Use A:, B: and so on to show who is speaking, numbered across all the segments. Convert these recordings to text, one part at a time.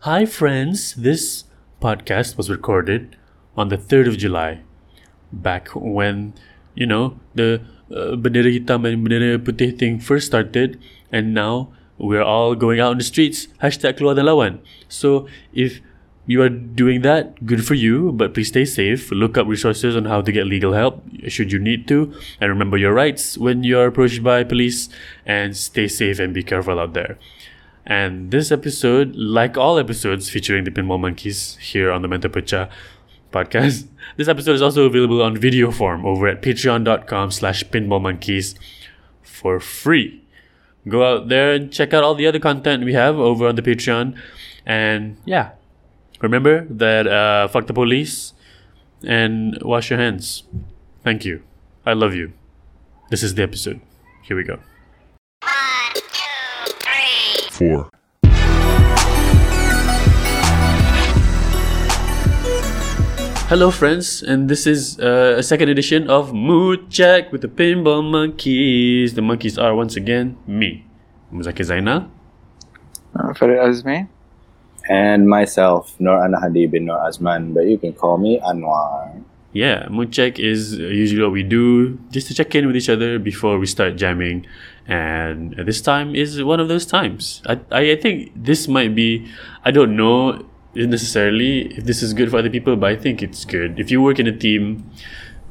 A: Hi, friends. This podcast was recorded on the 3rd of July, back when, you know, the uh, bendera hitam and bendera putih thing first started, and now we're all going out in the streets. Hashtag keluar dan lawan. So, if you are doing that, good for you, but please stay safe. Look up resources on how to get legal help should you need to, and remember your rights when you're approached by police, and stay safe and be careful out there. And this episode, like all episodes featuring the Pinball Monkeys here on the Mentapucha podcast, this episode is also available on video form over at patreon.com slash pinballmonkeys for free. Go out there and check out all the other content we have over on the Patreon. And yeah, remember that uh, fuck the police and wash your hands. Thank you. I love you. This is the episode. Here we go.
B: One, two, three.
C: four.
A: Hello, friends, and this is uh, a second edition of Mood Check with the Pinball Monkeys. The monkeys are once again me, Muzaki Zainal.
D: Uh, Farid Azmi.
E: and myself, Nur Anahadi bin Nur Azman, but you can call me Anwar.
A: Yeah, Mood Check is uh, usually what we do just to check in with each other before we start jamming, and this time is one of those times. I, I, I think this might be, I don't know necessarily if this is good for other people, but I think it's good. If you work in a team,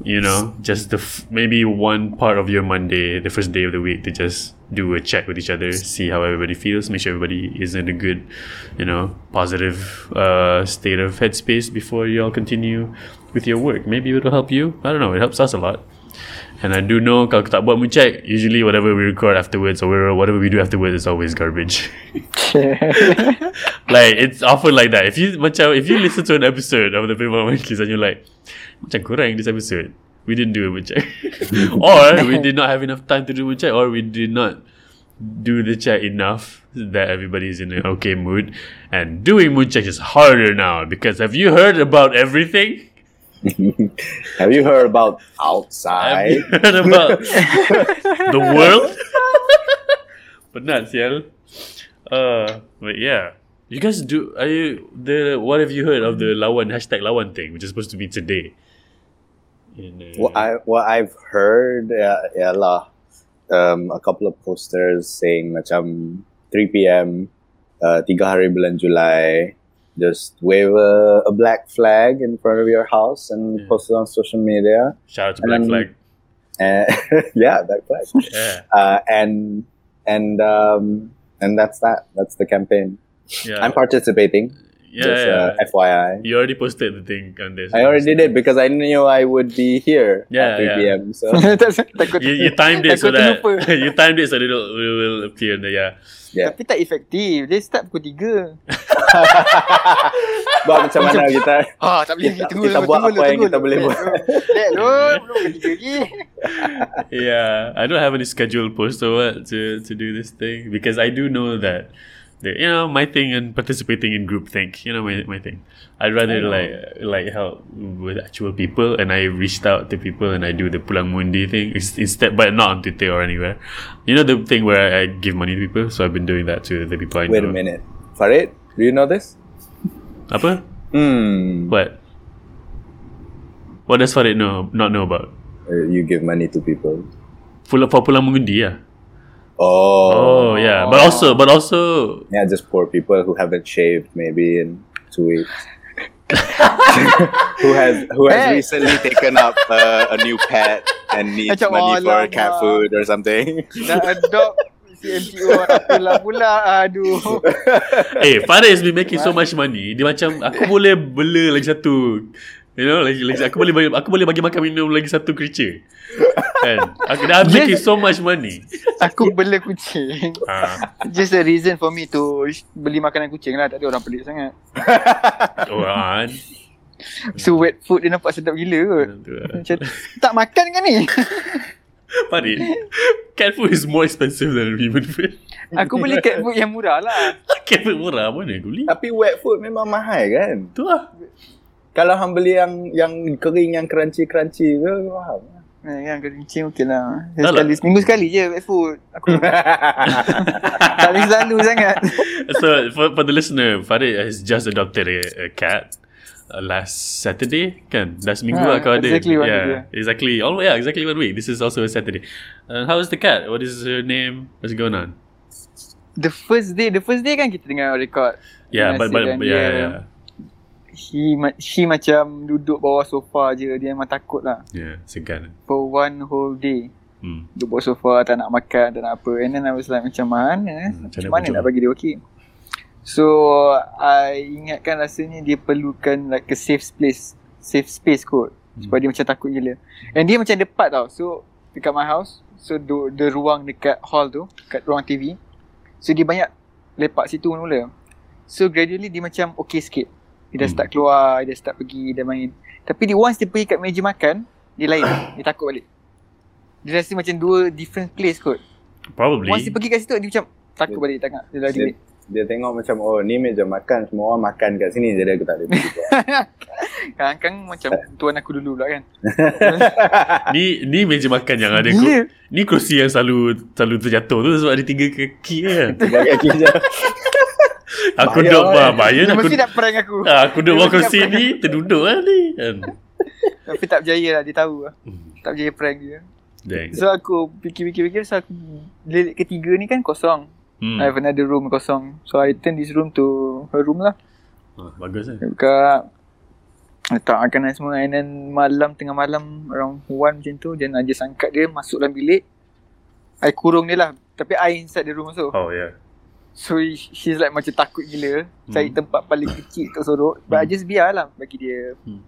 A: you know just the f- maybe one part of your monday the first day of the week to just do a check with each other see how everybody feels make sure everybody is in a good you know positive uh, state of headspace before you all continue with your work maybe it'll help you i don't know it helps us a lot and i do know kalau tak buat mood check usually whatever we record afterwards or whatever we do afterwards is always garbage like it's often like that. If you macam if you listen to an episode of the Paper Monkeys and you're like, macam kurang this episode. We didn't do a mood check, or we did not have enough time to do a mood check, or we did not do the check enough that everybody's in an okay mood. And doing mood check is harder now because have you heard about everything?
E: Have you heard about
A: Have
E: outside?
A: you heard about the world? but not yeah. Uh, but yeah. You guys do are you the what have you heard of the Lawan hashtag Lawan thing, which is supposed to be today? In, uh,
E: Well, I, what I've heard, uh, yeah lah, um, a couple of posters saying macam 3 p.m., uh, tiga hari bulan July, just wave a, a black flag in front of your house and
A: Yeah.
E: post it on social media.
A: shout out to
E: and
A: Black
E: then-
A: Flag.
E: Uh, yeah, black flag.
A: Yeah.
E: Uh, and and um, and that's that. That's the campaign.
A: Yeah.
E: I'm participating.
A: yeah,
E: Just,
A: yeah.
E: Uh, FYI.
A: you already posted the thing on this.
E: I already did it because I knew I would be here
A: Yeah,
E: at 3
A: yeah.
E: p.m. So
D: Takut
A: You, you timed it so
D: Takut
A: that
D: terlupa.
A: you timed it so that it will, it will appear in the yeah.
E: yeah.
D: Tapi tak efektif. Dia start pukul 3.
E: Buat macam mana kita?
D: Ah, tak boleh
E: Kita-
D: gitu.
E: kita buat apa yang kita boleh buat.
D: Let lo, belum pukul 3 lagi.
A: yeah, I don't have any scheduled post or what to, to do this thing because I do know that, the, you know, my thing and participating in group think, you know, my, my thing. I'd rather like like help with actual people, and I reached out to people and I do the Pulang Mundi thing ins- instead, but not on Twitter or anywhere. You know the thing where I, I give money to people, so I've been doing that to the people I
E: Wait a
A: know.
E: minute. Farid, do you know this?
A: Apa?
E: Hmm.
A: What? What does Farid know not know about?
E: Uh, You give money to people.
A: Pulang for Pulang Mundi, yeah.
E: Oh.
A: Oh yeah, but also but also
E: Yeah, just poor people who haven't shaved maybe in two weeks. who has who has
D: Hey.
E: recently taken up uh, a new pet and needs
D: Macam
E: money for
D: orang
E: cat
D: lah.
E: food or something?
D: Nak adopt CMTO apalah pula. Aduh.
A: Eh, Farah has been making so much money. Dia macam aku boleh bela lagi satu. You know, lagi, lagi aku boleh bagi, aku boleh bagi makan minum lagi satu creature. Kan? Aku dah
D: Yes.
A: making so much money.
D: Aku bela kucing.
A: Ah,
D: Just a reason for me to sh- beli makanan kucing lah. Tak ada orang pelik sangat.
A: oh, ah.
D: So wet food dia nampak sedap gila kot.
A: Tu lah.
D: Macam, tak makan kan ni?
A: Farid, cat food is more expensive than human food.
D: Aku beli cat food yang murah lah.
A: Cat food murah mana aku beli?
E: Tapi wet food memang mahal kan?
A: Tu lah.
E: Kalau hang beli yang yang kering yang crunchy crunchy ke faham.
D: Eh, yang kencing okey lah. Saya
A: Tak
D: sekali,
A: lah.
D: seminggu sekali je wet food. Aku tak boleh selalu sangat.
A: so for, for the listener, Farid has just adopted a, a cat uh, last Saturday kan? Last minggu
D: Ah,
A: lah kau ada.
D: exactly one
A: yeah,
D: week,
A: Exactly. Oh, yeah, exactly one week. This is also a Saturday. Uh, how is the cat? What is her name? What's going on?
D: The first day, the first day kan kita tengah record.
A: Yeah, but, but,
D: Hasilkan
A: but yeah,
D: dia.
A: yeah,
D: She, ma- she macam duduk bawah sofa je. Dia memang takut lah.
A: yeah. It's a cat.
D: For one whole day.
A: Hmm.
D: Duduk bawah sofa, tak nak makan, tak nak apa. And then I was like, macam mana? eh?
A: Hmm, macam
D: macam
A: mana
D: mana
A: betul?
D: nak bagi dia okay? So, I ingatkan rasanya dia perlukan like a safe space. Safe space kot.
A: Hmm.
D: Sebab dia macam takut gila. And dia macam dekat tau. So, dekat my house. So, the, the ruang dekat hall tu. Dekat ruang TV. So, dia banyak lepak situ mula. So, gradually dia macam okay sikit. Dia dah
A: Hmm.
D: start keluar, dia dah start pergi, dia main. Tapi dia once dia pergi kat meja makan, dia lain. dia takut balik. Dia rasa macam dua different place kot.
A: Probably.
D: Once dia pergi kat situ, dia macam takut balik tak nak. Dia lari
E: dia,
D: balik.
E: dia tengok macam oh ni meja makan semua orang makan kat sini jadi aku tak ada pergi keluar.
D: Kadang-kadang macam tuan aku dulu pula kan.
A: Ni ni meja makan yang ada
D: Gila.
A: kur- Ni kerusi yang selalu selalu terjatuh tu sebab ada tiga kaki kan.
E: Tiga kaki je.
A: Aku
E: Bahaya,
A: duduk bah,
E: eh.
A: bahaya lah.
D: Dia
A: aku.
D: mesti nak prank aku.
A: Ah, aku duduk bawah
D: Dia mesti
A: kerusi
D: nak
A: ni terduduk lah ni. Kan.
D: Tapi tak berjaya lah, dia tahu lah.
A: Hmm,
D: Tak berjaya prank dia.
A: Dang.
D: So aku fikir-fikir-fikir, so aku bilik ketiga ni kan kosong.
A: Hmm.
D: Hmm. I have another room kosong. So I turn this room to her room lah.
A: Ah, bagus eh.
D: Buka Letak makanan semua And then malam tengah malam Around 1 macam tu Then I just angkat dia Masuk dalam bilik I kurung dia lah Tapi I inside the room also
A: Oh yeah.
D: So she- she's like macam takut gila
A: Hmm.
D: Cari tempat paling kecil tak sorok But I
A: Hmm.
D: just biar lah bagi dia
A: Hmm.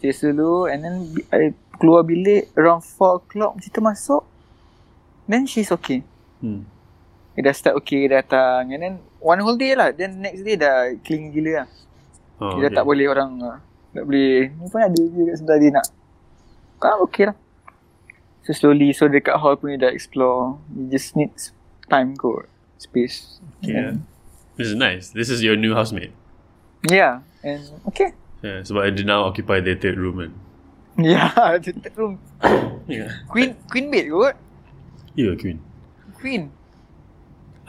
D: Stay slow And then bi- I keluar bilik Around 4 o'clock macam tu masuk Then she's okay
A: Hmm.
D: Dia dah start okay dia datang And then one whole day lah Then next day dah clean gila lah
A: Oh,
D: dia
A: okay.
D: tak boleh orang uh, tak boleh ni pun ada je kat sebelah dia nak ah okey lah so slowly so dekat hall pun dia dah explore you just need s- time kot space
A: Yeah. This is nice. This is your new housemate.
D: and, yeah and okay
A: Yeah, sebab dia now occupy the third room kan.
D: yeah the third room
A: Yeah.
D: queen queen bed kot
A: You a queen.
D: queen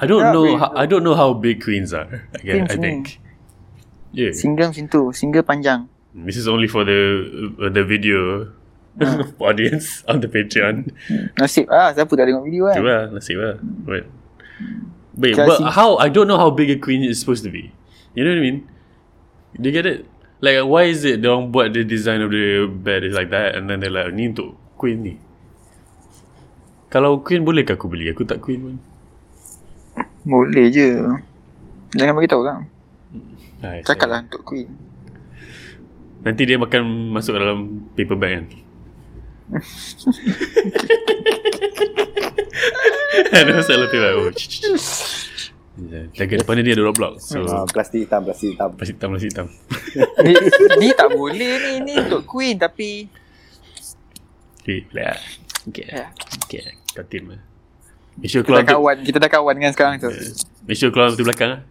A: I don't
D: Yeah,
A: know
D: queen.
A: how, I don't know how big queens are. I, guess,
D: Queens
A: I
D: ni.
A: think. Yeah.
D: single macam tu single panjang
A: This is only for the uh, the video
D: Ah.
A: audience on the Patreon.
D: nasib ah siapa tak tengok video kan
A: Tu lah, nasib lah. But, wait,
D: Just
A: but
D: in-
A: how, I don't know how big a queen is supposed to be. You know what I mean? Do you get it? Like, why is it they don't buat the design of the bed is like that and then they're like, ni untuk queen ni. Kalau queen boleh ke aku beli? Aku tak queen pun.
D: boleh je jangan bagi tahu lah
A: Ah, it's like-
D: cakap lah untuk queen
A: Nanti dia makan masuk dalam paper bag kan. Ada masalah tu lah. Oh, Jaga depan dia ada Roblox. So,
E: Ah, plastik hitam, plastik hitam.
A: plastik hitam, plastik hitam.
D: ni, ni tak boleh ni ni untuk queen tapi
A: Okay, boleh lah. Okay,
D: Ya.
A: okay. Kau team lah. Make sure
D: kita
A: keluar
D: dah
A: untuk,
D: kawan kita dah kawan kan sekarang tu
A: make sure keluar untuk belakang lah.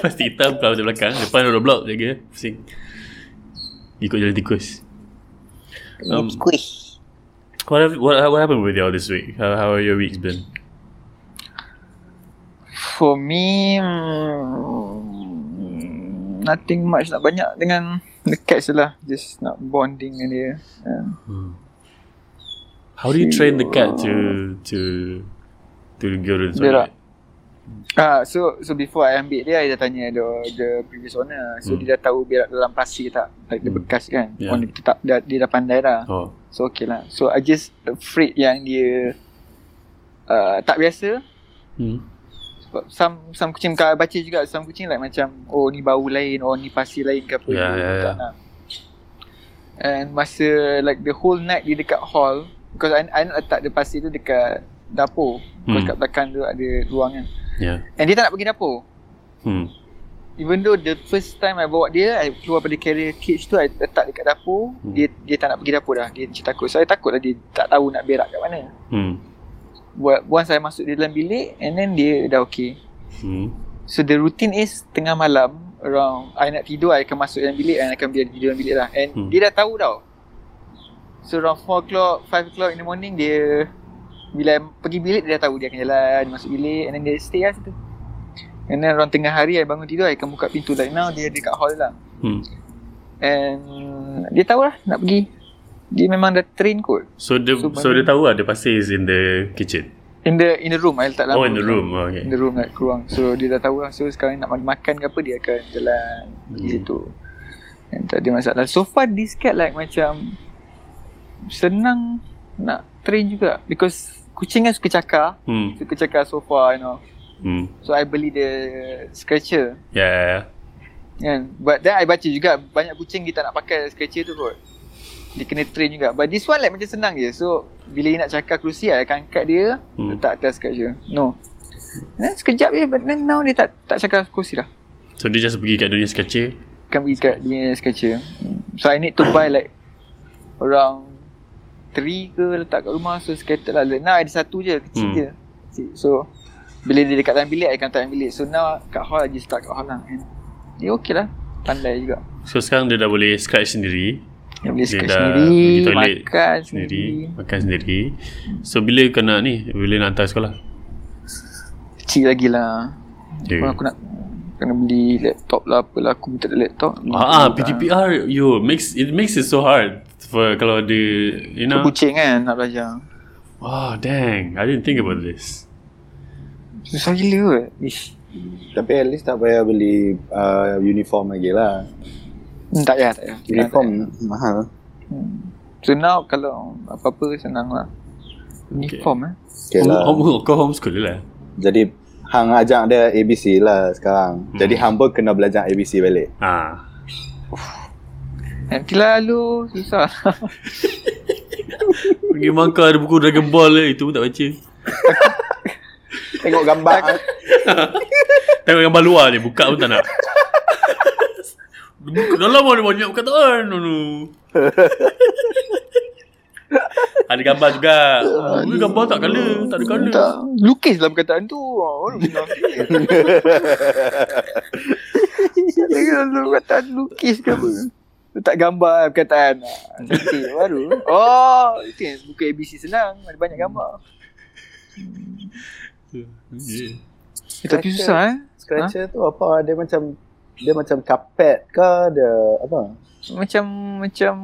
A: Plastik hitam keluar untuk belakang. Depan ada Roblox jaga. Pusing. Ikut jalan tikus. Um,
D: Kuih.
A: What have, what what happened with y'all this week? How how have your weeks been?
D: For me, mm, nothing much nak banyak dengan dekat je lah. Just nak bonding dengan dia. Uh,
A: How do you train the cat to to to go to the toilet?
D: Berak. Ah, so so before I ambil dia, I dah tanya the, the previous owner. So
A: Hmm.
D: hmm. dia dah tahu berak dalam pasir tak. Like the
A: Hmm.
D: bekas kan.
A: Yeah.
D: Yeah. Owner kita tak, dia, dia dah pandai dah.
A: Oh,
D: So okay lah. So I just afraid yang dia uh, tak biasa.
A: hmm.
D: Sebab some, some kucing, kalau I baca juga, some kucing like macam, oh ni bau lain, oh ni pasir lain ke apa.
A: Yeah,
D: Dia
A: yeah, yeah.
D: tak nak. And masa like the whole night dia dekat hall, because I, I nak letak the pasir tu dekat dapur.
A: Hmm.
D: Because kat belakang tu ada ruang kan.
A: yeah,
D: And dia tak nak pergi dapur.
A: hmm.
D: Even though the first time I bawa dia, I keluar pada carrier cage tu, I letak dekat dapur.
A: Hmm.
D: Dia dia tak nak pergi dapur dah. Dia macam takut. So, I takut lah dia tak tahu nak berak kat mana.
A: hmm,
D: Wa- Once I masuk dia dalam bilik, and then dia dah okay.
A: hmm,
D: So the routine is tengah malam around I nak tidur I akan masuk dalam bilik and I akan biar dia tidur dalam bilik lah. And
A: Hmm.
D: hmm. dia dah tahu tau. So around 4 o'clock, 5 o'clock in the morning dia bila pergi bilik dia dah tahu dia akan jalan masuk bilik and then dia stay lah situ. And then around tengah hari I bangun tidur I akan buka pintu like now dia dekat hall lah.
A: Hmm.
D: And dia tahu lah nak pergi. Dia memang dah train kot.
A: So dia so, so
D: So,
A: dia tahu ada pasir is in the kitchen.
D: In the in the room I letak
A: Oh
D: lampu
A: in the
D: tu.
A: room. Oh,
D: In
A: okay.
D: the room like keluar So dia dah tahu lah So sekarang nak makan ke apa Dia akan jalan Pergi
A: Hmm.
D: situ And tak ada masalah So far this cat like macam Senang Nak train juga Because Kucing kan suka cakar
A: Hmm.
D: Suka cakar so far you know
A: Hmm.
D: So I beli the Scratcher
A: Yeah, yeah, yeah.
D: Kan But then I baca juga Banyak kucing dia tak nak pakai Scratcher tu kot Dia kena train juga But this one like macam senang je So Bila dia nak cakar kerusi I akan angkat dia
A: Hmm.
D: Letak atas scratcher No Then sekejap je But then now dia tak Tak cakar kerusi dah
A: So dia just pergi kat dunia sketchy.
D: Akan pergi kat dia scratcher So I need to buy like Around Three ke letak kat rumah So scattered lah Like Now ada satu je Kecil
A: Hmm.
D: je Kecil. So Bila dia dekat dalam bilik I akan letak dalam bilik So now kat hall I just letak kat hall lah And Dia okay lah Pandai juga
A: So sekarang dia dah boleh scratch sendiri.
D: Dia boleh
A: Dia
D: scratch
A: dah
D: sendiri
A: pergi toilet
D: Makan sendiri
A: Sendiri. Makan sendiri. So bila kau nak ni? Bila nak hantar sekolah?
D: Kecil lagi lah
A: Yeah.
D: Kalau aku nak Kena beli laptop lah Apalah aku minta laptop
A: Ah, ah PTPR yo makes it makes it so hard for kalau ada you
D: Nah.
A: know.
D: Kucing kan nak belajar
A: Oh dang, I didn't think about this.
D: Susah gila kot Ish.
E: Tapi at least tak payah beli uh, uniform lagi lah.
D: Hmm, tak payah, tak payah. Tak
E: Uniform mahal.
D: payah. Hmm. So now kalau apa-apa senang lah. Uniform eh.
E: Okay lah.
A: Home, home, kau homeschool lah.
E: Jadi hang ajak dia ABC lah sekarang. Jadi hang pun kena belajar ABC balik.
A: Ah.
D: Nanti lalu susah.
A: Pergi mangkal ada buku Dragon Ball lah. Itu pun tak baca.
E: Tengok gambar ah,
A: Tengok gambar luar ni. Buka pun tak nak. Buka dalam ada banyak perkataan. No, no. ada gambar juga. Oh, ni gambar tak kala. Tak ada kala.
D: Tak. Lukis lah perkataan tu. Oh, orang kena lukis. Dia kena lah, perkataan lukis ke apa. Letak gambar perkataan. Ah, Cantik baru. Oh, itu yang buku ABC senang. Ada banyak gambar.
A: Yeah.
D: Eh, tapi susah eh.
E: Scratcher tu apa? Dia macam dia macam kapet ke dia apa?
D: Ha? Macam macam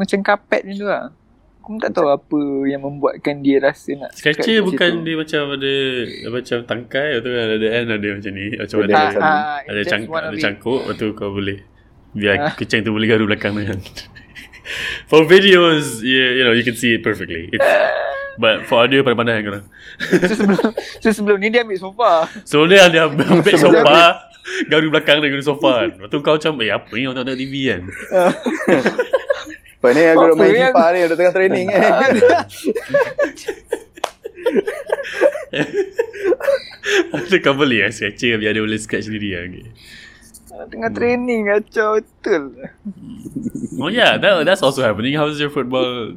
D: macam kapet macam tu lah. Aku pun tak tahu apa yang membuatkan dia rasa nak
A: Scratcher
D: scratch
A: bukan
D: macam tu.
A: dia macam ada macam tangkai atau ada ada end ada macam ni macam
E: Ada
A: ada
D: Ah,
E: macam-
D: ah, it's
A: ada
D: just
A: cangkuk
D: one of
A: ada
D: it.
A: cangkuk lepas tu kau boleh biar
D: Ah.
A: kucing tu boleh gaduh belakang dia. for videos yeah, you know you can see it perfectly. It's, but for audio pandai-pandai korang.
D: So sebelum so sebelum ni dia ambil sofa.
A: So dia ada ambil
E: Sebelum
A: sofa gaduh belakang dia guna sofa kan. Lepas tu kau macam eh apa ni orang tak tengok TV kan.
E: Pak ni aku nak
D: Apa
E: main
D: yang-
E: kipak ni Dia tengah training eh
A: Ada kau boleh eh scratcher biar dia boleh scratch sendiri kan. Okay. Hmm.
D: Tengah training kacau betul.
A: Oh yeah, that, that's also happening. How's your football?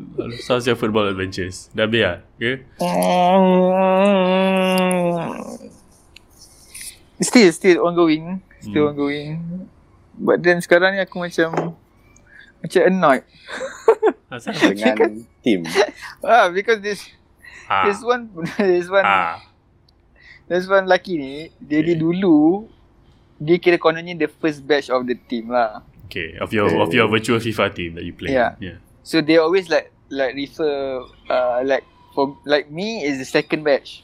A: How's your football adventures? Dah ah? biar, okay?
D: Still still ongoing, still
A: Hmm.
D: ongoing. But then sekarang ni aku macam macam annoyed.
A: Asal?
E: Dengan team
D: Ah because this
A: Ah,
D: this one this one
A: ah,
D: There's one lelaki ni Dia ni dulu Dia kira kononnya the first batch of the team lah
A: okay. Of your of your virtual FIFA team that you play.
D: Yeah.
A: yeah.
D: So they always like Like refer uh, Like for Like me is the second batch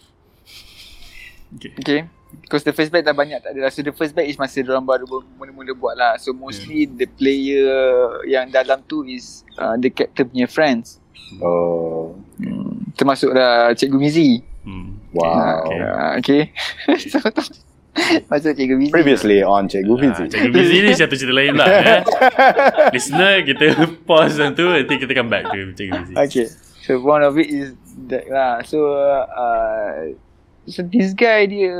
A: Okay.
D: Okay Because the first batch dah banyak tak ada lah So the first batch is masa orang baru ber- mula-mula buat lah So mostly the player yang dalam tu is uh, The captain punya friends
E: Oh
D: hmm. Termasuklah Cikgu Mizi
A: Hmm.
E: Wow
A: Okay.
D: uh, Okay so, Masuk Cikgu Mizi
E: Previously on Cikgu
A: Ah,
E: Fizi
A: Cikgu Busy ni satu cerita lain lah eh. Listener kita pause dan tu Nanti kita come back to Cikgu Busy
D: Okay. So one of it is that lah. So uh, so this guy dia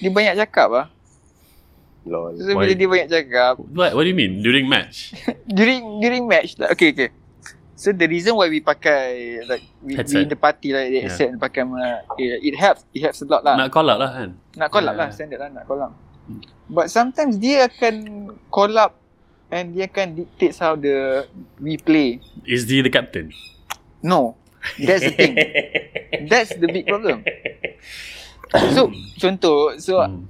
D: dia banyak cakap lah.
E: Lol
D: So
A: Why?
D: bila dia banyak cakap
A: What, what do you mean? During match?
D: during during match lah. Okay okay. So the reason why we pakai like we, we
A: Headset.
D: in the party like the
A: Yeah.
D: headset and pakai uh, it helps it helps a lot lah. Nak,
A: Nak call out lah kan?
D: nak collab
A: yeah.
D: lah standard lah nak collab.
A: Hmm.
D: But sometimes dia akan collab and dia akan dictates how the we play.
A: Is he the captain?
D: No. That's the thing. That's the big problem. So, contoh, so
A: Hmm.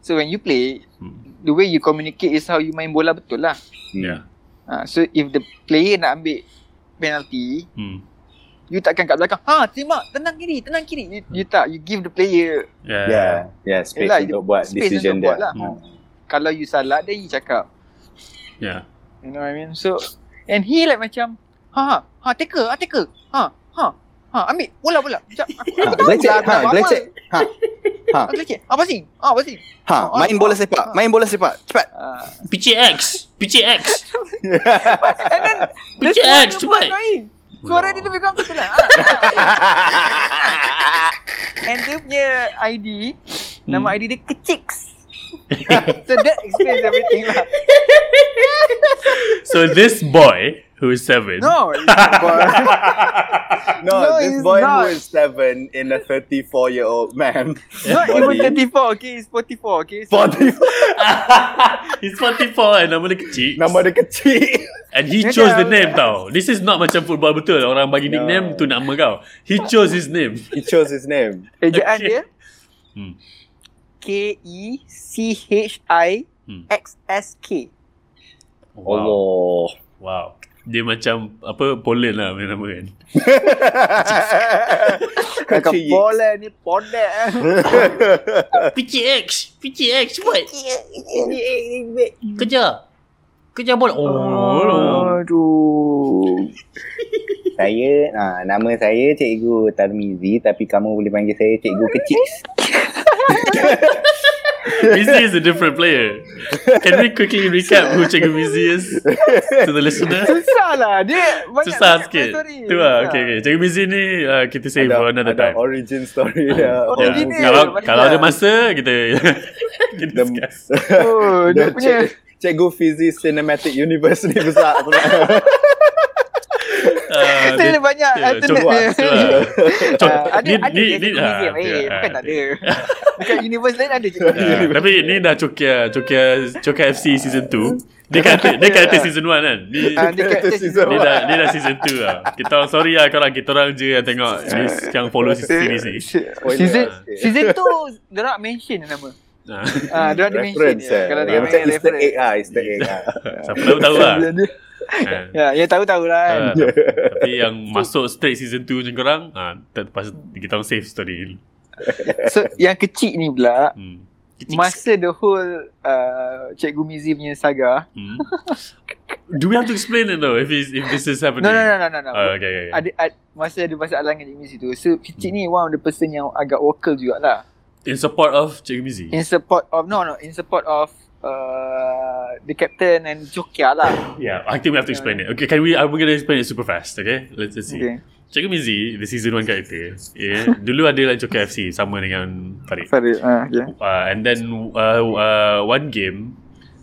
D: so when you play,
A: Hmm.
D: the way you communicate is how you main bola betul lah.
A: Yeah.
D: Ha, so if the player nak ambil penalty,
A: Hmm.
D: you takkan kat belakang, ha tembak, tenang kiri, tenang kiri. You, you tak, you give the player.
A: Yeah.
E: Yeah, yeah, space
D: Yelah,
E: untuk buat
D: Eh, lah, space
E: decision
D: untuk buat
E: dia.
D: lah.
E: Ah.
D: Kalau you salah, then you cakap.
A: Yeah.
D: You know what I mean? So, and he like macam, ha, ha, tackle, ha, tackle, ha, ha, ha, ambil, bola, bola. Sekejap, aku,
E: Ha,
D: aku tahu
E: Belecek,
D: lah, aku
E: ha,
D: nak buat
E: belecek.
D: apa.
E: Ha, ha,
D: Ah, belecek. Ah, passing, ah, passing.
E: ha, main bola sepak, main bola sepak, cepat.
D: Ah.
A: PCX! PCX!
D: And then, the
A: Picit
D: suara
A: X,
D: pun
A: cepat.
D: annoying. Suara dia lebih kurang betul lah. Ah, ah. And dia punya ID,
A: Hmm.
D: nama ID dia Keciks. so that explains everything lah.
A: so this boy, who is seven.
D: No, it's not about-
E: No,
D: No, it's
E: this boy
D: not.
E: who is seven in a 34-year-old man.
D: not even
E: body.
D: 34, okay? It's 44, okay? So,
E: 44.
A: He's 44 and nama dia kecil.
E: Nama dia kecil.
A: And he
D: Dia
A: chose the
D: dah-
A: name tau. This is not macam football betul. lah. Orang bagi
E: No.
A: nickname tu nama kau. He chose his name.
E: He chose his name.
D: Ejaan
A: Okay.
D: dia E
A: Hmm. Hmm.
D: K-E-C-H-I-X-S-K
E: Allah.
A: Wow. Dia macam apa Poland lah punya nama kan.
D: Kakak
E: Kecil.
D: bola ni podek eh.
A: PCX, PCX buat. Kerja. Kerja bola. Oh.
D: Aduh
E: Saya, ah, nama saya Cikgu Tarmizi tapi kamu boleh panggil saya Cikgu Kecil.
A: Mizi is a different player. Can we quickly recap who Cikgu Mizi is to the listener?
D: Susah lah Dia banyak
A: Susah
D: banyak
A: sikit.
D: story.
A: Tu lah.
D: Susah.
A: Okay, okay. Cikgu Mizi ni uh, kita save for
E: Ada,
A: another
E: ada
A: time.
E: origin story. ya.
A: Ya,
D: Origin dia,
A: Kalau
D: banyak.
A: kalau
E: lah.
A: ada masa kita kita
E: The-
A: discuss.
D: Oh
E: The
D: dia punya
E: Cik- Cikgu Fizi Cinematic Universe ni besar pula.
A: Uh,
D: Kita ada banyak
A: Ya,
D: alternate
A: cukup
D: dia
A: lah, cukup lah. Cok-
D: Ah, Ada
A: ni- ni-
D: ada je
A: ni-
D: Cikgu Museum
A: ah,
D: Eh
A: okey,
D: bukan
A: ah,
D: tak ada
A: okey.
D: Bukan universe lain ada Cikgu
A: Ah,
D: Museum
A: Tapi ni dah Cokia Cokia Cokia FC season 2 Dia kata Dia kata season 1 kan Ni
D: Ah, Dia kat
E: Dia
D: season
A: Ni dah, ni dah season 2 lah Kita orang sorry lah Korang kita orang je yang tengok ni Yang follow si- series ni
D: Season Season tu Diorang mention nama
A: Ah,
D: Ah, dia ada mention
E: reference.
D: dia.
E: eh.
D: Kalau
E: Dia
D: dia
E: macam
D: main
E: Easter
D: reference.
E: egg ah, Easter egg ah.
A: Siapa tahu tahu lah Ah,
D: Ya, yang tahu tahu lah. kan.
A: ah, Tapi yang masuk straight season 2 macam korang ah, Lepas kita orang save story
D: So, yang kecil ni pula
A: hmm.
D: masa the whole uh, Cikgu Mizi punya saga.
A: Hmm. Do we have to explain it though If, it's, if this is happening
D: No, no, no, no, no. no.
A: Ah, okay, okay, okay.
D: Ada, ada masa ada masalah dengan Cikgu Mizi tu. So, kecil ni one of the person yang agak vocal jugalah.
A: In support of Cikgu Mizi
D: In support of no, no, in support of uh, the captain and Jokia lah.
A: Yeah, I think we have to explain it. Okay, can we? I'm gonna explain it super fast. Okay, let's, let's see.
D: Okay.
A: Cikgu Mizi, the season one character. Yeah, dulu ada lah Joker FC sama dengan Farid.
D: Farid. Ah, yeah.
A: Uh, and then uh, uh, one game,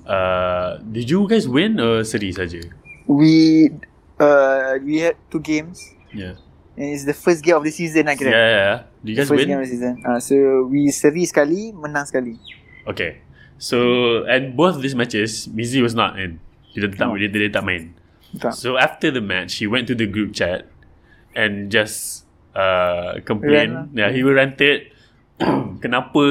A: uh, did you guys win or seri saja?
D: We uh, we had two games
A: Yeah.
D: and it's the first game of the season lah
A: Yeah,
D: kira.
A: yeah, yeah. Did you guys
D: First game
A: win?
D: of the season. Ah, so we seri sekali, menang sekali.
A: Okay. So and both these matches, Mizi was not in. Dia tak
D: No.
A: dia, dia tak main.
D: Tak.
A: So after the match, he went to the group chat and just uh, complain.
D: Rant
A: Yeah, he ranted kenapa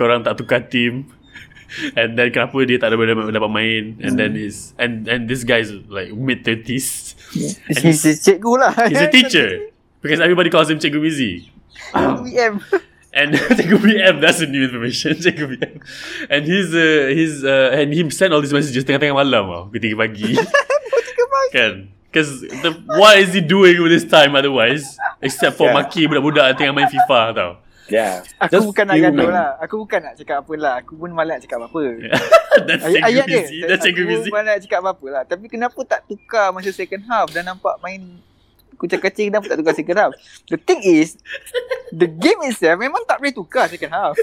A: korang tak tukar team and then kenapa dia tak dapat dapat dapat main and then
D: Hmm.
A: is and and this guy's like mid 30s. And
D: He's a cikgu lah.
A: He's a teacher because everybody calls him Cikgu Mizi.
D: UEM.
A: And Cikgu BM, that's the new information. Cikgu BM. And he's uh, he's uh, and he sent all these messages tengah-tengah malam tau. Pukul 3 pagi.
D: Oh,
A: kan? Because the, what is he doing with his time otherwise? Except for
E: Yeah.
A: maki budak-budak yang tengah main FIFA tau.
E: Yeah.
D: Aku
E: Just
D: bukan nak
E: you
D: gaduh
E: know.
D: lah. Aku bukan nak cakap apa lah. Aku pun malas nak cakap apa-apa.
A: that's
D: Ay-
A: Cikgu
D: Ayat dia.
A: Mizi. That's Cikgu
D: aku
A: Mizi.
D: pun malas nak cakap apa-apa lah. Tapi kenapa tak tukar masa second half? Dah nampak main kucing-kucing kenapa tak tukar second half? The thing is, the game itself memang tak boleh tukar second half.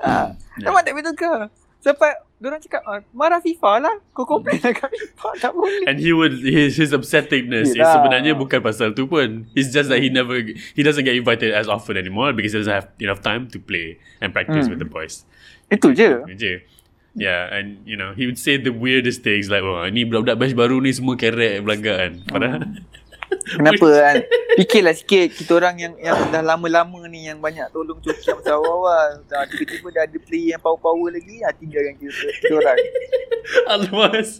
D: Ah,
A: Yeah.
D: Memang tak boleh tukar. Sampai Diorang cakap ah, Marah FIFA lah Kau komplain lah kat FIFA Tak boleh
A: And he would his his upsettingness is
D: Yelah.
A: sebenarnya bukan pasal tu pun. It's just that he never he doesn't get invited as often anymore because he doesn't have enough time to play and practice
D: Hmm.
A: with the boys.
D: Itu je
A: je. Yeah, and you know, he would say the weirdest things like, "Oh, ni budak-budak batch baru ni semua kerek belagak kan."
D: Oh.
A: Padahal
D: Kenapa kan? Fikirlah sikit kita orang yang yang dah lama-lama ni yang banyak tolong cuci yang masa awal-awal. Dah tiba-tiba dah ada player yang power-power lagi, ah tinggalkan kita, kita orang.
A: Alwar is-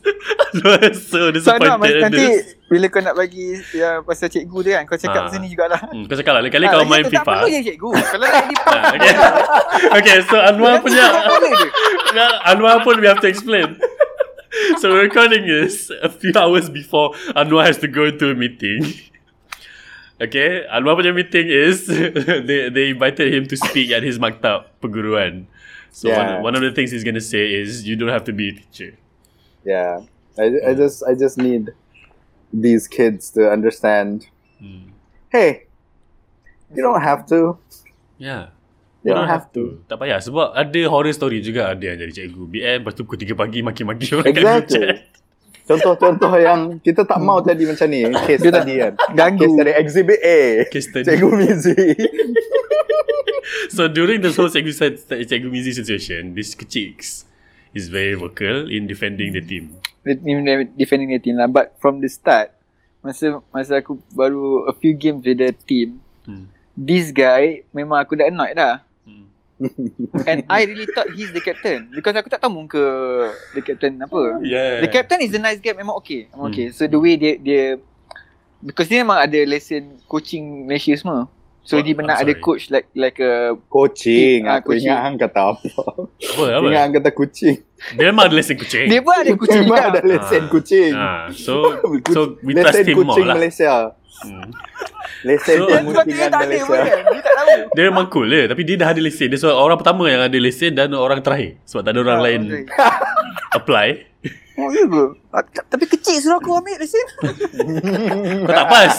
A: Alwar is so
D: So nak
A: disappointed at
D: nanti
A: this.
D: bila kau nak bagi ya, pasal cikgu tu kan, kau cakap
A: Ah.
D: pasal ni jugalah. Ah,
A: Hmm, kau cakap lah, lain kali kau
D: lagi
A: main
D: tu Tak perlu
A: FIFA.
D: yang cikgu. Kalau nak jadi
A: Ah, okay. okay, so Anwar punya Well, Anwar pun we have to explain. so we're recording this a few hours before Anwar has to go to a meeting. Okay, Anwar punya meeting is they they invited him to speak at his maktab perguruan. So
E: Yeah.
A: one, one of the things he's gonna say is you don't have to be a teacher.
E: Yeah, I, I
A: Hmm.
E: just I just need these kids to understand.
A: Hmm.
E: Hey, you don't have to.
A: Yeah.
E: You don't have to.
A: Tak payah sebab ada horror story juga ada yang jadi cikgu BM lepas tu pukul 3 pagi maki-maki orang kat group chat.
E: Exactly. Contoh-contoh yang kita tak mau tadi macam ni.
D: Hmm.
E: Case
D: Dia tak-
E: tadi kan.
D: Ganggu.
E: Case tadi exhibit A.
A: Case study.
E: Cikgu Mizi.
A: So during this whole Cikgu, Cikgu Mizi situation, this Kechicks is very vocal in defending the team.
D: the team that- defending the team lah but from the start masa masa aku baru a few games with the team
A: Hmm.
D: this guy memang aku dah annoyed dah
A: Hmm.
D: and I really thought he's the captain because aku tak tahu muka the captain apa
A: Yeah.
D: the captain is a nice guy memang okay
A: Hmm.
D: memang okay so the way dia dia because dia memang ada lesson coaching Malaysia semua so
A: What?
D: dia pernah
A: I'm
D: ada
A: sorry.
D: coach like like a
E: Kucing.
D: Ah,
E: Aku
D: kucing.
E: ingat hang kata apa.
A: apa, apa?
E: Ingat hang kata kucing.
A: Dia memang ada lesen kucing.
D: dia pun ada coaching
E: Memang ada
D: juga
E: lesen
A: Ah.
E: kucing.
A: Ah, so so we
E: lesen
A: trust him more
E: kucing
A: lah.
E: Malaysia.
A: Hmm.
E: Lesen
A: So-
D: Dan sebab tu
E: so,
D: dia
E: kemucingan
D: tak ada pun
E: Malaysia.
D: kan dia tak tahu
A: Dia memang cool je Tapi dia dah ada lesen Dia seorang orang pertama yang ada lesen Dan orang terakhir Sebab tak ada orang
D: Ah,
A: lain
D: betul.
A: Apply
D: Oh ya ke? Ah, ta- Tapi kecil suruh aku ambil lah, lesen.
A: Kau tak pas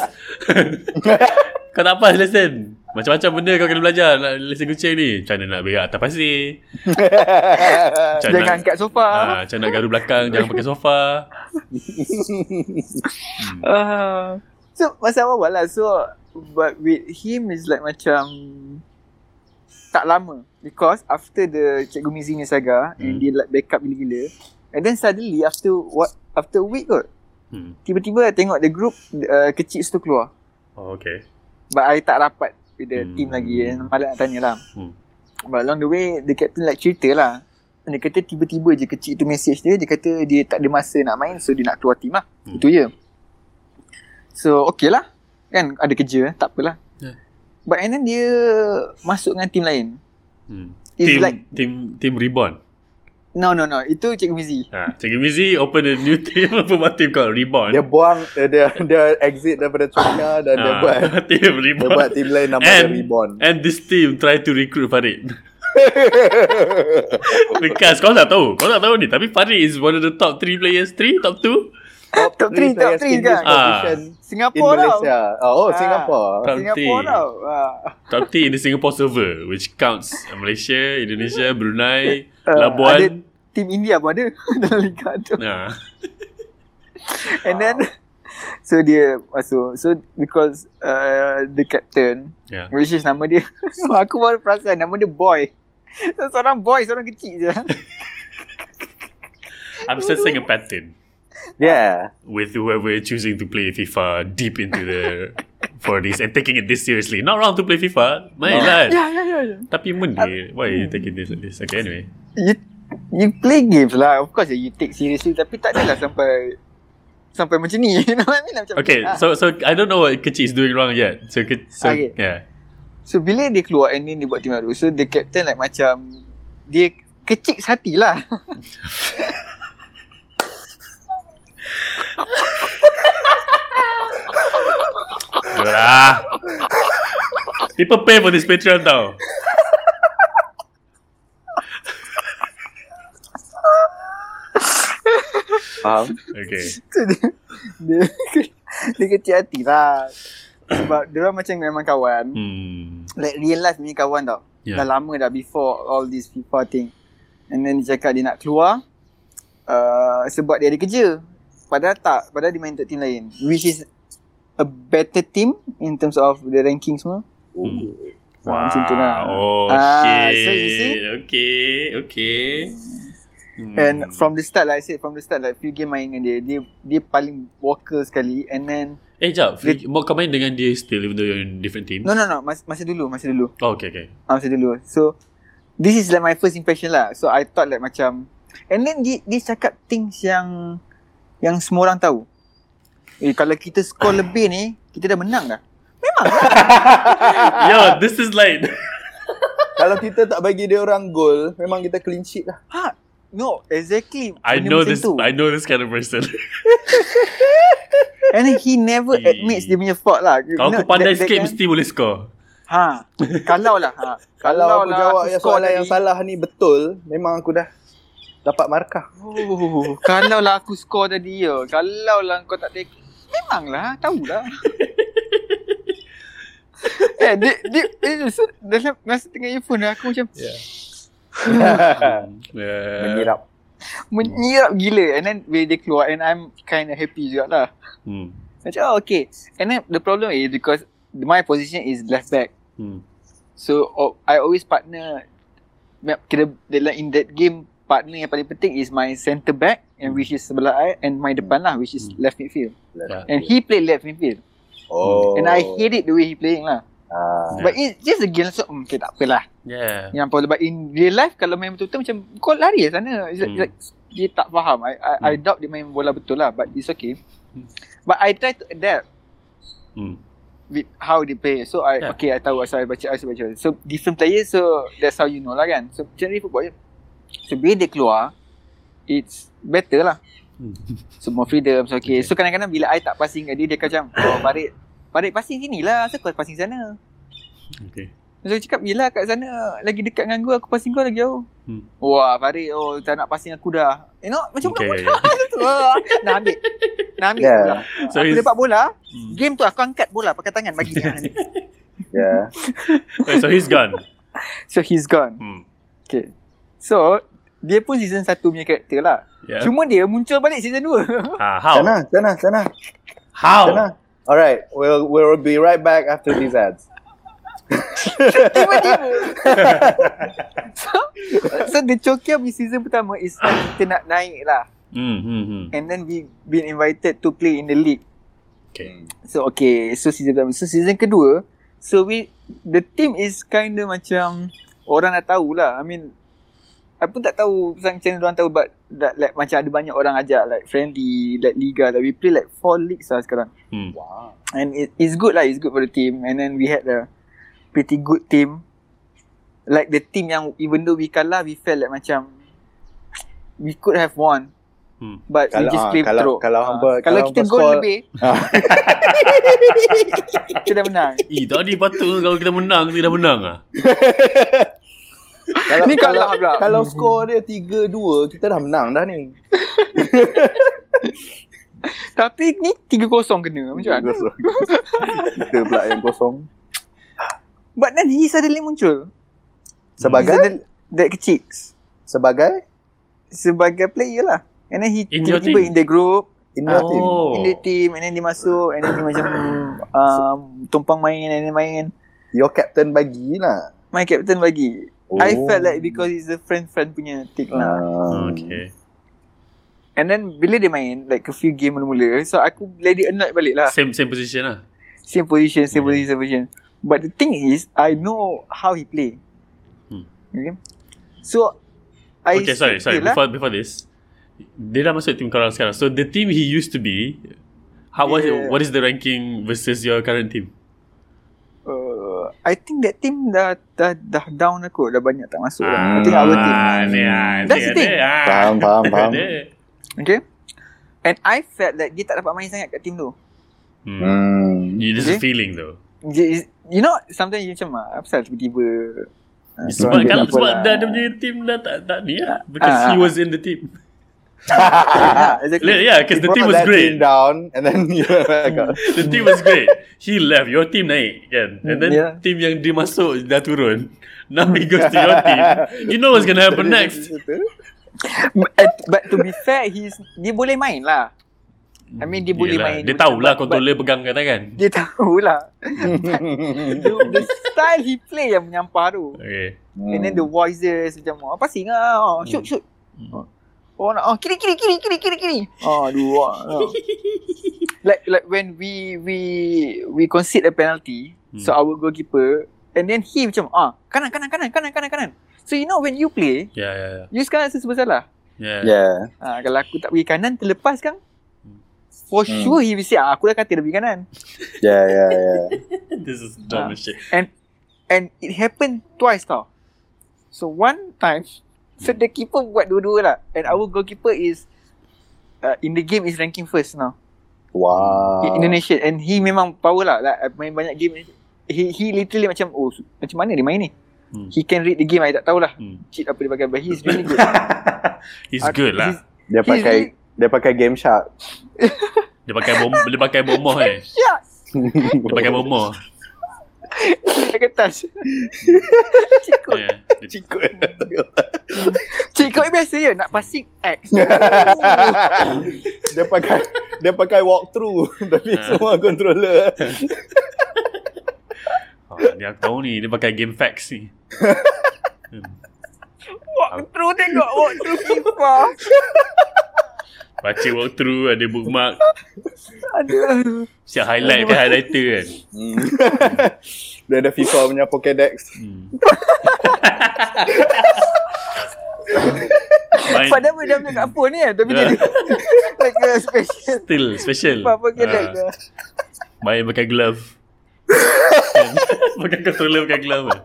A: Kau tak pas lesen Macam-macam benda kau kena belajar nak Lesen kucing ni Macam mana nak berak atas pasir Macam
D: Jangan
A: nak-
D: angkat sofa.
A: Ah, macam nak garu belakang Jangan pakai sofa
D: Ah. So masa awal lah. So but with him is like macam tak lama because after the Cikgu Mizi ni saga and
A: Hmm.
D: dia like backup gila-gila and then suddenly after what after a week kot
A: hmm.
D: tiba-tiba I tengok the group uh, kecil tu keluar
A: Oh okay
D: but I tak rapat with the
A: Hmm.
D: team lagi and malah nak tanya lah
A: Hmm.
D: but along the way the captain like cerita lah dia kata tiba-tiba je kecil tu message dia dia kata dia tak ada masa nak main so dia nak keluar team lah
A: Hmm.
D: itu je so okay lah kan ada kerja tak apalah
A: Yeah.
D: but and then dia masuk dengan team lain
A: hmm.
D: it's
A: Team,
D: like
A: team team Reborn
D: no no no itu Cikgu Mizi
A: ha. Cikgu Mizi open a new team Apa buat team called Reborn
E: Dia buang, dia, dia, dia exit daripada China dan dia
A: Ah,
E: buat
A: Team
E: dia
A: Reborn
E: buat tim lain nama dia
A: And,
E: Reborn.
A: and this team try to recruit Farid Because kau tak tahu Kau tak tahu ni Tapi Farid is one of the top 3 players 3? Top 2?
D: top 3 top 3 kan
A: Ah.
E: In
D: Singapore tau
E: Malaysia. Oh, oh
D: Ah.
E: Singapore.
A: Top
D: Singapore
A: three.
D: tau Ah.
A: Top 3 in the Singapore server Which counts Malaysia, Indonesia, Brunei,
D: Uh, ada
A: Labuan Ha,
D: team India pun ada dalam liga tu
A: nah.
D: And then So dia masuk So because uh, The captain
A: Yeah.
D: Which is nama dia Aku baru perasan Nama dia Boy so, Seorang boy Seorang kecil je
A: I'm sensing a pattern
E: Yeah.
A: with whoever choosing to play FIFA deep into the 40s and taking it this seriously. Not wrong to play FIFA, main lah.
D: Ya ya ya ya.
A: Tapi mundi, why are you taking this like this? Okay, anyway.
D: You You play games lah Of course you take seriously Tapi tak adalah sampai Sampai macam ni You know what I mean? Macam-
A: Okay,
D: Ah.
A: so so I don't know what Kichi is doing wrong yet. So, Ke- so
D: Okay.
A: yeah.
D: So bila dia keluar And then dia buat team baru So the captain like macam Dia kecil hati lah
A: Alah. Ah. People pay for this Patreon tau.
E: Faham?
D: Um.
A: Okay.
D: So dia, dia, dia kecil hati lah Sebab dia orang macam memang kawan
A: Hmm.
D: Like real life punya kawan tau
A: Yeah.
D: Dah lama dah before all this FIFA thing And then dia cakap dia nak keluar uh, Sebab dia ada kerja Padahal tak, padahal dia main untuk team lain Which is a better team in terms of the ranking semua
A: Hmm.
D: Ah, Oh. macam tu lah.
A: Oh
D: Ah,
A: shit.
D: so you see?
A: Okay, okay.
D: And from the start like I said From the start like Few game main dengan dia Dia dia paling vocal sekali And then
A: Eh jap Free, Mau kau main dengan dia still Even though you're in different team
D: No no no mas, Masa dulu Masa dulu
A: Oh okay okay
D: ah, Masa dulu So This is like my first impression lah So I thought like macam And then dia, dia cakap things yang Yang semua orang tahu Eh kalau kita score lebih ni Kita dah menang dah
A: Yo this is like
E: Kalau kita tak bagi dia orang gol, memang kita clean sheet lah.
D: Ha No exactly
A: I
D: Benda
A: know
D: macam
A: this
D: tu.
A: I know this kind of person
D: And then he never
A: Eh.
D: admits dia punya fault lah You
A: Kalau
D: know,
A: aku pandai
D: that- that
A: sikit
D: kan-
A: Mesti boleh score
D: Ha Kalau lah ha.
E: Kalau aku jawab yang
D: score
E: soalan
D: tadi.
E: yang salah ni betul, memang aku dah dapat markah.
D: Oh, kalau lah aku score tadi ya. Kalau lah kau tak take. Memanglah, tahulah. eh, dia, dia, dia, dia dalam masa tengah earphone dah, aku macam Ah,
A: yeah.
E: Menyirap.
D: menyirap gila. And then bila dia keluar and I'm kind of happy jugalah.
A: hmm.
D: Macam, oh, okay. And then the problem is because my position is left back.
A: Hmm.
D: So oh, I always partner me- kira dalam in that game partner yang paling penting is my centre back and which is sebelah I and my depan lah which is
A: Hmm.
D: left midfield.
A: Yeah.
D: And he played left midfield.
A: Hmm.
E: Oh.
D: And I hate it the way he playing lah.
E: Ah.
D: But it's just a game so mm, okay tak apalah.
A: Yeah
D: Yang apa but in real life kalau main betul-betul macam kau lari ke sana. It's like,
A: Hmm.
D: like, dia tak faham. I I, I
A: Hmm.
D: doubt dia main bola betul lah but it's okay.
A: Hmm.
D: But I try to adapt
A: hmm.
D: with how they play. So I
A: Yeah.
D: okay I tahu asal I baca I baca. So different players so that's how you know lah kan. So generally football je. So bila dia keluar it's better lah.
A: Hmm.
D: So more freedom so okay. So kadang-kadang bila I tak passing kat dia dia akan macam oh Farid Farid passing sini lah. Asal kau passing sana?
A: Okay
D: So dia cakap yelah kat sana lagi dekat dengan gua aku passing kau lagi jauh.
A: Hmm.
D: Wah Farid oh tak nak passing aku dah. You know macam
A: Okay,
D: okay.
A: yeah, yeah.
D: tu. Ah, Nak ambil. Nak ambil
E: Yeah.
D: bola.
A: So
D: aku
A: it's-
D: dapat bola,
A: Hmm.
D: game tu aku angkat bola pakai tangan bagi dia.
E: Yeah.
A: Wait, So he's gone
D: So he's gone.
A: hmm.
D: Okay. So, dia pun season 1 punya karakter lah.
A: Yeah.
D: Cuma dia muncul balik season 2.
A: Ah, how?
E: Sana, sana, sana.
A: How?
E: Sana. Alright, we'll we'll be right back after these ads.
D: Tiba-tiba. so, so the Chokia punya season pertama is like kita nak naik lah.
A: Hmm, hmm, hmm.
D: And then we been invited to play in the league.
A: Okay.
D: So, okay. So, season pertama. So, season kedua. So, we, the team is kinda macam orang dah tahulah. I mean, I pun tak tahu pasal macam mana orang tahu but that, like, macam ada banyak orang ajak like friendly, like liga. Like, we play like four leagues lah sekarang.
A: Hmm.
E: Wow.
D: and it, it's good lah. It's good for the team. And then we had a pretty good team. Like the team yang even though we kalah, we felt like macam we could have won.
A: Hmm.
D: But
E: Kalau-
D: we just
E: ah,
D: play
E: kalau-
D: through.
E: kalau
D: Ah,
E: hampa-
D: kalau,
E: kalau
D: kita
E: hampa
D: gol
E: score- Ah.
D: lebih, kita dah menang.
A: Eh, tadi patut kalau kita menang, kita dah menang ah.
E: Kalau,
D: Ni kalah pula.
E: kalau, kalau skor dia 3-2, kita dah menang dah ni.
D: Tapi ni 3-0 kena macam mana?
E: Kosong. kita pula yang kosong.
D: But then he suddenly muncul. He
E: Sebagai?
D: suddenly- that kecil.
E: Sebagai?
D: Sebagai player lah. And then he
A: In your
D: tiba-tiba
A: team?
D: in the group.
E: In your team.
A: Oh.
D: In the team And then dia masuk And then dia macam um, Tumpang main And then main
E: Your captain bagi lah.
D: My captain bagi oh. I felt like Because it's a friend-friend punya Take lah
E: Ah.
A: Okay.
D: And then Bila dia main Like a few game mula-mula So aku Lady annoyed balik lah
A: Same same position lah.
D: Same position Same
A: Hmm.
D: position Same position But the thing is I know How he play
A: Hmm.
D: Okay So I lah.
A: okay, sorry, sorry.
D: Yelah.
A: Before before this, dia dah masuk team korang sekarang. So the team he used to be, how was
D: Yeah.
A: what is the ranking versus your current team?
D: uh, I think that team dah, dah dah down aku Dah banyak tak masuk ah. I think our team
A: ni, ah,
D: That's the
A: ada,
D: thing.
A: ah. ya.
E: Faham, faham, faham.
A: Ada.
D: Okay And I felt like Dia tak dapat main sangat kat team tu
A: Hmm.
E: Hmm.
A: You just a
D: Okay.
A: feeling though.
D: Dia- You know Sometimes you macam ah, Apa pasal tiba-tiba ah,
A: Sebab
D: dia
A: kalau
D: tak
A: sebab
D: bola.
A: dah dia punya team dah tak tak ni lah because
D: Ah.
A: he was in the team.
D: Ah, exactly.
A: Yeah, yeah, because the team
E: Brought
A: was
E: that
A: great. Mm.
E: down and then you were like, "Oh."
A: The team was great. He left. Your team naik kan. And then
D: Yeah.
A: team yang dia masuk dah turun. Now he goes to your team. You know what's gonna happen next.
D: But, but to be fair he's, Dia boleh main lah I mean dia boleh
A: Yelah,
D: main
A: Dia tahulah
D: But-
A: controller pegang kat tangan.
D: but Dia tahulah
E: Hmm.
D: the, the style he play yang menyampah tu
A: Okay.
D: "Oh,
A: Hmm.
D: And then the voices Macam apa sih kau Shoot shoot Oh, nak, oh, kiri, kiri, kiri, kiri, kiri, kiri. Oh, dua. Oh. like, like when we we we concede a penalty,
A: Hmm.
D: so our goalkeeper, and then he macam, ah, kanan, kanan, kanan, kanan, kanan, kanan. So, you know when you play,
A: Yeah, yeah, yeah.
D: you sekarang rasa serba salah.
A: Yeah.
E: Yeah.
D: Ha, kalau aku tak pergi kanan, terlepas kan? For
E: Hmm.
D: sure he will say, ah, aku dah kata dia pergi kanan.
E: Yeah, yeah, yeah.
A: This is
D: Ah.
A: dumb as shit.
D: And it happened twice tau. So one time, so the keeper buat dua-dua lah. And our goalkeeper is, uh, in the game is ranking first now.
E: Wow.
A: Ah.
D: In Indonesia. And he memang power lah. Like, I main banyak game. He he literally macam, oh su- macam mana dia main ni?
A: Hmm.
D: He can read the game, I tak tahulah.
A: Hmm.
D: Cheat apa dia pakai. But he's really good.
A: He's
D: Ah,
A: good lah.
D: he's-
E: Dia
D: He's
E: pakai
D: really,
E: dia pakai game shark.
A: Dia pakai bom dia pakai bomoh eh.
D: yeah,
A: Dia pakai bomoh.
D: dia kertas. Cikgu.
A: Hmm. Yeah.
E: Cikgu.
D: Cikgu ni biasa je. Nak passing eh, X.
E: dia pakai dia pakai walk through tapi
A: Ah.
E: semua controller.
A: Oh, dia aku tahu ni dia pakai game facts ni. Hmm.
D: Walk through tengok. Walk through FIFA.
A: Baca walkthrough ada bookmark
D: Aduh.
A: siap highlight kan highlighter kan.
E: Hmm. dia ada FIFA punya Pokédex.
A: Hmm. Main Ya.
D: Padahal boleh dalam kat phone ni kan Tapi dia
A: Yeah.
D: Like a special
A: still special.
D: Apa-apa ke
A: Ah,
D: uh.
A: main pakai glove. pakai controller pakai glove. lah.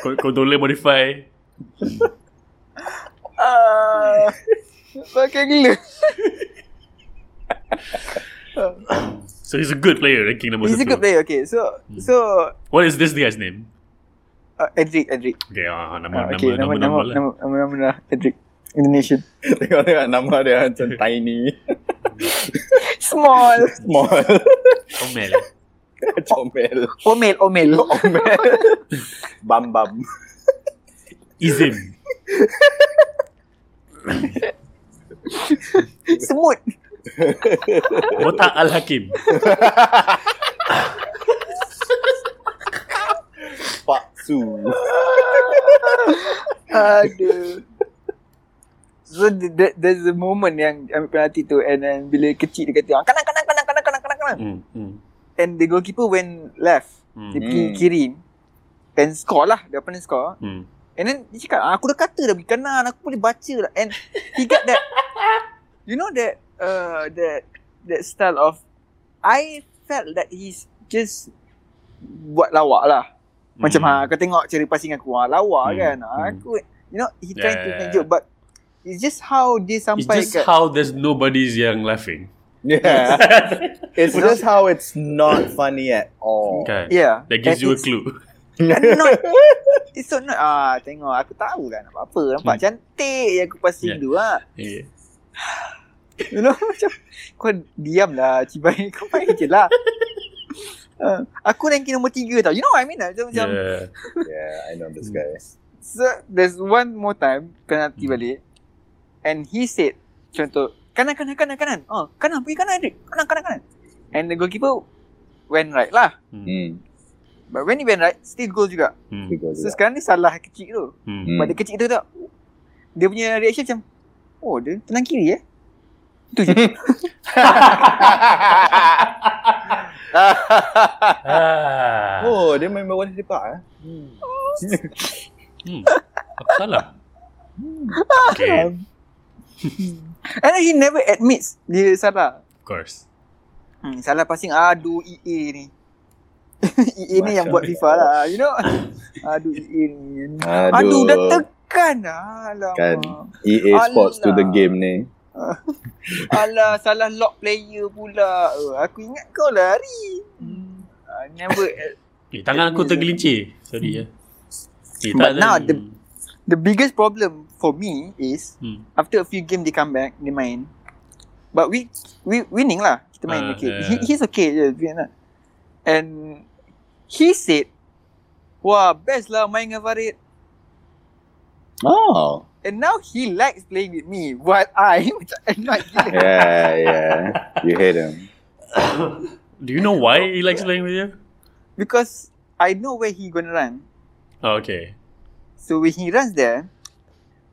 A: Con- controller modify.
D: Ah, Pakai gila
A: So he's a good player ranking number
D: He's a
A: satu.
D: good player Okay so
A: Hmm.
D: So
A: What is this guy's name?
D: uh, Edric Edric
A: Okay, ah,
D: Ah,
A: nama,
D: Okay
A: nama, nama, nama, lah.
D: nama Nama Nama Nama Nama Nama Edric Indonesian
E: Tengok tengok nama dia macam tiny,
D: Small
E: small,
A: Omel.
E: comel,
D: Omel Omel
E: comel. Bam bam.
A: Izim.
D: Semut
A: Botak Al-Hakim.
E: Pak Su.
D: Aduh So the, the, there's a moment yang ambil penalti tu and then bila kecil dia kata "Ah, kanan kanan kanan kanan kanan kanan kanan
A: Hmm, hmm,
D: and the goalkeeper went left
A: hmm,
D: dia
E: Hmm.
D: pergi kiri and score lah dia pernah score
A: hmm.
D: And then dia cakap, ah, aku dah kata dah pergi kanan, aku boleh baca lah. And he got that, you know that, uh, that, that style of, I felt that he's just buat lawak lah. Macam,
A: Hmm.
D: ha, kau tengok cara passing aku, ha, lawak
A: Hmm.
D: kan.
A: Hmm.
D: Aku, you know, he trying to
A: Yeah.
D: make joke, but it's just how dia
A: It's
D: sampai
A: just
D: kat,
A: how there's nobody's young laughing.
E: Yeah. It's just how it's not funny at all.
A: Kan?
D: yeah.
A: That gives
D: And
A: you a
D: it's-
A: clue.
D: And not, it's so not, ah, tengok, aku tahu kan apa-apa. Nampak
A: Hmm.
D: cantik je aku passing
A: Yeah.
D: tu lah.
A: Yeah.
D: You know macam Kau diam lah Cibai Kau main je lah uh, Aku ranking nombor tiga tau You know what I mean lah Macam, macam
A: Yeah.
E: Yeah, I know this guy.
D: so, There's one more time Penalti
A: Hmm.
D: balik And he said Contoh Kanan kanan kanan kanan Oh kanan pergi kanan Adric Kanan kanan kanan And the goalkeeper Went right lah
E: Hmm.
D: But when he went right Still goal juga
A: Hmm.
E: Cikgu
D: So
E: juga.
D: sekarang ni salah kecil tu
A: Hmm.
E: Hmm.
D: But the kecil tu tak Dia punya reaction macam Oh dia tenang kiri eh Itu je
A: Ah.
E: Oh, dia main bawah sepak eh.
A: Hmm. Apa salah? Okay,
D: Um, And then he never admits dia salah.
A: of course.
D: Hmm, salah passing. Aduh EA ni. EA ni yang buat
E: Macam
D: FIFA lah. You know. Aduh EA ni.
E: Aduh.
D: Aduh, dah tekan. Alamak.
E: Kan. EA Sports to the
D: Allah.
E: game ni.
D: Alah, salah lock player pula. Oh, aku ingat kau lari. Hmm. Uh, never. ad-
A: Eh, tangan aku tergelincir. Sorry ya. Eh,
D: But
A: tak-
D: now the- The biggest problem for me is
A: Hmm.
D: after a few game dia come back, dia main. But we we winning lah. Kita main
A: Ah,
D: okay.
A: yeah.
D: He, he's okay je. Yeah, lah. And he said, wah best lah main dengan Farid.
E: Oh.
D: And now he likes playing with me while I macam annoyed gila.
E: Yeah, yeah. You hate him.
A: Do you know why he likes playing with you?
D: Because I know where he gonna run.
A: Oh, okay.
D: So when he runs there,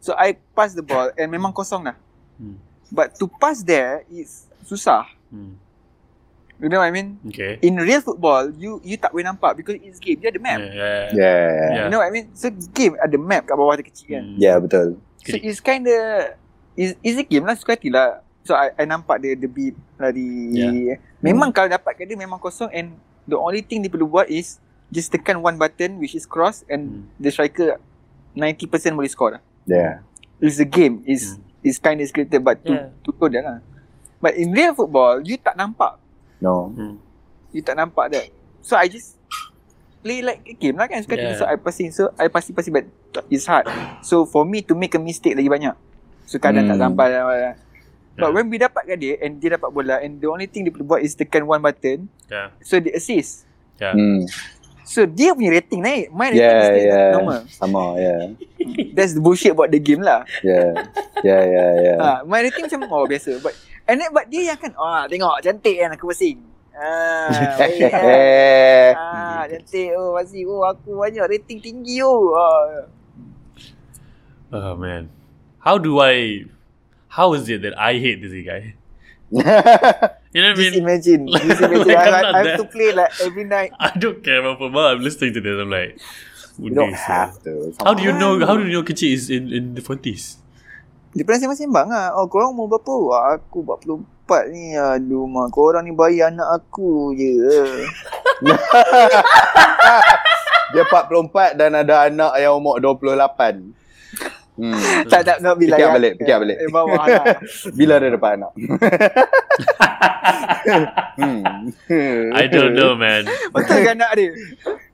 D: So I pass the ball and memang kosong dah.
A: Hmm.
D: But to pass there it's susah.
A: Hmm.
D: You know what I mean?
A: Okay.
D: In real football, you you tak boleh nampak because it's game. Dia ada map.
A: Yeah, yeah, yeah.
E: Yeah.
D: You know what I mean? So game ada map kat bawah dia kecil kan.
A: Hmm.
E: Yeah, betul.
D: So it's kind of is is a game lah suka hati lah. So I, I nampak dia the beat lari.
A: Yeah.
D: Memang kalau dapat kat dia memang kosong and the only thing dia perlu buat is just tekan one button which is cross and
A: Hmm.
D: the striker 90% boleh score dah.
E: Yeah.
D: It's a game. It's
A: Hmm.
D: it's kind of scripted but to
A: Yeah.
D: to go there lah. But in real football, you tak nampak.
E: No.
A: Hmm.
D: You tak nampak that. So I just play like a game lah kan suka yeah.
A: Yeah.
D: So I passing So I passing-passing But it's hard So for me to make a mistake lagi banyak So kadang
E: Hmm.
D: tak sampai lah lah. But
A: Yeah.
D: when we dapat kat dia And dia dapat bola And the only thing dia perlu buat Is tekan one button
A: Yeah.
D: So dia assist
A: Yeah.
E: Hmm.
D: So dia punya rating naik My rating
E: Yeah,
D: still
E: yeah.
D: normal
E: Sama. Yeah.
D: That's the bullshit about the game lah
E: Yeah. Yeah. Yeah. Yeah.
D: ha, My rating macam Oh biasa But And then but dia yang kan Ah tengok cantik kan aku pusing Ah, baik, kan?
E: yeah.
D: Ah, cantik oh Masih oh aku banyak rating tinggi oh. Ah.
A: Oh man, how do I? How is it that I hate this guy? You know what I mean?
D: Just imagine. Just imagine.
A: Like,
D: I,
A: I'm
D: I,
A: not
D: I have
A: there.
D: to play like every night.
A: I don't care about football. I'm listening to this. I'm like,
E: You
A: would
E: don't
A: they say-
E: have to.
A: How do you know? How do you know Kichi is in in the forties?
D: Dia pernah sembang-sembang lah. Oh, korang umur berapa? Wah, aku 44 ni. Aduh, mak. Korang ni bayi anak aku je.
E: Dia 44 dan ada anak yang umur 28. Hmm.
D: tak, tak. Nak bila.
E: Fikir balik, fikir balik.
D: Eh, bawah lah.
E: Bila dia dapat anak? hmm.
A: I don't know, man.
D: Betul ke anak dia?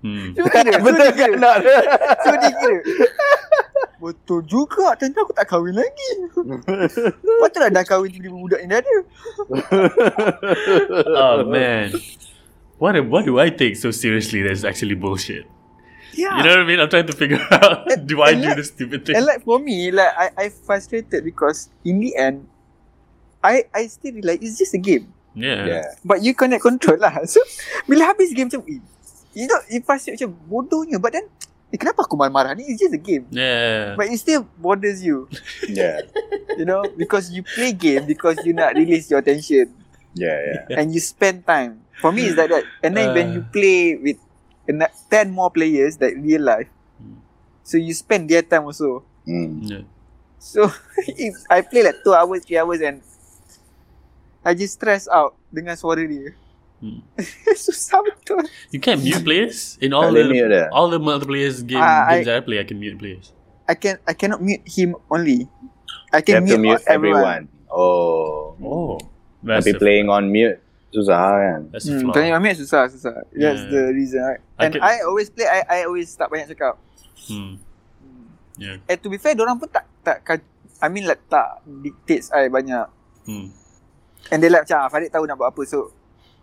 A: Hmm.
D: Cuba kira. Betul
E: Betul ke anak dia?
D: Cuba dia kira. Betul juga. Tentu aku tak kahwin lagi. Patutlah dah kahwin tiba-tiba budak ni dah ada.
A: Oh man, what am- what do I take so seriously? That's actually bullshit.
D: Yeah.
A: You know what I mean? I'm trying to figure out. Do I
D: and
A: do
D: like-
A: this stupid
D: And
A: thing?
D: like for me, like I, I frustrated because in the end, I I still realize it's just a game.
A: Yeah.
E: Yeah.
D: But you connect control lah. So bila habis game macam eh, you know, it frustrate macam bodohnya. But then, eh, kenapa aku marah-marah ni? It's just a game.
A: Yeah.
D: But it still bothers you,
E: Yeah.
D: you know, because you play game because you nak release your tension
E: Yeah, yeah.
D: and you spend time. For me, it's like that. And then when
A: Uh.
D: you play with ano- 10 more players, like real life,
A: Hmm.
D: so you spend their time also.
E: Hmm.
A: Yeah.
D: So if I play like 2 hours, 3 hours and I just stress out dengan suara dia.
A: Hmm.
D: Susah betul.
A: You can mute players in all
E: Tak
A: the
E: boleh mute dia.
A: all the multiplayers game,
D: Ah, I-
A: games that I play. I can mute players.
D: I can I cannot mute him only. I
E: You
D: can
E: have to
D: mute,
E: mute
D: everyone.
E: everyone. Oh.
A: Oh, that's
E: Tapi
A: a-
E: playing on mute susah kan?
A: That's a
D: Hmm,
A: flaw.
D: tanya mami susah susah.
A: Yeah.
D: That's the reason. Right?
A: I
D: And
A: can-
D: I, always play I I always tak banyak cakap.
A: Hmm. Yeah.
D: And to be fair, orang pun tak tak ka- I mean like tak dictates I banyak.
A: Hmm.
D: And they like macam ah, Farid tahu nak buat apa so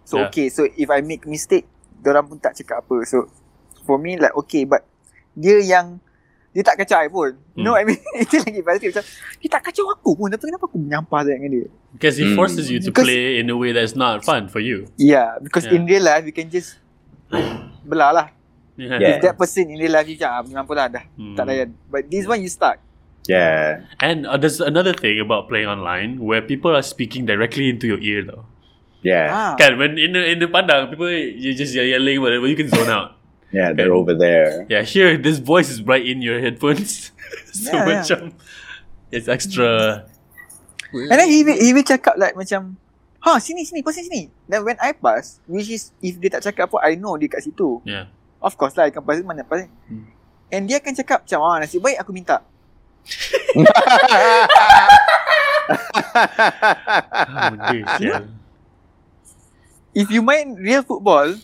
D: so
A: Yeah.
D: okay. So if I make mistake, orang pun tak cakap apa. So for me like okay but dia yang dia tak kacau I pun. You
A: Hmm.
D: know what I mean? Itu lagi pasal macam dia tak kacau aku pun. Tapi kenapa aku menyampah sangat dengan dia?
A: Because he
E: Hmm.
A: forces you to
D: Because-
A: play in a way that's not fun for you.
D: Yeah, because
A: Yeah.
D: in real life you can just belah lah.
A: Yeah.
E: Yeah.
D: That person in real life you macam ah, menyampah lah dah.
A: Hmm.
D: Tak layan. But this one you stuck.
E: Yeah.
A: And uh, there's another thing about playing online where people are speaking directly into your ear though.
E: Yeah.
D: Ah.
A: Can when in the in the pandang people you just you're yelling whatever you can zone out.
E: Yeah, they're over there.
A: Yeah, here this voice is right in your headphones. so
D: Yeah, yeah.
A: much um, it's extra.
D: And then he will, he will cakap like macam Ha sini sini pass sini Then when I pass Which is If dia tak cakap apa I know dia kat situ
A: Yeah.
D: Of course lah I akan pass mana pass
A: Hmm.
D: And dia akan cakap macam ah, Nasib baik aku minta
A: Ah, benda, sial.
D: If you main real football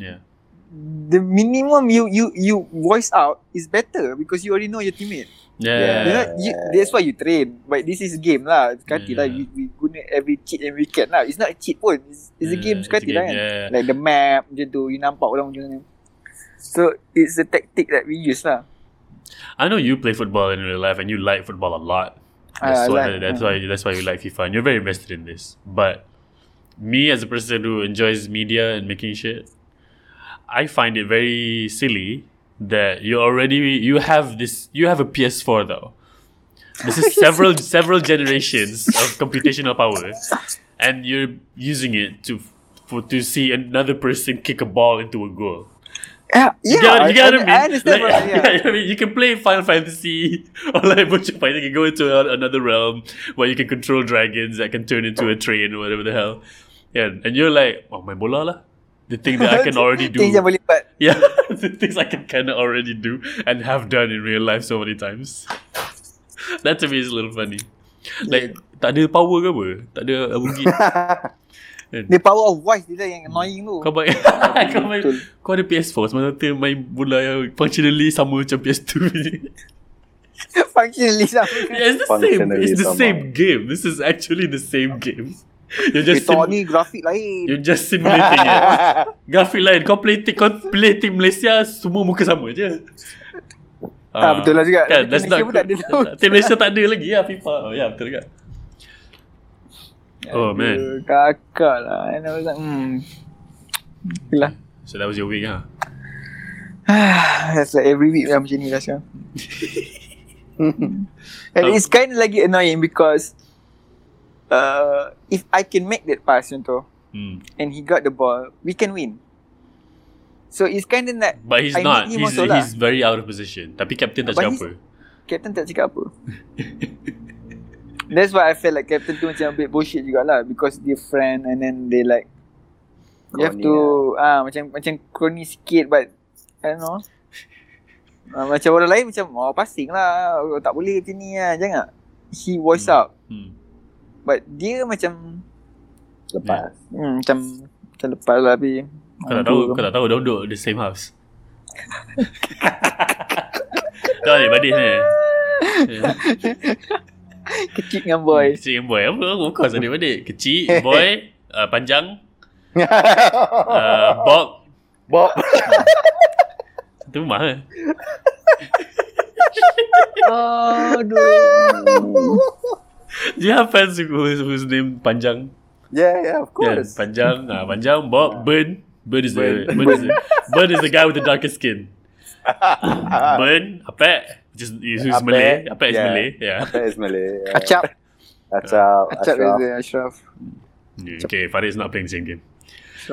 A: Yeah.
D: The minimum you you you voice out Is better Because you already know your teammate
A: Yeah.
E: Yeah.
D: You know you, That's why you train But this is game lah Suka hati lah
A: Yeah.
D: we, we guna every cheat and we can lah It's not a cheat pun It's, it's a
A: Yeah,
D: game suka hati lah kan
A: Yeah.
D: Like the map macam tu You nampak orang macam mana So it's a tactic that we use lah
A: I know you play football in real life and you like football a lot.
D: I-
A: That's
D: I
A: why
D: like-
A: that's why that's why you like FIFA and you're very invested in this. But me as a person who enjoys media and making shit, I find it very silly that you already you have this you have a PS4 though. This is several several generations of computational power, and you're using it to for to see another person kick a ball into a goal.
D: Ah, Yeah,
A: You got,
D: I-
A: you got
D: I,
A: what I
D: mean,
A: mean?
D: I understand.
A: Like,
D: what-
A: I
D: yeah.
A: mean, you can play Final Fantasy or like bunch of fighting. You can go into a, another realm where you can control dragons that can turn into a train or whatever the hell. Yeah, and you're like, oh my bola lah. The thing that I can already do.
D: Things yang boleh buat.
A: Yeah, the things I can kind of already do and have done in real life so many times. that to me is a little funny. Like, tak ada power ke apa? Tak ada abogi.
D: The power of voice dia lah yang annoying tu.
A: kau main, kau main,
D: Betul.
A: kau ada PS4 semata main bola yang functionally sama macam PS2 ni.
D: Functionally sama.
A: yeah, it's the same,
E: Functionally
A: it's the
E: sama.
A: same game. This is actually the same game. You're just,
D: Kita
A: sim-
D: ni grafik lain.
A: you're just simulating it. Grafik lain, kau play, ti- kau play team Malaysia, semua muka sama je.
D: Ah, betul lah juga.
A: Kan,
D: Tapi
A: that's
D: Malaysia
A: not
D: pun tak ada tau.
A: good. Team Malaysia tak ada lagi lah FIFA. Oh, ya, betul juga. Oh, man.
D: Aduh, Kakak lah. And I was like, hmm. Lah.
A: So that was your week, ah. huh?
D: That's like every week lah macam ni lah sekarang. And
A: Um,
D: it's kind of lagi annoying because uh, if I can make that pass contoh
A: Hmm.
D: and he got the ball, we can win. So it's kind of like
A: But he's
D: I
A: not.
D: need him
A: He's,
D: also lah.
A: he's very out of position. Tapi captain tak
D: But
A: cakap
D: he's-
A: apa.
D: Captain tak cakap apa. That's why I felt like Captain tu macam a bit bullshit jugalah because they friend and then they like You have
E: Crony
D: to ah macam macam crony sikit but I don't know. Ah, macam orang lain macam oh passing lah oh, tak boleh macam ni lah jangan. He voice
A: Hmm.
D: out
A: Hmm.
D: but dia macam
E: Lepas.
D: hmm, macam macam lepas lah tapi
A: Kau tak tahu, kau tak tahu, don't do the same house. Tahu ni, badis ni. Yeah.
D: kecil dengan boy.
A: Kecil dengan boy. Apa? Of course, adik-adik. Kecil, boy, uh, panjang, uh, bob.
E: Bob.
A: Itu rumah eh? ke?
D: Aduh.
A: Do you have fans who, whose name panjang?
E: yeah, yeah, of
A: Yeah,
E: course.
A: panjang, ah, panjang, Bob, Burn. Burn is the Burn
E: Burn.
A: is the, Burn is the guy with the darkest skin. Burn, Apek, which is is- is
E: Apek,
A: Malay. Apek is
E: yeah.
A: Malay. Yeah.
E: That is Malay. Yeah.
D: Acap,
E: Acap.
D: acap is the Ashraf.
A: Yeah, Okay, Farid is not playing the same game.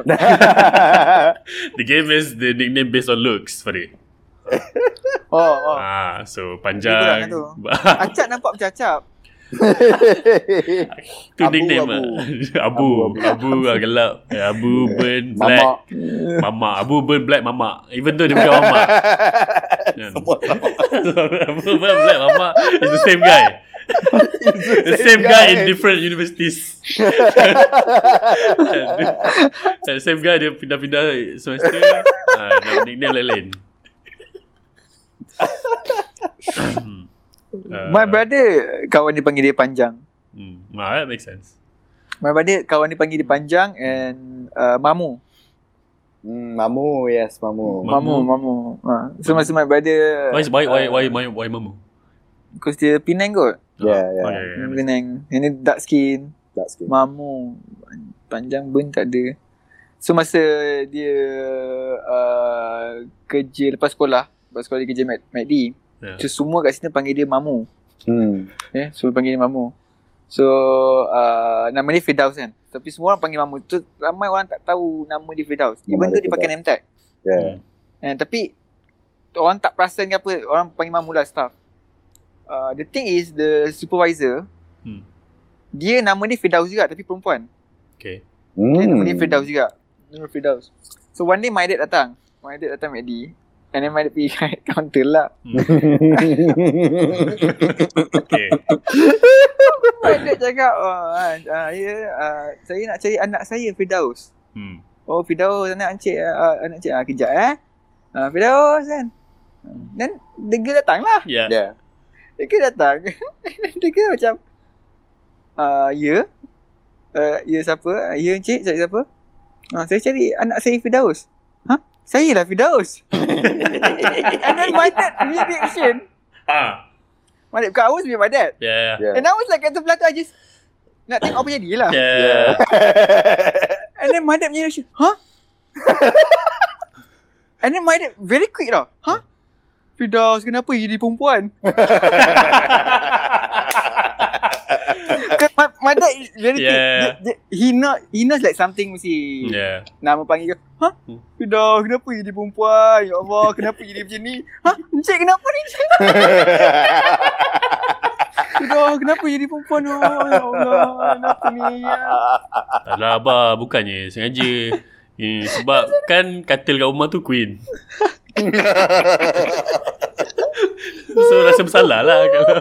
E: Acap.
A: The game is the nickname based on looks, Farid.
D: Oh, oh.
A: Ah, so
D: Dia
A: panjang.
D: kurang Acap nampak macam acap.
A: Itu
E: Abu,
A: nickname ah.
E: Abu.
A: Abu, Abu, Abu, ah, gelap. Eh, Abu, Burn, Black.
E: Mama.
A: Mama. Abu, Burn, Black, Mama. Even though dia bukan Mama. Yeah. Abu Bakar Black Mamak is the same guy. the same guy in different universities. the same guy dia pindah-pindah semester. Ah, uh, nickname lain-lain. uh,
D: My brother kawan dia panggil dia panjang.
A: Hmm, ah, that makes sense.
D: My brother kawan dia panggil dia panjang and uh, mamu.
E: Mm, Mamu, yes, Mamu.
A: Mamu.
D: Mamu, mamu. Ha. So masa my brother
A: Why is- why why why why why mamu?
D: because dia Penang kot.
E: Yeah, yeah.
A: Oh, yeah, yeah, yeah.
D: Penang. Ini dark skin,
E: That's good.
D: mamu. Panjang pun tak ada. So masa dia uh, kerja lepas sekolah, lepas sekolah dia kerja Mac, MacD.
A: Yeah.
D: So semua kat sini panggil dia mamu.
E: Hmm.
D: Eh, semua panggil dia mamu. So uh, nama dia Firdaus kan. Tapi semua orang panggil mamu. Tu ramai orang tak tahu nama dia Firdaus.
E: Nama
D: Even
E: dia
D: tu dia pakai
E: Firdaus.
D: name tag.
E: Yeah.
D: Eh, tapi orang tak perasan ke apa, orang panggil mamula staff. Uh, the thing is the supervisor
A: Hmm.
D: dia nama dia Firdaus juga tapi perempuan.
A: Okay.
D: Dia nama
E: Hmm.
D: dia Firdaus juga. Nama Firdaus. So one day my dad datang. My dad datang McD. And then my dad pergi kat counter lah.
A: Okay.
D: My dad cakap, oh, ah, ah, ya, ah, saya nak cari anak saya Firdaus.
A: Hmm.
D: Oh Firdaus anak encik, ah, anak encik. Ah, kejap eh. Ah, Firdaus kan. Then the girl datang lah.
A: Yeah.
E: yeah.
D: Dia kira datang Dia kira macam uh, Ya uh, Ya siapa Ah, Ya encik cari siapa uh, Saya cari anak saya Fidaus Hah? Saya lah Fidaus And then my dad Reaction
A: Ah.
D: My dad Because I was with my dad
A: Yeah.
E: Yeah.
D: And I was like Kat sebelah tu I just Nak tengok apa jadi lah
A: Yeah.
D: And then my dad punya reaction Huh? And then my dad Very quick tau Huh? Fidaus kenapa you jadi perempuan Kan reality.
A: Yeah.
D: Dia, dia, he know he knows like something mesti.
A: Yeah.
D: Nama panggil dia. Ha?
A: Hmm.
D: Kedah, kenapa jadi perempuan? Ya Allah, kenapa jadi macam ni? Ha? Encik kenapa ni? Encik? Kedah, kenapa jadi perempuan? Oh, ya Allah, kenapa ni? Ya.
A: Tak lah abah Bukannya Sengaja eh, Sebab kan Katil kat rumah tu Queen So rasa bersalah lah Kalau,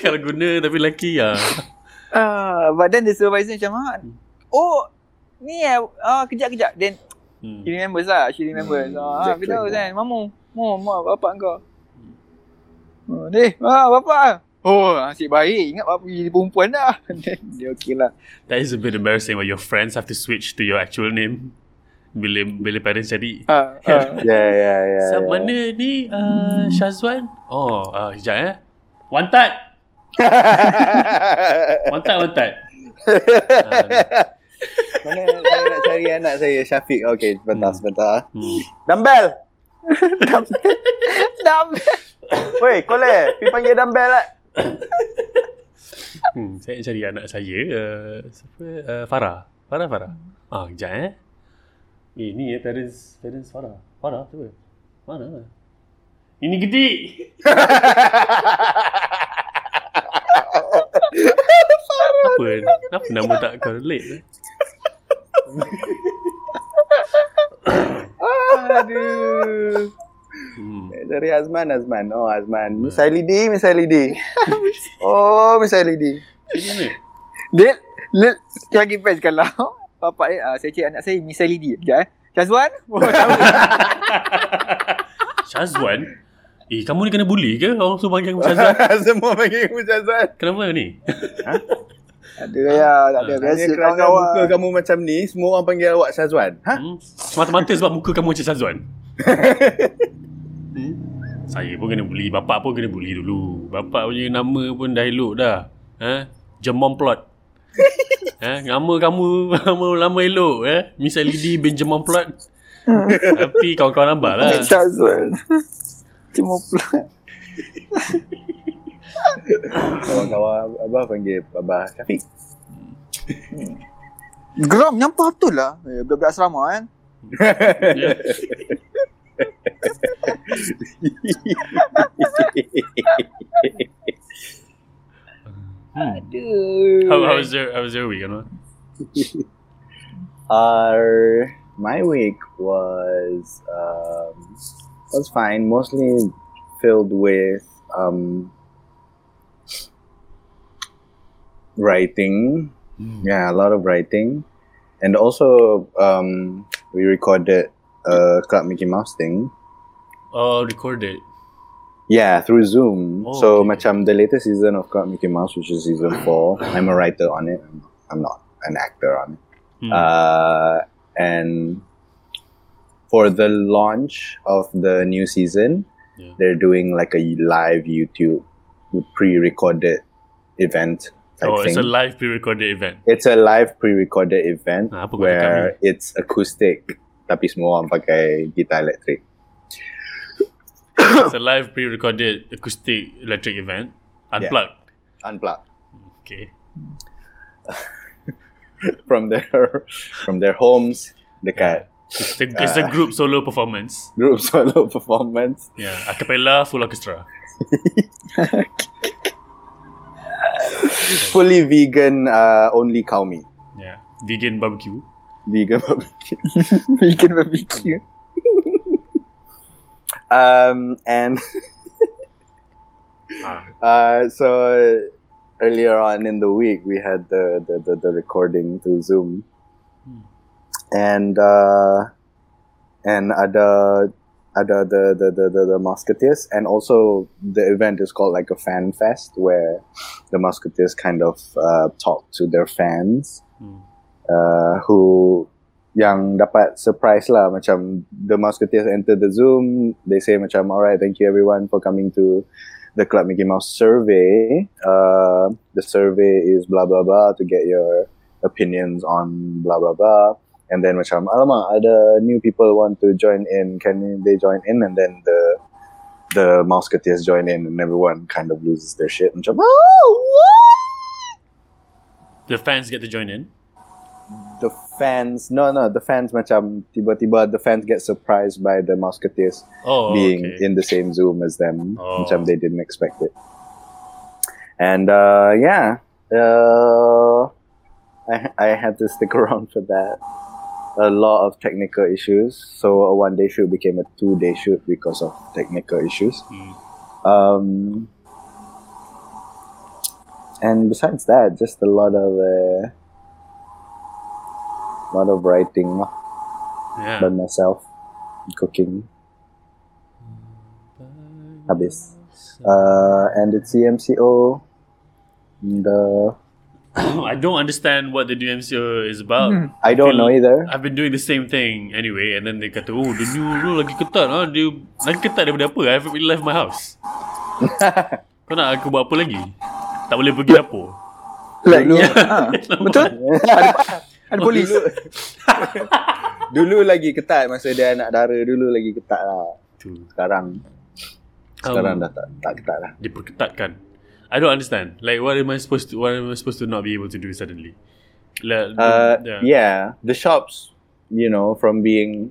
A: kalau guna Tapi lelaki lah
D: Ah, but then the supervisor macam, ha? Oh, ni eh, ah, kejap-kejap. Then
A: hmm.
D: she remembers lah. She remembers.
E: Hmm,
D: Ah,
E: exactly.
D: Kedah kan, mamu. Mu, mu, bapak kau. Oh, ni, ah, bapak. Oh, asyik baik. Ingat bapak jadi perempuan dah. Then dia okey lah.
A: That is a bit embarrassing When your friends have to switch To your actual name Bila bila parents cari
D: Ah, ah.
E: yeah, yeah, yeah.
A: Sa-
E: yeah.
A: Mana ni uh, Syazwan Oh uh, Sekejap eh Wantat Wantat Wantat Ah,
E: Mana saya nak cari anak saya Syafiq. Okay, sebentar,
A: Hmm.
E: sebentar. ah.
A: hmm.
E: Dumbbell.
D: Dumb.
E: Woi, Kole, pergi panggil dumbbell lah.
A: hmm. Saya cari anak saya uh, Siapa uh, Farah Farah Farah Ah Sekejap eh Eh ni eh Parents Parents Farah Farah siapa Mana Ini gede Apa Kenapa nama tak correlate eh?
E: Aduh.
A: hmm.
E: Dari Azman, Azman. Oh, Azman. Miss Ailidi, Miss Ailidi. oh, Miss Ailidi.
A: Ini ni
D: Dia, dia dia lagi best kalau bapak dia, ah, saya cakap anak saya Miss Lady. Sekejap eh. Syazwan? Oh, tak apa.
A: Syazwan Eh kamu ni kena bully ke Orang tu panggil kamu Syazwan
E: Semua panggil kamu Azman.
A: Kenapa ni
D: Ada ya, tak ada. Biasa
E: Ah, Hanya kerana
D: kawan-kawan.
E: muka kamu macam ni, semua orang panggil awak Syazwan. Ha?
A: hmm? Semata-mata sebab muka kamu macam Syazwan hmm? Saya pun kena bully Bapak pun kena bully dulu Bapak punya nama pun dah elok dah ha? Jemom plot ha? Nama kamu Nama lama elok eh? Miss LED bin Jemom plot Tapi kawan-kawan abah lah
E: Ah.
D: Syazwan. Cuma pula.
E: Kawan-kawan Abah panggil Abah Syafiq.
D: Geram nyampah betul lah. Eh, Budak-budak asrama kan.
A: Ya. hmm.
D: Aduh.
A: How, how was your How was your week Anwar?
E: Our my week was um, was fine, mostly filled with um, writing. Yeah, a lot of writing, and also um, we recorded a Club Mickey Mouse thing.
A: Oh, recorded.
E: Yeah, through Zoom.
A: Oh,
E: so,
A: okay.
E: macam the latest season of Club Mickey Mouse, which is season four. I'm a writer on it. I'm- I'm not an actor on it.
A: Hmm.
E: Uh, and for the launch of the new season,
A: Yeah.
E: they're doing like a live YouTube pre-recorded event. Type
A: oh,
E: thing.
A: it's a live pre-recorded event.
E: It's a live pre-recorded event
A: Ah, apa kau cakap
E: where it's acoustic tapi semua orang pakai gitar elektrik.
A: It's a live pre-recorded acoustic electric event. Unplugged.
E: Unplugged
A: Okay.
E: from their from their homes dekat
A: It's a, it's a
E: uh,
A: group solo performance.
E: group solo performance.
A: Yeah, a cappella, full orchestra.
E: Fully vegan uh, only cow meat.
A: Yeah, vegan barbecue.
E: Vegan barbecue.
D: Bikin barbecue.
E: Um and
A: Ah.
E: Uh, so earlier on in the week, we had the the, the, the recording through Zoom,
A: Hmm.
E: and uh, and ada ada the the, the the the Musketeers, and also the event is called like a fan fest where the Musketeers kind of uh, talk to their fans
A: Hmm.
E: uh, who yang dapat surprise lah macam the musketeers enter the zoom they say macam alright thank you everyone for coming to the club mickey mouse survey uh, the survey is blah blah blah to get your opinions on blah blah blah and then macam alamak ada new people want to join in can they join in and then the the musketeers join in and everyone kind of loses their shit macam oh what
A: The fans get to join in.
E: the fans no no the fans macam tiba-tiba the fans get surprised by the musketeers
A: Oh,
E: being
A: okay.
E: in the same zoom as them
A: Oh.
E: macam they didn't expect it and uh yeah uh I, I had to stick around for that a lot of technical issues so a one day shoot became a two day shoot because of technical issues
A: Mm.
E: um and besides that just a lot of uh, lot of writing lah
A: yeah.
E: by myself cooking habis uh, and it's CMCO the
A: Oh, I don't understand what the DMCO is about.
D: Hmm.
E: I
A: Feel-
E: don't know either
A: I've been doing the same thing anyway and then they kata oh the new rule lagi ketat ah dia lagi ketat daripada apa I haven't really left my house kau nak aku buat apa lagi tak boleh pergi dapur
D: Like,
E: Dulu-
D: yeah. ha, betul? Ada polis.
E: dulu dulu lagi ketat masa dia anak dara dulu lagi ketat lah
A: tu
E: sekarang
A: Um,
E: sekarang dah tak, tak ketat lah
A: diperketatkan I don't understand like what am I supposed to what am I supposed to not be able to do suddenly like,
E: Uh,
A: yeah.
E: yeah. the shops, you know, from being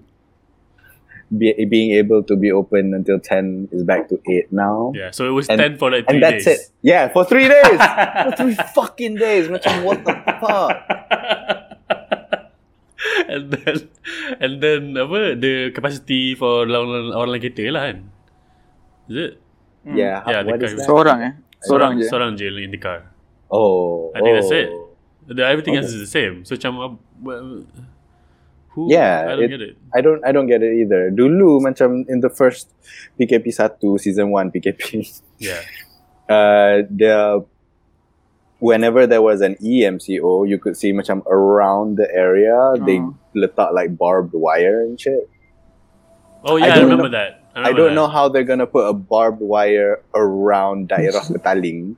E: be, being able to be open until ten is back to eight now,
A: Yeah, so it was
E: And-
A: 10 for like
E: and
A: three
E: that's
A: days.
E: it. Yeah, for three days, for three fucking days. Macam, what the fuck?
A: and then and then apa the capacity for orang orang lain kereta lah kan is it
E: Hmm. Yeah,
A: Yeah,
E: what
A: the
E: is
A: guy-
E: that?
D: Seorang eh. Seorang je.
A: seorang je in the car
E: Oh,
A: I think
E: oh.
A: that's it. the, everything else
E: Okay.
A: is the same so macam uh, well, who
E: Yeah,
A: I don't
E: it-
A: get it
E: I don't, I don't get it either. Dulu macam in the first PKP satu season one PKP,
A: yeah
E: uh, the whenever there was an E EMCO, you could see macam around the area they
D: Oh.
E: letak like barbed wire and shit.
A: oh yeah I,
E: don't
A: remember that
E: I
A: remember
E: don't
A: that.
E: know how they're gonna put a barbed wire around daerah Petaling,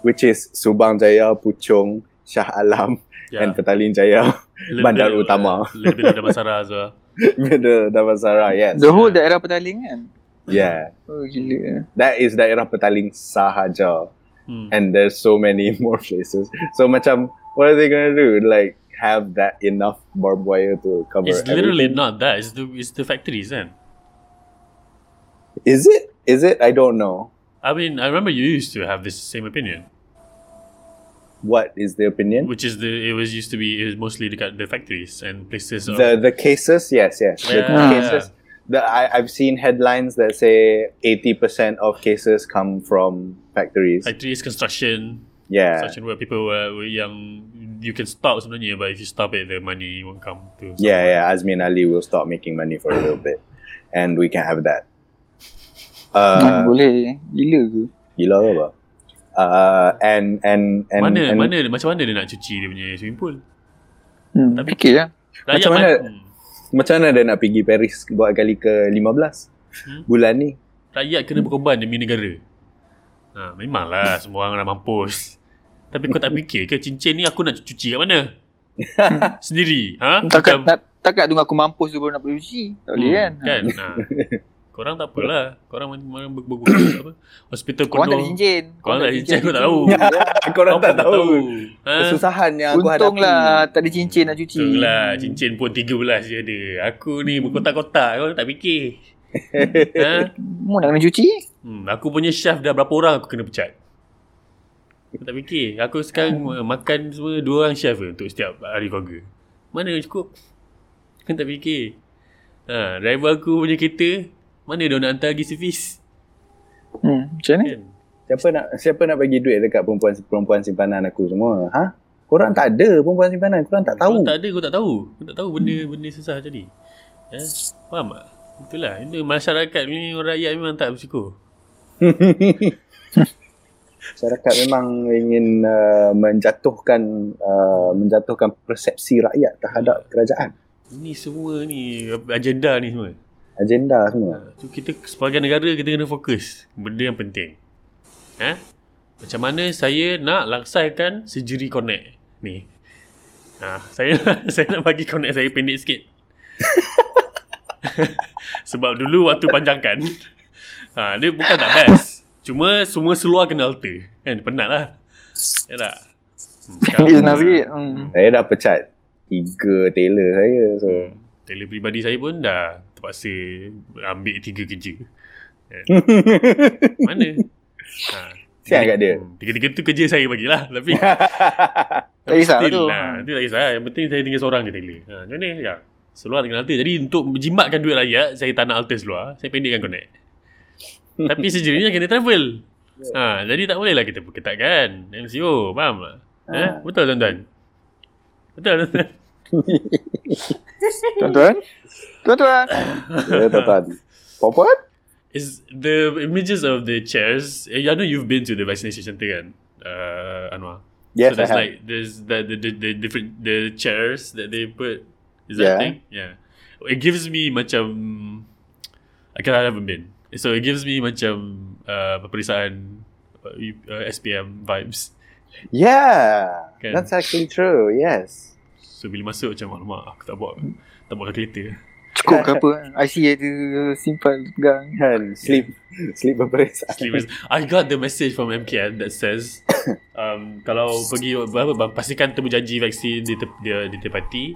E: which is Subang Jaya, Puchong, Shah Alam,
A: yeah.
E: and Petaling Jaya,
A: Little
E: Bandar
A: bit of-
E: Utama.
A: little bit of Damansara as well
E: the Damansara. Yes,
D: The whole daerah Petaling kan?
E: yeah,
D: Oh gila eh.
E: that is daerah Petaling sahaja.
A: Hmm.
E: and there's so many more places. So macam, what are they gonna do? Like have that enough barbed wire to cover?
A: it's literally
E: everything?
A: not that it's the, it's the factories kan? then
E: Is it? Is it? I don't know.
A: I mean I remember you used to have this same opinion
E: What is the opinion?
A: which is the it was used to be it was mostly the, the factories and places of-
E: The the cases, yes, yes. The
A: Yeah.
E: cases. The, I, I've seen headlines that say eighty percent of cases come from factories.
A: factories construction
E: yeah,
A: construction where people were, were young you can stop sebenarnya but if you stop it the money won't come to
E: yeah, yeah. Azmin Ali will stop making money for a little bit, and we can have that.
A: Ah.
D: Uh,
E: Uh,
D: boleh. Gila ke?
E: gila ke apa? Uh, and and and
A: mana
E: and,
A: mana macam mana dia nak cuci dia punya swimming pool
D: Hmm,
A: Tapi-
D: fikir lah.
A: Layak kan? Hmm.
E: Macam mana-
A: man-
E: Macam mana dia nak pergi Paris buat kali ke-15
A: Hmm.
E: bulan ni?
A: rakyat kena berkorban demi negara ha, memanglah semua orang nak mampus tapi kau tak fikir ke cincin ni aku nak cuci kat mana sendiri ha
D: Takkan, tak, takkan tunggu aku mampus tu baru nak pergi uji. Tak boleh kan?
A: kan ha. korang tak apalah korang mana ber- ber- ber- apa hospital
D: Korang tak ada
A: kono
D: cincin.
A: Korang tak ada cincin, aku tak tahu.
E: Korang
A: Korang
E: tak
A: pun
E: tahu
A: ha?
E: kesusahan yang aku hadapi.
D: Untung lah tak ada cincin nak cuci.
A: Betul lah Cincin pun 13 je ada Aku ni berkotak-kotak Kau tak fikir ha?
D: Mu nak kena cuci?
A: hmm, Aku punya chef dah berapa orang Aku kena pecat Kau tak fikir Aku sekarang uh, makan semua Dua orang chef je Untuk setiap hari keluarga Mana cukup Kau tak fikir ha, Driver aku punya kereta Mana dia nak hantar pergi servis
D: Hmm, macam mana?
A: kan?
E: Siapa nak siapa nak bagi duit dekat perempuan perempuan simpanan aku semua? Ha? Korang tak ada perempuan simpanan, korang tak
A: Kau
E: tahu.
A: tak ada kau tak tahu Kau tak tahu benda benda susah macam ni eh? Faham tak? Itulah Ini masyarakat ni Orang rakyat memang tak bersyukur
E: Masyarakat memang ingin uh, menjatuhkan uh, menjatuhkan persepsi rakyat terhadap kerajaan.
A: Ni semua ni agenda ni semua.
E: Agenda semua.
A: Ha, tu kita sebagai negara kita kena fokus benda yang penting. Ha? Macam mana saya nak laksaikan surgery connect ni. Ha, saya saya nak bagi connect saya pendek sikit. Sebab dulu waktu panjangkan. Ha, dia bukan tak best. Cuma semua seluar kena alter. Kan penat lah. Ya tak?
D: Is Nazri hmm.
E: Saya dah pecat tiga tailor saya so
A: Tailor peribadi saya pun dah terpaksa ambil tiga kerja. Eh, Mana? Ha.
E: Sial kat dia.
A: Hmm, Tiga-tiga tu kerja saya bagilah. Tapi
D: Tak kisah lah
A: Still
D: tu
A: lah. Itu tak kisah. Yang penting saya tinggal seorang je tailor. Ha, macam mana? Ya. Seluar dengan alter. Jadi untuk jimatkan duit rakyat, saya tak nak alter seluar. Saya pendekkan connect. Tapi sejerinya kena travel. Ha,
E: Ya.
A: jadi tak bolehlah kita ketatkan MCO. Faham tak?
E: Ah.
A: Ha. Eh? Betul tuan-tuan? Betul tuan-tuan?
D: Tuan-tuan Tuan-tuan
E: saya tak tahan Popot?
A: Is the images of the chairs. eh, I know you've been to the vaccination center kan, uh, Anwar. so
E: Yes,
A: there's
E: I have.
A: like there's the, the the the different the chairs that they put. Is that a
E: Yeah.
A: thing? Yeah. It gives me macam I can I haven't been. So it gives me macam uh, peperiksaan uh, you- uh, SPM vibes.
E: Yeah.
A: Kan.
E: That's actually true. Yes.
A: So bila masuk macam alamak aku tak buat tak buat kalkulator.
D: Cukup ke apa IC ada simpan pegang
E: Kan sleep sleep peperiksaan.
A: Sleepers. I got the message from MKN that says um, kalau pergi apa, apa, pastikan temu janji vaksin di te- dia ditepati,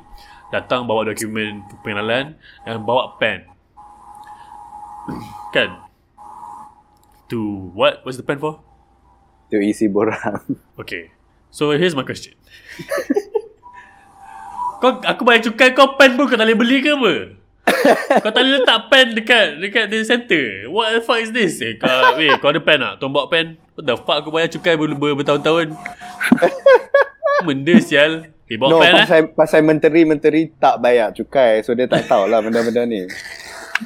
A: datang bawa dokumen pengenalan dan bawa pen. kan? To what? What's the pen for?
E: To isi borang.
A: Okay. So here's my question. kau aku bayar cukai kau pen pun kau tak boleh beli ke apa? kau tak boleh letak pen dekat dekat the center. What the fuck is this? Eh, kau, weh, kau ada pen tak? Tombak pen? What the fuck aku bayar cukai ber, ber, bertahun-tahun? Benda sial. Eh, bawa
E: No,
A: pen lah.
E: pasal, pasal menteri-menteri tak bayar cukai. So dia tak tahulah benda-benda ni.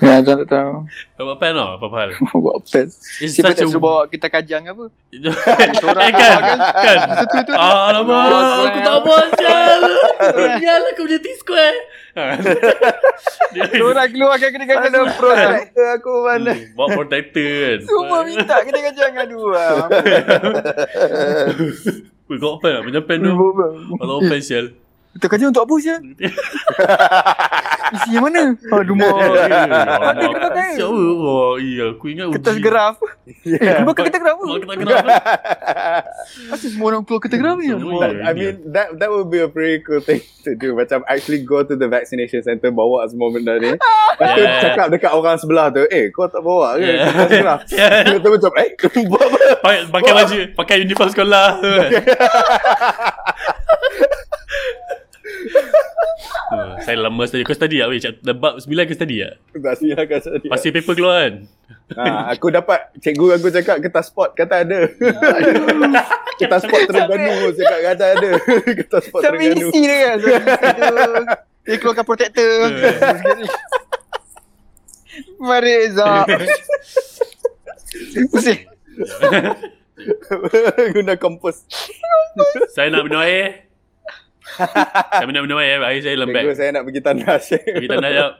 D: Ya tuan tak tahu
A: Bawa pen lah, apa hal.
D: Buat pen
A: It's such
D: Siapa tak
A: a...
D: suruh bawa kita kajang ke apa
A: eh kan, kan. Alamak, aku tak buat sial. Sial aku punya T-square. Ha. Dia-
D: Orang keluar akan kena kena pro
E: aku mana?
A: Hmm, Bawa protector kan
D: Semua minta kena kajang Aduh lah
A: Weh kau open lah Macam pen tu Kalau open sial
D: Kita kajang untuk apa sih Isi yang mana Aduh mak
A: Oh
D: Ada kertas
A: iya
D: tangan.
A: Sial Oh iya Aku ingat uji
D: Kertas graf Eh
E: Yeah.
D: kenapa kertas graf
A: Kalau kita gerak apa?
D: Kenapa semua orang keluar kertas graf ni
A: Semua.
E: But, I mean, that that would be a pretty cool thing to do. Macam actually go to the vaccination center, bawa semua benda ni. Lepas tu
A: Yeah.
E: cakap dekat orang sebelah tu, eh kau tak bawa ke?
A: Yeah.
E: Kau sebelah.
A: Yeah.
E: Lepas tu macam, eh buat apa?
A: Pakai, pakai baju Pakai uniform sekolah Oh, saya lama study Kau study tak weh Cak- dah Bab 9 kau study tak
E: Tak siap kat sana.
A: Pasir paper keluar kan
E: Ha, aku dapat cikgu aku cakap kertas sport kata ada. kertas sport Terengganu pun cakap kata ada. kertas sport
D: Sampai
E: Terengganu.
D: isi dia kan Dia keluarkan protector
A: Ya. Eh,
D: Mari Zah Pusing
E: Guna kompos.
A: Saya nak minum air Saya nak minum air Air saya lembek
E: Cikgu saya nak pergi tandas.
A: Pergi tandas jap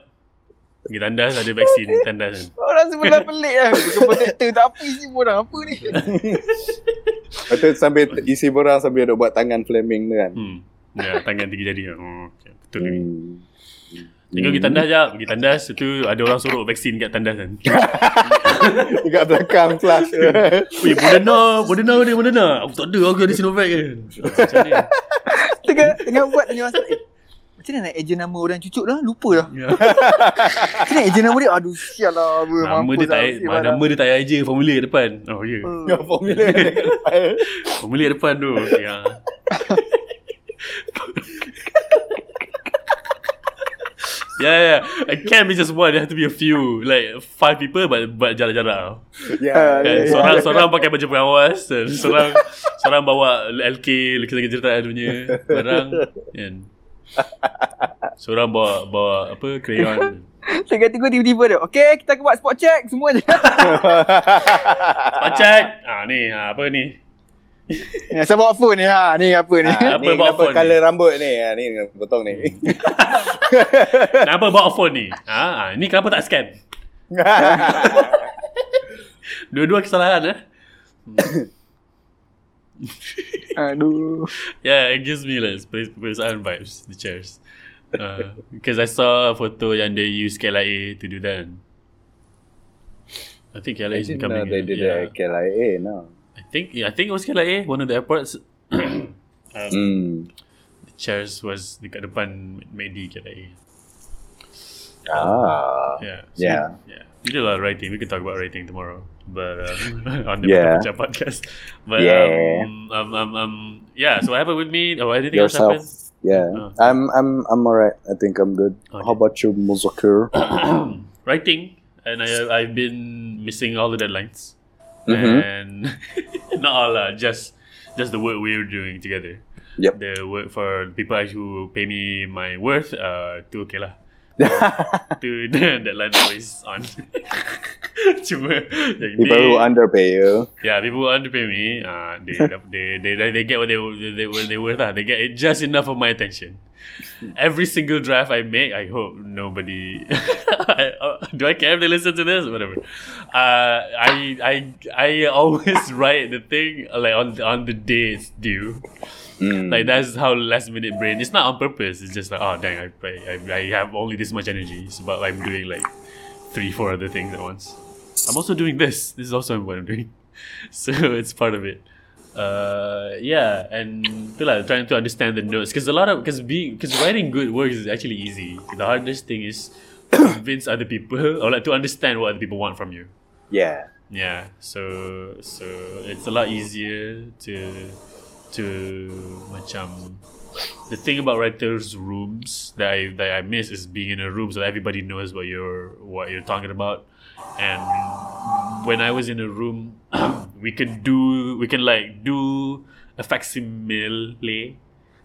A: Pergi tandas ada vaksin Tandas kan
D: Orang sebelah pelik lah Bukan protector tak apa isi pun orang Apa ni
E: Lepas tu sambil t- isi borang sambil duk buat tangan flaming tu kan.
A: Hmm. Ya, tangan tiga jari. Oh, okay. betul ni.
E: Hmm.
A: Tengok pergi tandas jap. Pergi tandas. Itu ada orang suruh vaksin kat tandas kan.
E: Dekat belakang flash.
A: Weh, Moderna. Moderna ada Moderna. Aku tak ada. Aku ada Sinovac kan. Oh, macam ni.
D: Tengah, tengah buat tanya masa eh, Macam mana nak ejen nama orang cucuk lah Lupa lah
A: Ya.
D: Macam mana ejen nama dia Aduh sial lah apa,
A: Nama
D: mampus
A: dia tak
D: lah,
A: payah-
D: nasib lah. Hmm.
A: nama dia tak payah je formula kat depan. Oh ya. Yeah.
E: Dengan formula dekat depan.
A: Formula kat depan tu. Okay, ah. Yeah, yeah. It ya, can't be just one. There have to be a few. Like five people but but jarak-jarak. Kan,
E: Ya. ya,
A: seorang
E: ya.
A: seorang pakai baju pengawas dan seorang seorang bawa LK lukisan cerita punya barang kan. Seorang bawa bawa apa crayon.
D: Tengah-tengah tiba-tiba dia Okay kita akan buat spot check Semua je
A: Pacak. Ah ni ah, apa ni?
D: Ya, Saya bawa phone ni ha. Ni apa ni
E: Ah,
A: Apa
E: ni
A: bawa
E: kenapa
A: phone ni? Eh,
E: colour rambut ni? Ah, ni kena potong ni.
A: Kenapa bawa phone ni? Ah, ah ni kenapa tak scan? Dua-dua kesalahan eh. Ah.
D: Aduh
A: Yeah, Ya, it gives me like space perasaan vibes the chairs. Uh, because I saw a photo yang they use KLIA to do that. I think KLIA
E: I
A: is
E: didn't know
A: becoming
E: uh, they
A: a-
E: did
A: yeah.
E: that at KLIA, no.
A: I think yeah, I think it was KLIA, one of the airports. um, kan
E: Hmm.
A: Chairs was dekat depan Medi kat air
E: Ah.
A: Yeah.
E: Yeah.
A: Yeah. We did a lot of writing. We can talk about writing tomorrow, but um, on the
E: Yeah.
A: Pecah podcast. But
E: Yeah.
A: Um, um, um, um, yeah. So what happened with me? Oh, anything
E: Yourself.
A: else
E: Yeah.
A: Oh.
E: I'm I'm I'm alright. I think I'm good.
A: Okay.
E: How about you, Muzakir?
A: happened? writing, and I I've been missing all the deadlines,
E: Mhm.
A: and not all lah, just just the work we're doing together.
E: Yep.
A: The work for the people who pay me my worth. Uh, tu okay lah. Tu deadline always lah, on. Cuma yang
E: People who
A: ni-
E: underpay you.
A: Yeah, people who underpay me. Uh, they, they, they, they, they get what they, they, they, what they were. lah. They get just enough of my attention. Every single draft I make, I hope nobody. I, uh, do I care if they listen to this? Whatever. Uh, I, I, I always write the thing uh, like on, on the day it's due.
E: Mm.
A: Like that's how last minute brain. It's not on purpose. It's just like oh dang, I, I, I- I have only this much energy, so, but I'm doing like three, four other things at once. I'm also doing this. This is also what I'm doing, so it's part of it. Uh, yeah, and tu lah, trying to understand the notes because a lot of because being because writing good works is actually easy. The hardest thing is to convince other people or like to understand what other people want from you.
E: Yeah.
A: Yeah, so so it's a lot easier to to macam the thing about writers' rooms that I that I miss is being in a room so everybody knows what you're what you're talking about, and when I was in a room, we could do we can like do a facsimile,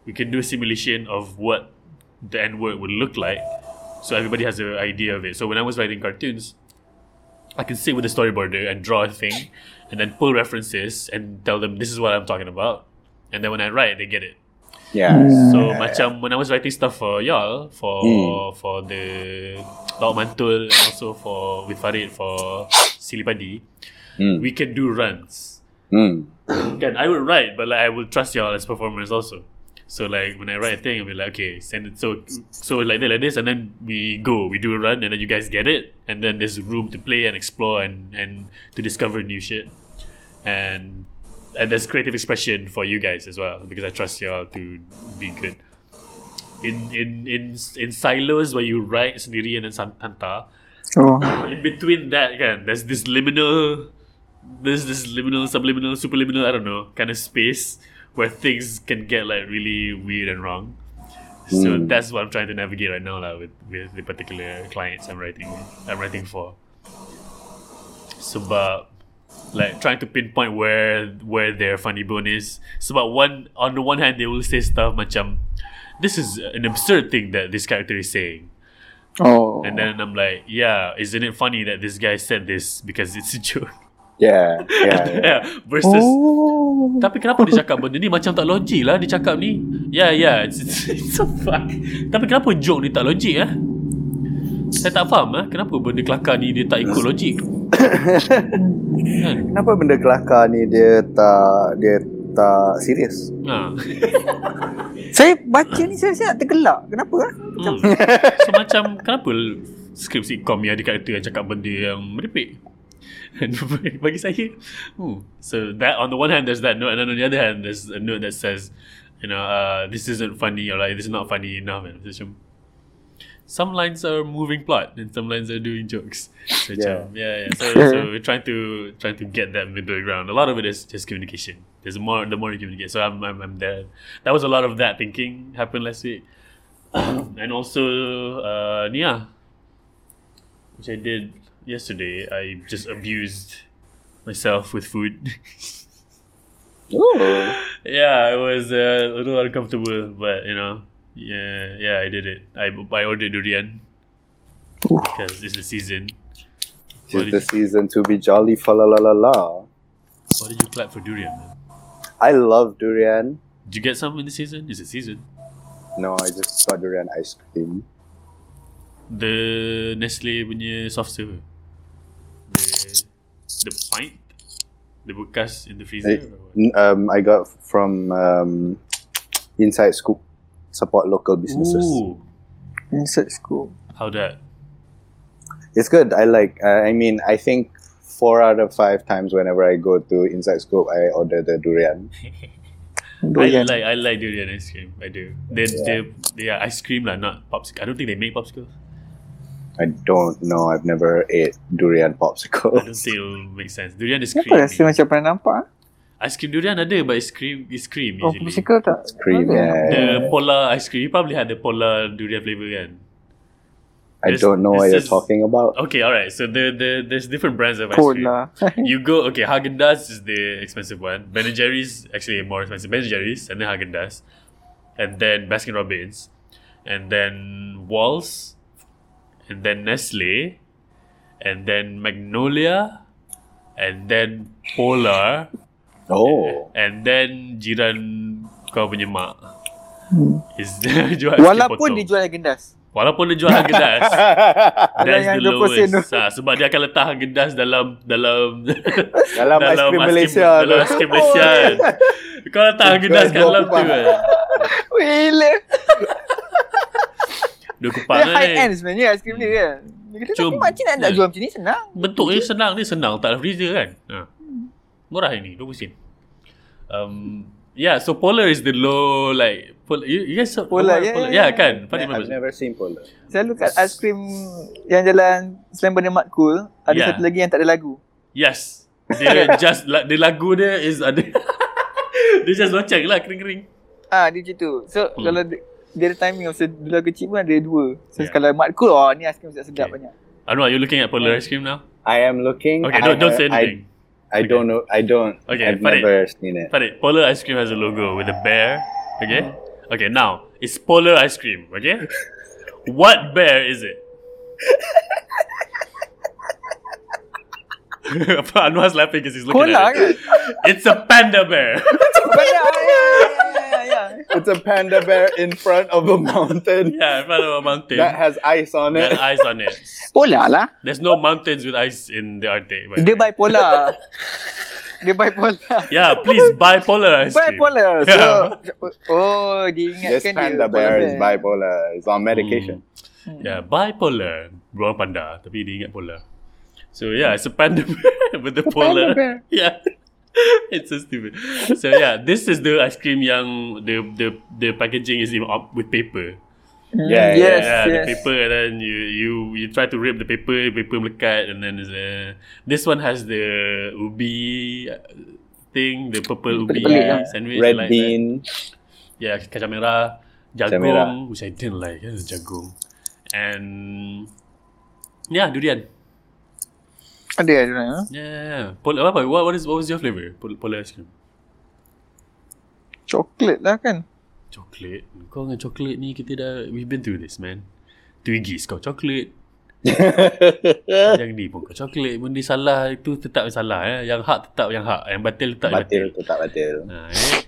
A: we can do a simulation of what the end word would look like, so everybody has an idea of it. So when I was writing cartoons, I can sit with the storyboarder and draw a thing, and then pull references and tell them this is what I'm talking about, and then when I write, they get it.
E: Yeah.
A: So macam when I was writing stuff for y'all for
E: Hmm.
A: for the Lauk Mantul and also for with Farid for Silipadi,
E: Hmm.
A: we can do runs.
E: Mm.
A: Kan, I would write, but like I will trust y'all as performers also. So like when I write a thing, I'll be like, okay, send it. So so like that, like this, and then we go, we do a run, and then you guys get it, and then there's room to play and explore and and to discover new shit, and and there's creative expression for you guys as well because I trust y'all to be good. In in in in silos where you write sendiri and then santanta,
D: Oh.
A: in between that kan there's this liminal there's this liminal subliminal superliminal i don't know kind of space where things can get like really weird and wrong so
E: Mm.
A: that's what i'm trying to navigate right now lah, with, with the particular clients i'm writing i'm writing for sebab like trying to pinpoint where where their funny bone is sebab one on the one hand they will say stuff macam this is an absurd thing that this character is saying
D: Oh.
A: and then I'm like, yeah, isn't it funny that this guy said this because it's a joke?
E: Yeah. Yeah. yeah.
A: Yeah. Versus,
D: Oh.
A: tapi kenapa dia cakap benda ni macam tak logik lah dia cakap ni? Yeah, yeah, it's, it's, it's a fuck. Tapi kenapa joke ni tak logik eh? Saya tak faham eh, kenapa benda kelakar ni dia tak ikut logik? kan?
E: Kenapa benda kelakar ni dia tak dia tak serius?
A: Ha.
D: Saya baca ni saya, saya nak tergelak. Kenapa ah?
A: Hmm. So macam kenapa skrip sitcom yang ada karakter yang cakap benda yang merepek? And bagi saya, hmm. so that on the one hand there's that note, and then on the other hand there's a note that says, you know, uh, this isn't funny or like this is not funny enough. And it's macam, some lines are moving plot and some lines are doing jokes. So yeah, yeah, yeah. So, so we're trying to trying to get that middle ground. A lot of it is just communication. There's more the more you communicate. So I'm I'm, I'm there. That was a lot of that thinking happened last week. and also uh, Nia, which I did yesterday. I just abused myself with food. yeah, it was uh, a little uncomfortable, but you know, yeah, yeah, I did it. I I ordered durian because it's the season. What
E: It's
A: did,
E: the
A: you,
E: season to be jolly fa la la la la.
A: what did you clap for durian? Man?
E: I love durian.
A: Did you get some in the season? Is it season?
E: No, I just got durian ice cream.
A: The Nestle punya soft serve. The the pint, the bekas in the freezer.
E: Eh,
A: or what?
E: N- Um, I got from um, Inside Scoop. Support local businesses.
A: Ooh,
D: Insert scoop.
A: how that?
E: It's good. I like. Uh, I mean, I think four out of five times whenever I go to Inside Scoop, I order the durian.
A: I
D: Durian.
A: like I like durian ice cream. I do. They they they are ice cream lah, not popsicle. I don't think they make popsicles.
E: I don't know. I've never ate
A: I
E: durian popsicle.
A: don't think it will make sense. Durian is
D: Kenapa rasa
A: creamy.
D: macam pernah nampak? ah?
A: Ice cream durian ada, but it's cream. It's cream
D: Oh,
A: usually.
D: popsicle tak?
E: Cream,
D: Ada.
E: yeah.
A: the polar ice cream. You probably had the polar durian flavor kan?
E: I
A: This-
E: don't know what
A: this is-
E: you're talking about.
A: Okay, alright. So there, there, there's different brands of ice
D: Cold
A: cream.
D: lah.
A: You go okay. Haagen Dazs is the expensive one. Ben and Jerry's actually more expensive. Ben and Jerry's and then Haagen Dazs, and then Baskin Robbins, and then Walls, and then Nestle, and then Magnolia, and then Polar,
E: Oh,
A: and then jiran kau punya mak. Is jual ice cream
D: Hmm. Walaupun
A: potong.
D: dia jual gendas.
A: Walaupun dia jual Haagen Dazs That's
D: yang
A: the
D: 20%
A: lowest ha, Sebab dia akan letak Haagen Dazs dalam Dalam
E: dalam ice cream Malaysia.
A: Dalam ice cream Malaysia kan. Kau letak Haagen Dazs kat
E: Dua
A: dalam tu
E: kupang.
A: kan
D: Wila.
A: Dua kupang
D: Dia
A: kan
D: high end
A: eh.
D: sebenarnya ice cream dia kan. Dia kata
A: Cuma-
D: aku makcik nak, nak
A: Ya.
D: jual macam ni senang.
A: Bentuk dia senang Dia senang Tak ada freezer kan ha. Murah ini 20 sen um, Yeah so Polar is the low Like Polar You, you guys
D: Polar, yeah,
A: Polar.
D: yeah,
A: Yeah, kan Fadi
E: I've
A: remember
E: never seen polar.
D: Selalu kat ice cream yang jalan Slam Benda Mat Cool, ada
A: Ya.
D: satu lagi yang tak ada lagu.
A: Yes Dia just la- Dia lagu dia is ada Dia just loceng lah Kering-kering
D: Ah, dia macam tu. So,
A: Hmm.
D: kalau dia, dia ada timing masa dulu lagu kecil pun ada dua. So,
A: Ya.
D: kalau Mat Cool, oh ni ice cream sedap-sedap
A: Okay.
D: banyak.
A: Anwar, you looking at polar ice cream now?
E: I am looking.
A: Okay,
E: I,
A: don't, don't say
E: I-
A: anything.
E: I, don't know. I don't.
A: Okay,
E: I've
A: Farid.
E: never seen it.
A: Farid, polar ice cream has a logo with a bear. Okay? Okay, now, it's polar ice cream, okay? what bear is it? Anwar's laughing because he's looking
D: Polar
A: at it.
D: kan?
A: It's a panda bear.
D: Banyak. ya, ya, ya, ya.
E: It's a panda bear in front of a mountain
A: yeah, in front of a mountain.
E: that has ice on
A: Got
E: it.
A: ice on it.
D: Polar lah.
A: There's no mountains with ice in the Arctic. by the
D: Dia
A: way.
D: bipolar. dia bipolar.
A: yeah, please buy polar ice cream.
D: Bipolar. So, oh, dia
E: This
D: ingatkan dia.
E: panda bear is bipolar. It's on medication.
A: Yeah, bipolar. Bukan panda, tapi dia ingat polar. So yeah, it's a panda bear with the polar.
D: bear.
A: Yeah. it's so stupid. So yeah, this is the ice cream yang the the the packaging is in, up with paper. Mm.
E: Yeah,
D: Yeah, yes,
A: yeah,
D: yes.
A: the paper and then you you you try to rip the paper, paper melekat and then there's a, this one has the ubi uh, thing, the purple ubi
D: Pelik-pelik lah.
A: Ya, sandwich
E: Red
A: like that.
E: bean.
A: Yeah, kacang Ya, merah, jagung,
E: merah.
A: which I didn't like. That was jagung. And yeah, durian.
D: Ada ada orang. ha?
A: Yeah, yeah, yeah. Pol- apa, what, what is what was your flavor? Pol- polar ice cream.
D: Coklat lah kan.
A: Coklat. Kau dengan coklat ni kita dah we've been through this, man. Twiggies kau coklat. yang ni pun kau coklat. Benda salah itu tetap salah eh. Yang hak tetap yang hak. Yang batil tetap yang
E: Batil tu tak batil.
A: Ha, eh?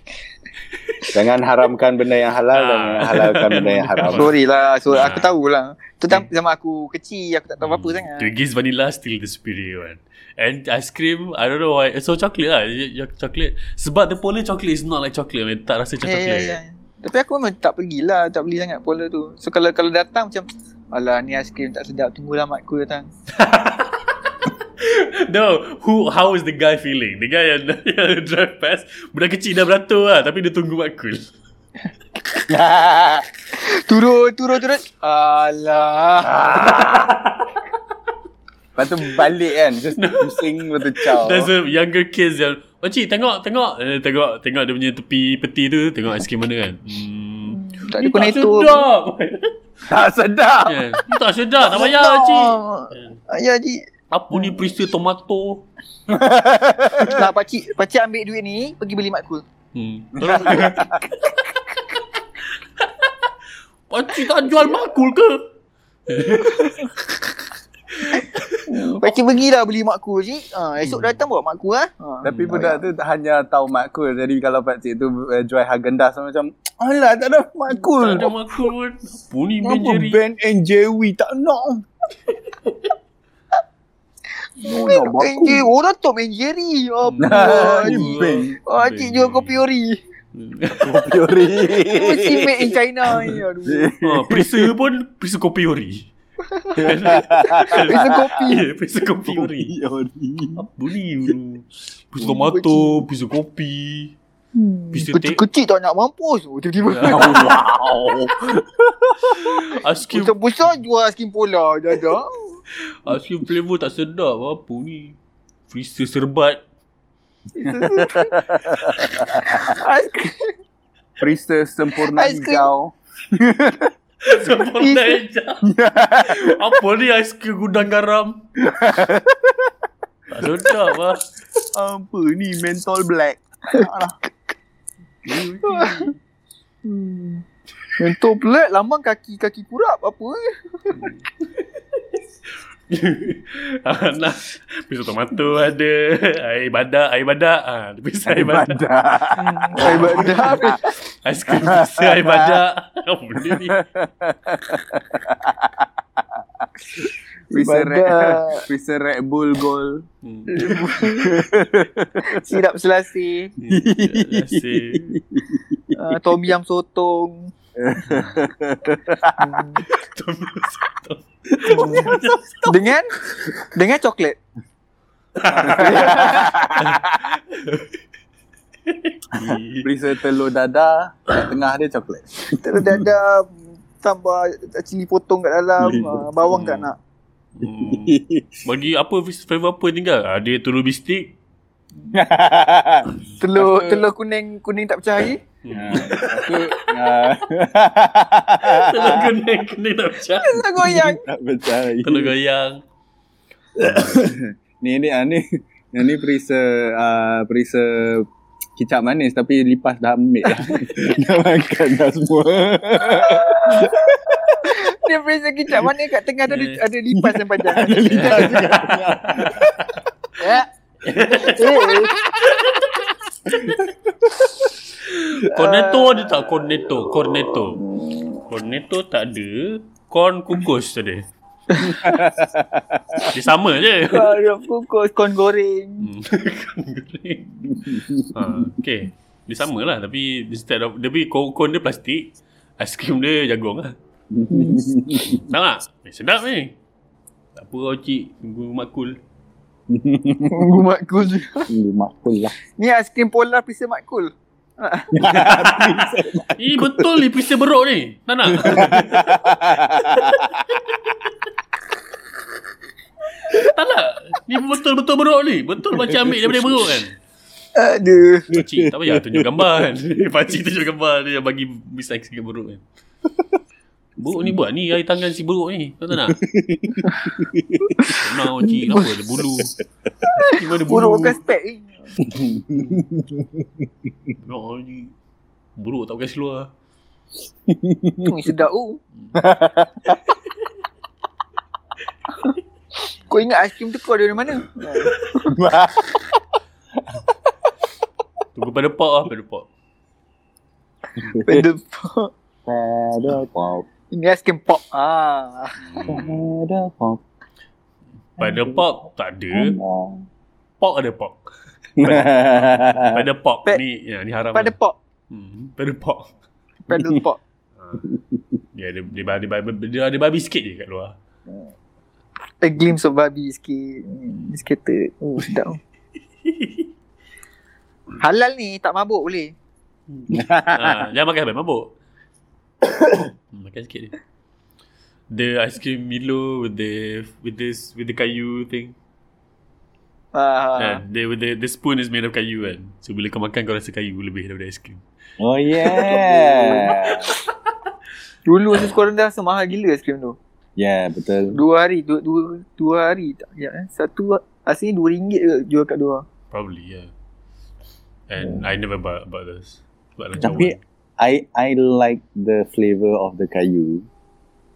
E: Jangan haramkan benda yang halal dan
A: Ah.
E: halalkan benda yang haram.
D: Sorry lah. So,
A: Ah.
D: aku tahulah. Tu tam- zaman aku kecil, aku tak tahu apa-apa sangat.
A: Twiggies vanilla still the superior one. And ice cream, I don't know why. So chocolate lah. Y- Your chocolate. Sebab the polar chocolate is not like chocolate. Man. Tak rasa macam
D: Ya, ya,
A: chocolate.
D: ya. Tapi aku memang tak pergilah, tak beli sangat polar tu. So, kalau kalau datang macam, alah ni aiskrim tak sedap, tunggulah mat aku datang.
A: No, who how is the guy feeling? The guy yang, yang drive past, budak kecil dah beratur lah tapi dia tunggu makul.
D: turun, turun, turun. Alah.
E: Lepas tu balik kan. Just pushing with the
D: Oh.
E: child.
A: There's a younger kids yang Pakcik tengok tengok eh, Tengok tengok dia punya tepi peti tu Tengok ice cream mana kan Hmm
D: Tak ada
A: "Ni tak
D: koneto.
A: sedap
E: Tak sedap.
A: yeah. "Ni Tak sedap Tak payah pakcik
D: Ya, Cik.
A: Apa ni perisa tomato
D: Nah, pakcik, pakcik ambil duit ni, pergi beli mat cool.
A: Hmm Tolong Pakcik tak jual makul ke
D: Pakcik pergilah beli mat cool, Cik. Ha, esok datang bawa mak cool, ha. ha.
E: Hmm. Tapi budak tu hanya tahu makul. Jadi kalau pakcik tu uh, jual Haagen-Dazs sama macam Alah tak ada
A: Tak
E: makul.
A: ada makul pun Apa ni Ben
E: Kenapa
A: Jerry
E: Ben and Jerry tak nak? no, nak
D: Ben Jerry,
E: makul.
D: orang tu Ben Jerry.
E: Hmm.
A: Hmm. Ah,
E: Nah,
D: Apa?
E: ni Ben.
D: Oh, Cik jual kopi ori.
A: Hmm.
E: Kopiori.
D: Mesti made in China ni. Aduh.
A: ha, Perisa pun Perisa kopi ori
D: Perisa kopi.
A: Ya, Perisa kopi ori
E: Kopiori.
A: Apa ni Perisa tomato Perisa kopi
C: Hmm.
A: Piece to take.
D: Kecil-kecil tak nak mampus oh, Tiba-tiba
E: wow.
A: Ice cream,
D: Macam besar jual skin pola Dadah
A: ice cream flavor tak sedap. Apa ni? Freezer serbat.
E: Priester sempurna
D: Ice cream.
E: hijau.
A: Sempurna hijau. Apa ni ice cream gudang garam? tak sedap lah.
E: Apa ni mental black?
C: Hmm.
D: Mentor pelat Lambang kaki-kaki kurap Apa eh
A: nah, pisau tomato ada, air badak, air badak. Ah, ha, pisau air badak.
D: Saya buat dah
A: Ice cream pisau air badak. Apa benda ni?
E: Priester Red,
D: Badak.
E: Priester Red Bull Gold.
A: Hmm.
D: Sirap selasi
A: Terima kasih.
D: uh, Tom Yam Sotong Hmm.
A: Tom Yum Sotong.
D: Dengan Dengan coklat
E: Priester telur dada. Kat tengah dia coklat.
D: Telur dadar Tambah cili potong kat dalam ah, Bawang tak nak
A: Hmm. Bagi apa flavor apa tinggal? Ada telur bistik.
D: Telur telur kuning kuning tak pecah lagi
E: Ya,
A: Hmm.
E: Aku, ah,
A: telur kuning kuning tak pecah.
D: Telur goyang
E: tak percaya.
A: Telur goyang.
E: Ni ni ah, ni yang ni perisa uh, perisa kicap manis tapi lipas dah ambil lah. dah makan dah semua.
D: Dia freezer kicap mana kat tengah tu ada, ada lipas yang panjang. Ada
A: lipas
D: juga. Ya. Eh,
A: Cornetto ada tak? Cornetto, cornetto. Cornetto tak ada. Corn kukus ada. Dia sama je.
D: Kau ada Eh, kukus kon goreng.
A: Hmm. Corn goreng. ha, okay. Dia sama lah tapi instead of tapi corn, corn dia plastik, aiskrim dia jagung lah. Sedap tak? Eh, sedap ni. Tak apa kau cik, tunggu mak cool.
D: Tunggu makul.
E: Ni makul lah.
D: Ni aiskrim polar pizza makul.
A: Eh betul ni pizza beruk ni. Tak nak? tak nak? Ni betul-betul beruk ni. Betul macam ambil daripada beruk kan.
D: Aduh.
A: Pakcik tak payah tunjuk gambar kan. Pakcik tunjuk gambar dia yang bagi bis ice cream beruk kan. Beruk ni buat ni air tangan si beruk ni. Kau tak nak? Kenal pakcik kenapa ada bulu. Di mana bulu?
D: Buruk kan? bukan spek ni.
A: Nak pakcik. Beruk tak pakai seluar.
D: Ui, sedap oh. Kau ingat aiskrim tu kau ada dari mana?
A: Tunggu pada pak lah pada pak.
D: Pedal
E: Pada pop.
D: Ini aiskrim pop. Ah.
E: Pada pop.
A: Pada pop tak ada. Pok ada pok. Pada pop
D: Ah. Pe-
A: ni ya, ni haram.
D: Pada
A: lah.
D: pop.
A: hmm, pada pop.
D: Pedal pop.
A: Ha. Dia ada dia, dia, dia, dia ada babi sikit je kat luar.
D: A glimpse of Barbie sikit. Hmm, Dia kata, oh sedap. oh. Halal ni tak mabuk boleh.
A: ha,
D: Ah,
A: jangan makan sampai mabuk. Hmm, makan sikit dia. The ice cream Milo with the with this with the kayu thing. Ha.
D: Ah,
A: the, with the, the spoon is made of kayu kan. So bila kau makan kau rasa kayu lebih daripada ice cream.
E: Oh yeah.
D: Dulu masa sekolah rendah rasa mahal gila aiskrim tu.
E: yeah, betul.
D: Dua hari, dua, dua, dua hari tak ya, eh. Satu asalnya dua ringgit ke jual kat dua.
A: Probably yeah. And
D: Hmm.
A: I never bought about this. But
E: Tapi I I like the flavour of the kayu.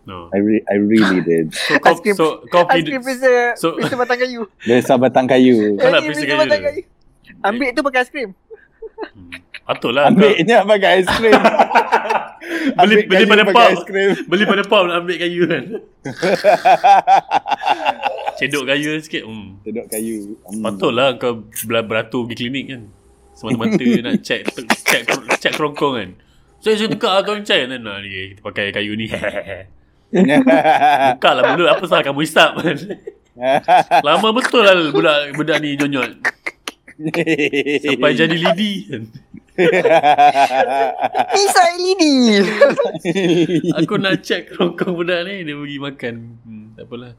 A: no.
E: I re- I really did.
A: So, kau,
D: Ice cream-
A: so, kau pilih-
D: Aiskrim pizza,
A: so-
D: pizza batang kayu.
E: Desa batang kayu.
A: Kau nak
D: Aiskrim
A: pizza
D: pizza
A: kayu
D: batang
A: ke?
D: kayu. Ambil tu pakai aiskrim.
A: Hmm. Patutlah kau
E: Ambilnya pakai ice cream.
A: Beli-
E: Ambil
A: beli
E: kayu
A: pada
E: pakai
A: pop.
E: ice cream.
A: beli pada pop nak ambil kayu kan. Cedok kayu sikit. Hmm.
E: Sedap kayu. Hmm.
A: Patutlah kau bela- beratur pergi klinik kan. Semata-mata nak check check check kerongkong kan. Saya saya tukar lah, kau check kan. Nah, ni kita pakai kayu ni. Tukar lah mulut apa salah kamu hisap kan. Lama betul lah budak budak ni nyonyot sampai jadi lidi kan.
D: Pisau LED.
A: Aku nak check rongkong budak ni Dia pergi makan hmm, Tak apalah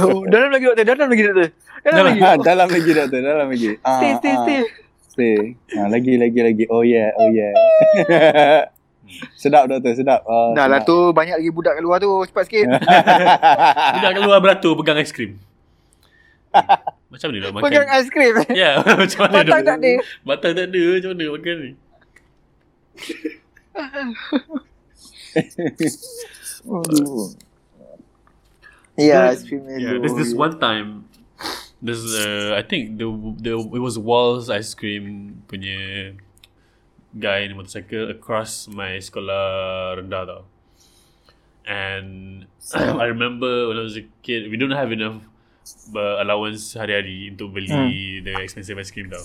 D: oh, dalam lagi doktor, dalam lagi doktor. Dalam lagi. Oh,
E: ha,
A: lah.
E: dalam lagi doktor, dalam lagi. Ah,
D: Stay, stay,
E: ah,
D: stay.
E: stay. Ah, lagi, lagi, lagi. Oh yeah, oh yeah. sedap doktor, sedap. Ah,
D: Dah lah
E: sedap.
D: tu banyak lagi budak kat luar tu cepat sikit.
A: Budak keluar beratur pegang aiskrim Macam mana nak makan
D: Pegang aiskrim.
A: Ya macam mana
D: Batang tak ada.
A: Batang tak ada Macam mana makan ni
D: Ya, aiskrim
A: Yeah,
D: Melo.
A: there's this one time. There's uh, I think the the it was Walls ice cream punya guy in a motorcycle across my sekolah rendah tau. And I remember when I was a kid, we don't have enough uh, allowance hari-hari untuk
D: Hmm.
A: beli the expensive ice cream tau.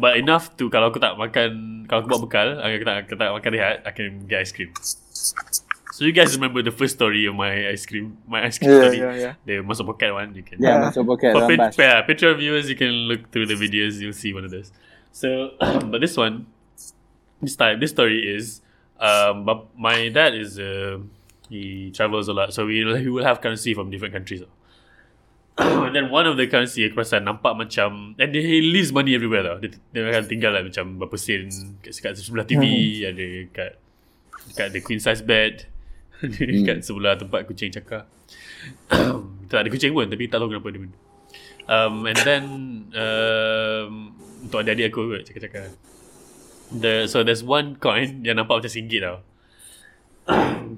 A: But enough to kalau aku tak makan, kalau aku buat bekal, aku tak, aku tak makan rehat, I can get ice cream. So you guys remember the first story of my ice cream, my ice cream
D: Yeah,
A: story?
D: yeah, yeah.
A: the most pocket one you can
E: Ya, yeah, masuk poket.
A: for
E: dalam
A: pit-
E: bas.
A: yeah, Patreon viewers you can look through the videos you'll see one of those so but this one this time this story is um but my dad is uh, he travels a lot so we he will have currency from different countries and then one of the currency aku perasan nampak macam and he leaves money everywhere tau dia, dia akan tinggal lah macam berapa sen kat, kat sebelah TV ada kat kat the queen size bed ada kat sebelah tempat kucing cakar tak ada kucing pun tapi tak tahu kenapa dia um, and then um, untuk adik-adik aku kot cakap-cakap the, so there's one coin yang nampak macam singgit tau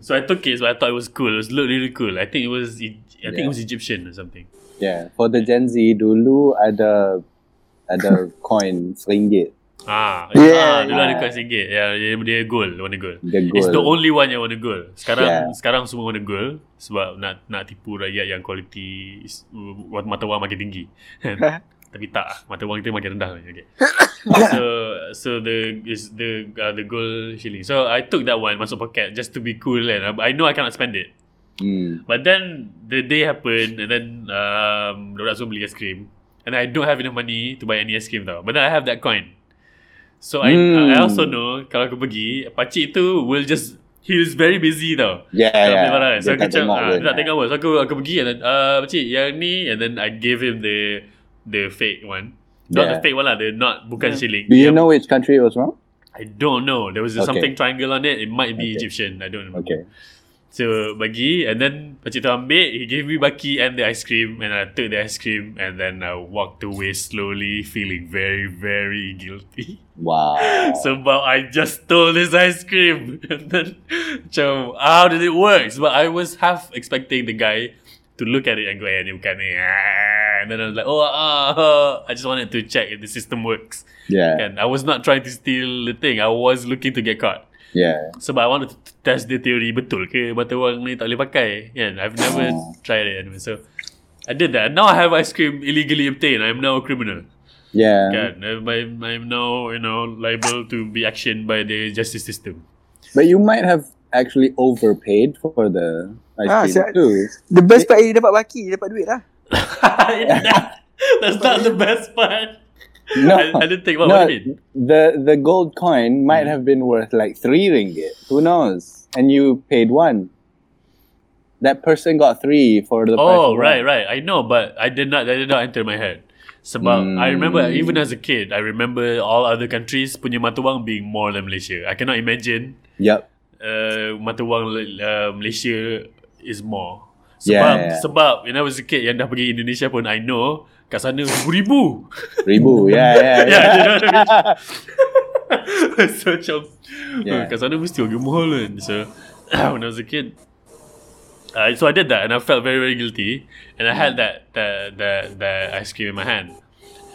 A: so I took it so I thought it was cool it was look really cool I think it was E- I think it was Egyptian or something
E: Yeah, Ya, for the Gen Z dulu ada ada coin seringgit.
A: Ah, ah,
D: Yeah,
A: dulu
E: yeah.
A: ada coin singgit. Ya, yeah, dia gold, warna gold.
E: Dia
A: It's the
E: gold.
A: only one yang warna gold. Sekarang
E: Yeah.
A: sekarang semua warna gold sebab nak nak tipu rakyat yang kualiti is- uh, mata wang makin tinggi. Tapi tak, mata wang kita makin rendah. Okay. so so the is the uh, the gold shilling. So I took that one masuk pocket just to be cool and I know I cannot spend it.
E: Hmm.
A: But then the day happened and then um dorang semua beli ice cream and I don't have enough money to buy any ice cream tau. But then I have that coin. So I I
E: Hmm.
A: also know kalau aku pergi pakcik tu will just he is very busy tau.
E: Yeah,
A: Kalau
E: yeah.
A: beli barang. So
E: Ya,
A: aku
E: Dia tak
A: macam
E: tengok
A: ah,
E: pun.
A: dia tak tengok pun. So aku aku pergi and then uh, pakcik yang ni and then I gave him the the fake one. Not the
E: Yeah.
A: fake one lah, the not bukan
D: Yeah.
A: shilling.
E: Ya. Do you
A: Yang-
E: know which country it was from?
A: I don't know. There was
E: Okay.
A: something triangle on it. It might be
E: Okay.
A: Egyptian. I don't remember.
E: Okay.
A: So bagi and then pakcik tu ambil he gave me baki and the ice cream and I took the ice cream and then I walked away slowly feeling very very guilty.
E: Wow.
A: Sebab I just stole this ice cream and then macam how did it work? Sebab I was half expecting the guy to look at it and go eh ni bukan ni. Ah. And then I was like oh ah, ah. I just wanted to check if the system works.
E: Yeah,
A: And kan? I was not trying to steal the thing. I was looking to get caught.
E: yeah.
A: Sebab I want to test the theory Betul ke mata wang ni tak boleh pakai Kan I've never
E: Oh.
A: tried it anyway So I did that Now I have ice cream illegally obtained I'm now a criminal
E: Yeah.
A: Kan I'm, I'm, I'm now you know Liable to be actioned by the justice system
E: But you might have actually overpaid for the ice
D: Ah,
E: cream
D: siap.
E: too.
D: The best part dia dapat baki, dia dapat duit lah.
A: That's not the best part
E: No.
A: I, I didn't think about
E: no,
A: what it mean Mm-hmm.
E: the the gold coin might have been worth like three ringgit. Who knows? And you paid one. That person got three for the price.
A: Oh
E: of
A: right
E: one.
A: right I know but I did not That did not enter my head sebab
E: Hmm.
A: I remember even as a kid I remember all other countries punya mata wang being more than Malaysia I cannot imagine
E: Yep.
A: uh, mata wang uh, Malaysia is more. Sebab
E: Yeah, yeah.
A: sebab when I was a kid yang dah pergi Indonesia pun I know kat sana ribu.
E: Ribu. Yeah, yeah,
A: yeah, you
E: yeah.
A: know what I mean? so macam yeah.
E: Yeah.
A: kat sana mesti orang mahal kan. So when I was a kid uh, so I did that and I felt very very guilty and I had that that that, that ice cream in my hand.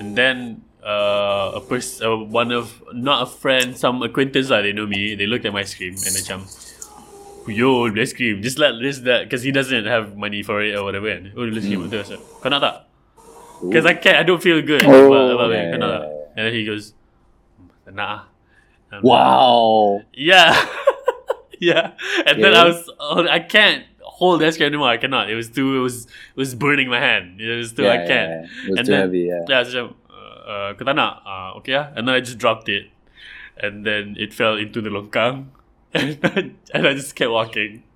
A: And then uh, a pers- uh, one of not a friend, some acquaintance lah. They know me. They looked at my ice cream and macam, yo, ice cream. Just like this that because he doesn't have money for it or whatever. Kan. Oh, ice
E: Hmm.
A: cream. Mm. So, kau nak tak? Because I can't. I don't feel good.
D: Oh,
A: about, about it.
E: yeah,
A: Kau nak
E: yeah,
A: tak? And then he goes, "Tak nak ah." And I'm like,
E: Wow.
A: Yeah. yeah. And then I
E: Yeah.
A: was, oh, I can't hold ice cream anymore. I cannot. It was too. It was. It was burning my hand. It was too. I
E: Yeah,
A: can't.
E: yeah, yeah. It was
A: And
E: too
A: then-
E: heavy. Yeah.
A: Yeah, I was macam uh, uh, Kau tak nak uh, Okay lah And then I just dropped it and then it fell into the longkang, and I, and I just kept walking.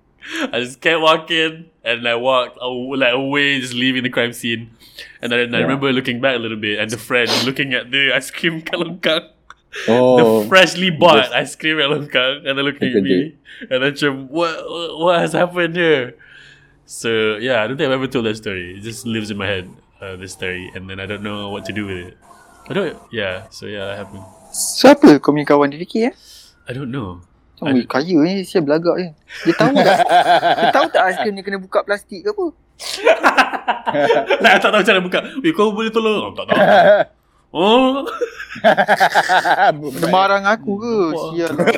A: I just kept walking, and I walked aw- like away, just leaving the crime scene. And then I
E: Yeah.
A: remember looking back a little bit, and the friend looking at the ice cream kat longkang,
E: Oh,
A: the freshly bought
E: Just-
A: ice cream at longkang, and they're looking at
E: Look at
A: me, and then macam, what what has happened here? So yeah, I don't think I've ever told that story. It just lives in my head, uh, this story, and then I don't know what to do with it. I don't. Yeah. So yeah, that happened.
D: Siapa kau punya kawan dia fikir eh?
A: I don't know.
D: Macam, weh, kaya ni, saya belagak je. Dia tahu tak? Dia tahu tak aiskrim ni kena buka plastik ke apa?
A: tak, tak tahu cara buka. Weh, kau boleh tolong? Oh, tak tahu. Oh,
D: Dia marah dengan aku ke?
A: Buat.
D: Sial. lah.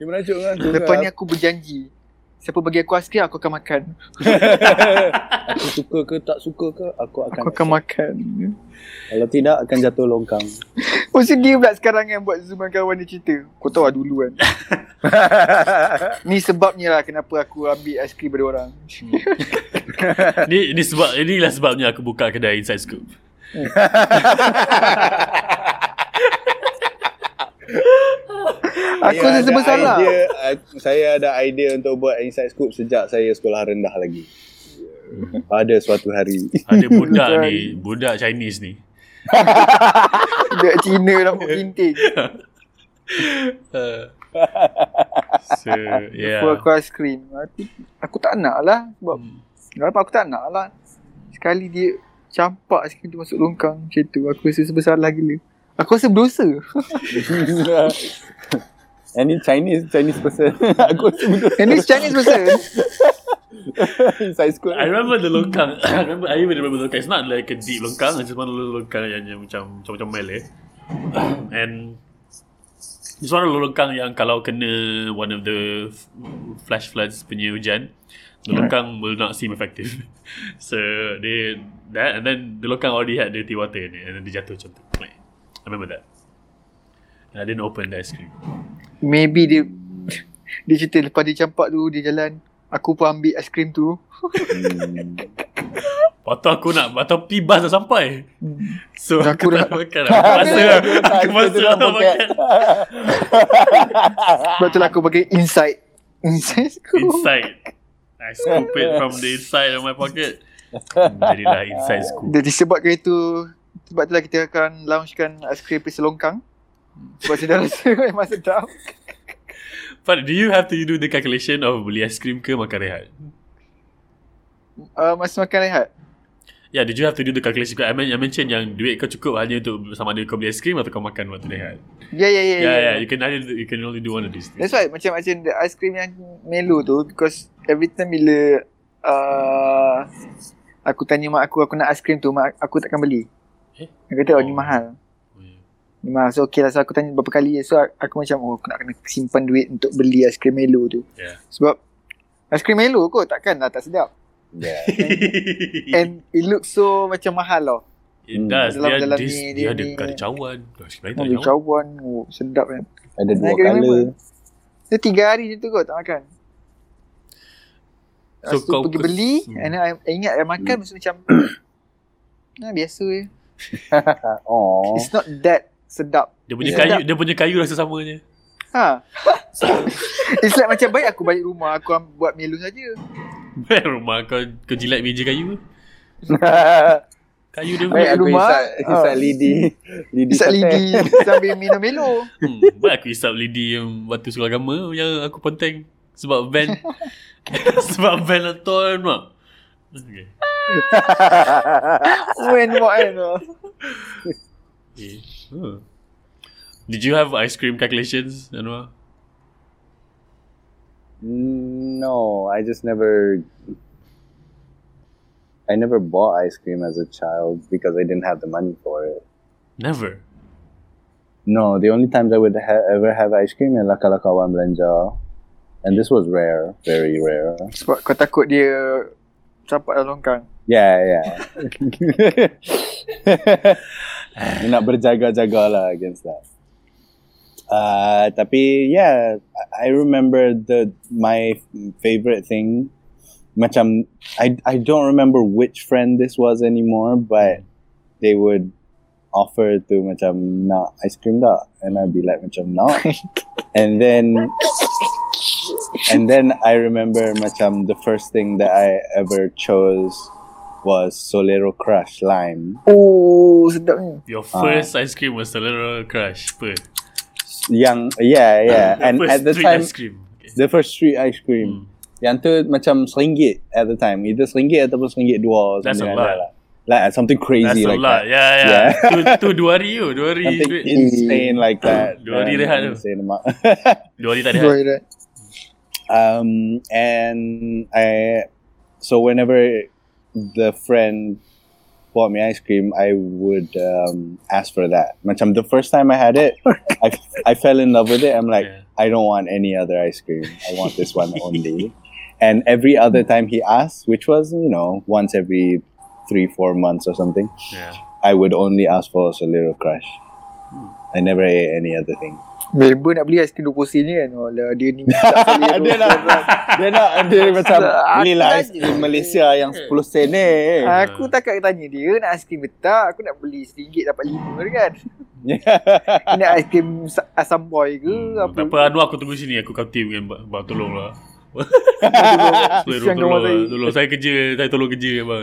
E: Dia merajuk kan?
D: Lepas ni aku berjanji. Siapa bagi aku aiskrim, aku akan makan.
E: Aku suka ke tak suka ke, aku akan.
D: Aku akan makan.
E: Kalau tidak, akan jatuh longkang.
D: Oh, so dia pula sekarang kan buat Zoom dengan kawan dia cerita. Kau tahu lah dulu kan. Ni sebabnya lah kenapa aku ambil aiskrim daripada orang.
A: ni, ni sebab, inilah sebabnya aku buka kedai Inside Scoop.
D: Aku rasa
E: Saya ada
D: serba salah.
E: idea, uh, Saya ada idea untuk buat Inside Scoop sejak saya sekolah rendah lagi. Pada suatu hari.
A: Ada budak ni, budak Chinese ni.
D: Dia Cina rambut pinting.
A: Uh, so, yeah.
D: Yeah. Aku aku aiskrim. Aku, aku tak nak lah. Sebab Kenapa aku tak nak lah Sekali dia Campak aiskrim tu masuk longkang Macam tu Aku rasa sebesalah gila Aku rasa berdosa
E: Any Chinese Chinese person. aku sebut
D: And this Chinese person
E: Inside Scoop.
A: I remember the longkang. I remember, I even remember the longkang. It's not like a deep longkang. It's just one of those longkang yang, yang macam macam macam mel eh. And it's one of the longkang yang kalau kena one of the f- flash floods punya hujan, the longkang will not seem effective. so they that and then the longkang already had dirty water in it, and then dia jatuh macam tu. Like, I remember that. And I didn't open the ice cream.
D: Maybe dia Dia cerita lepas dia campak tu Dia jalan Aku pun ambil aiskrim tu
E: Hmm.
A: Patut aku nak Patut pergi bas dah sampai So aku, tak
D: Aku dah-
A: makan Aku rasa Aku rasa tak makan
D: Sebab tu lah aku pakai insight Insight aku
A: Inside I scoop it from the inside of my pocket Jadilah inside scoop
D: Jadi disebabkan itu Sebab tu lah kita akan Launchkan aiskrim perisa longkang Sebab saya dah rasa Memang sedap
A: But do you have to do the calculation Of beli ice cream ke makan rehat
D: uh, Masa makan rehat
A: Yeah did you have to do the calculation I, men- I mentioned yang Duit kau cukup hanya untuk Sama ada kau beli ice cream Atau kau makan waktu rehat
D: Ya ya ya
A: Yeah yeah, You can either, You can only do one of these things
D: That's why macam macam the ice cream yang Melo tu because every time bila uh, aku tanya mak aku aku nak ice cream tu mak aku takkan beli.
A: Eh?
D: Dia
A: Oh.
D: kata oh, ni mahal.
A: Oh, yeah.
D: Ni mahal. So okay lah so aku tanya berapa kali so a- aku macam oh aku nak kena simpan duit untuk beli ice cream Melo tu.
A: Yeah.
D: Sebab ice cream Melo kot takkan lah tak sedap.
E: Yeah.
D: And it looks so macam mahal tau.
A: It does
D: Dalam-
A: Dia,
D: dalam
A: this,
D: ni,
A: dia,
D: dia
A: ada
D: ni.
A: Ada cawan Ice cream lain
D: Oh,
A: tak
D: dia
A: ada cawan
D: cawan oh, sedap kan.
E: Ada dua
D: Saya kena
E: colour.
D: Dia tiga hari je tu kot tak makan.
A: So,
D: So
A: kau
D: kau pergi
A: kes-
D: beli
A: hmm.
D: and then I, I ingat I makan mesti macam nah, biasa je.
E: Oh.
D: It's not that sedap.
A: Dia punya
E: Yeah.
A: kayu Dia punya kayu rasa sama je
D: Ha. It's like macam baik aku balik rumah aku am- buat melu saja.
A: Baik rumah kau kau jilat meja kayu ke? Kayu dia
D: Baik
E: Baik aku
D: rumah.
E: isap, isap
D: Ah.
E: lidi. Lidi
D: Bisa
E: sate.
D: lidi sambil minum melu.
A: hmm, Baik aku isap lidi yang batu sekolah agama yang aku ponteng sebab van sebab van lah torn mak. Okay.
D: When what I know.
A: okay. Huh. Did you have ice cream calculations Anwar?
E: Mm, No, I just never. I never bought ice cream as a child because I didn't have the money for it.
A: Never.
E: No, the only times I would ha- ever have ice cream is Laka Kawan Belanja. And this was rare, very rare.
D: Sebab kau takut dia campak dalam longkang.
E: Yeah, yeah. Dia Nak berjaga-jaga lah against that. Uh, tapi yeah, I- I remember the my favorite thing. Macam I I don't remember which friend this was anymore, but they would offer to macam nak ice cream tak? And I'd be like macam no. and then and then I remember macam the first thing that I ever chose was Solero Crush lime.
D: Oh, sedapnya.
A: Your
E: Ah.
A: first ice cream was a little crush. Apa?
E: Yang yeah yeah
A: Your
E: and
A: first
E: at the
A: street
E: time
A: ice cream. Hmm. Okay.
E: the first street ice cream. Yang tu macam seringgit at the time. Either seringgit ataupun seringgit dua. or
A: That's
E: something
A: a
E: like
A: lot.
E: that lah. Like something
A: That's
E: crazy
A: a
E: like
A: lot.
E: that.
A: Yeah, yeah.
E: Yeah.
A: tu, tu dua hari tu. Dua hari
E: Something
A: duit.
E: insane like that.
A: Dua hari
E: Um,
A: rehat tu.
E: Insane amount.
A: Dua hari tak ada.
D: Go ahead, right?
E: um, and I, so whenever the friend bought me ice cream, I would um, ask for that. Macam the first time I had it, I, I fell in love with it. I'm like,
A: Yeah.
E: I don't want any other ice cream. I want this one only. And every other time he asked, which was you know once every three four months or something,
A: Yeah.
E: I would only ask for Solero Crush. I never ate any other thing.
D: Member nak beli aiskrim 20 sen ni kan. Oh, lah, dia ni.
E: dia nak
D: lah. kan.
E: dia nak dia macam belilah
D: Aku
E: ice cream
D: tanya.
E: Malaysia yang 10 sen ni.
D: Aku takkan tanya dia nak aiskrim ke tak. Aku nak beli RM1 dapat RM5 kan. Dia Nak aiskrim sa- asam boy ke
A: Hmm,
D: apa.
A: tak apa Anwar aku tunggu sini Aku kau team dengan Abang Abang tolong lah Tolong,
D: Kesian
A: tolong, lah.
D: kawan saya.
A: tolong Saya kerja Saya tolong kerja Abang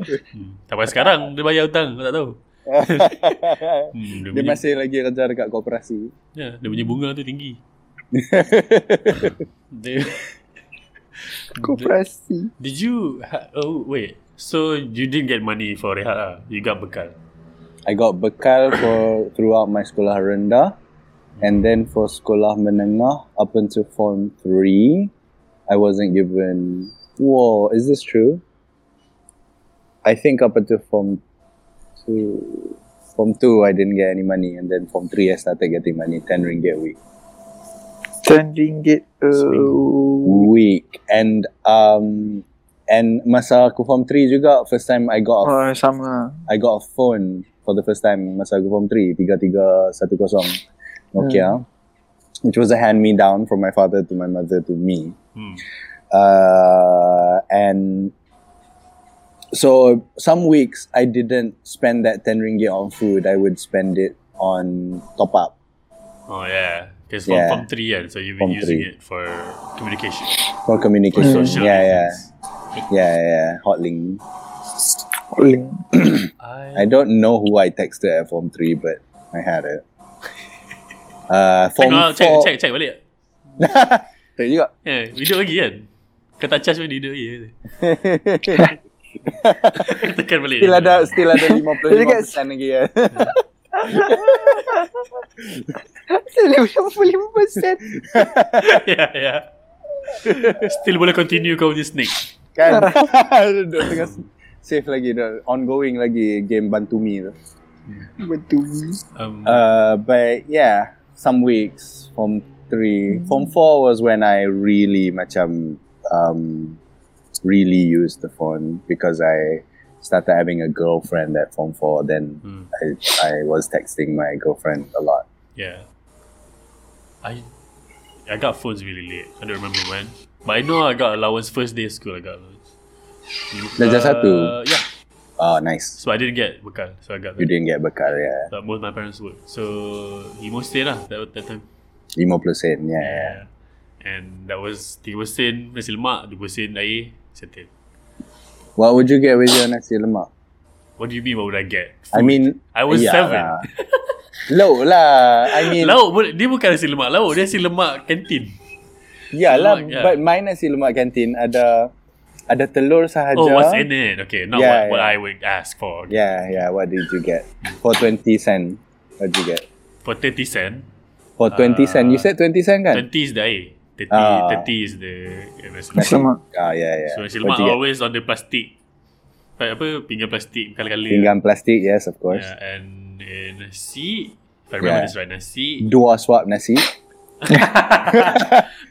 A: hmm. Tak payah sekarang Dia bayar hutang Aku tak tahu hmm, dia,
E: dia
A: punya,
E: masih lagi kerja dekat koperasi.
A: ya, dia punya bunga tu tinggi dia,
D: Koperasi.
A: Did you ha- Oh wait So you didn't get money for rehat lah You got bekal
E: I got bekal for throughout my sekolah rendah and then for sekolah menengah up until form 3 I wasn't given Whoa, is this true? I think up until form 2 form 2 I didn't get any money and then form 3 I started getting money 10 ringgit a week.
D: RM10 uh,
E: week and um and masa aku form 3 juga first time I got a,
D: Oh, sama.
E: I got a phone for the first time masa aku form 3 3310 Nokia which was a hand me down from my father to my mother to me
A: hmm.
E: uh, and so some weeks I didn't spend that 10 ringgit on food I would spend it on top up
A: Oh yeah Because from
E: Yeah.
A: form 3 kan So you've been
E: Form
A: using it
E: three.
A: for communication
E: for
A: For
E: communication
A: social
E: yeah yeah
A: reasons.
E: yeah yeah hotlink
D: Link.
A: I,
E: I don't know who I texted at form three, but I had it. Uh,
A: check,
E: form
A: no, check,
E: four.
A: check, check balik
E: Check juga.
A: Eh, hidup lagi kan? Kau tak charge pun dia hidup lagi. Tekan balik.
E: Still ada, still ada lima puluh
D: Dia
E: lima
D: dekat-
E: persen lagi ya.
D: Saya boleh 5%.
A: ya, ya. Still boleh continue kau punya snake.
E: Kan? Dia tengah save lagi, dia ongoing lagi game bantu me tu.
D: Betul.
A: Um,
E: Uh, but yeah, some weeks form three, form four was when I really macam um, really used the phone because I started having a girlfriend at form four. Then
A: hmm,
E: I, I was texting my girlfriend a lot.
A: yeah. ya. I I got phones really late. I don't remember when. But I know I got allowance first day of school. I got allowance. Uh,
E: Darjah satu?
A: Yeah.
E: Oh, nice.
A: So I didn't get bekal. So I got that.
E: You didn't get bekal, yeah.
A: But most my parents would. So emo stay lah that, that time.
E: 50 sen, yeah, yeah.
A: Yeah. And that was 3 sen nasi lemak, 2 sen air, settle.
E: What would you get with your nasi lemak?
A: What do you mean what would I get?
E: I mean,
A: I was
E: yeah
A: seven.
E: lah. Low lah. I mean,
A: Lauk pun, dia bukan nasi lemak lauk, dia nasi lemak kantin.
E: yeah lah.
A: lemak, yeah.
E: But my nasi lemak kantin ada ada telur sahaja.
A: Oh, what's in it? Okay, not
E: Yeah,
A: what, what
E: yeah.
A: I would ask for.
E: Yeah, yeah. Ya, What did you get? For 20 sen. What did you get?
A: For 30 sen,
E: For 20 sen.
A: Ah.
E: You said 20 sen kan?
A: 20 is the air. 30,
E: Ah.
A: 30 is the uh, nasi lemak.
D: Sama.
E: Ah, yeah, yeah.
A: So nasi
E: What
A: lemak
E: you get?
A: always on the plastic. Pa- Apa, pinggan plastik kala-kala.
E: Pinggan plastik, yes, of course.
A: Yeah, and uh, nasi, if I remember
E: Yeah.
A: this right, nasi.
E: Dua suap nasi.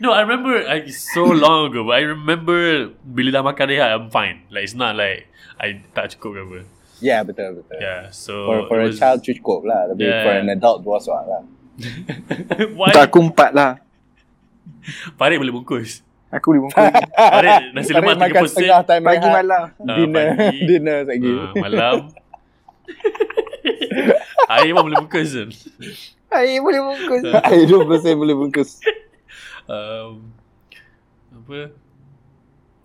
A: No, I remember I, it's so long ago, but I remember bila dah makan rehat, I'm fine. Like it's not like I tak cukup ke apa.
E: Yeah, Ya, betul, betul.
A: Yeah, so
E: For, for
A: it
E: a
A: was-
E: child cukup lah. Tapi
A: Yeah.
E: for an adult dua suap lah.
A: Why?
D: Untuk aku empat lah.
A: Farid boleh bungkus.
D: Aku boleh bungkus.
A: Farid nasi lemak
E: Tarik makan
A: 30 sen.
E: setengah time
D: Pagi
E: rehat.
D: malam.
A: Ah,
E: dinner
A: pagi.
E: dinner lagi.
A: Ah, malam. Air pun boleh bungkus kan
D: Air boleh bungkus.
A: Ah,
E: Hidup saya boleh bungkus.
A: um, Apa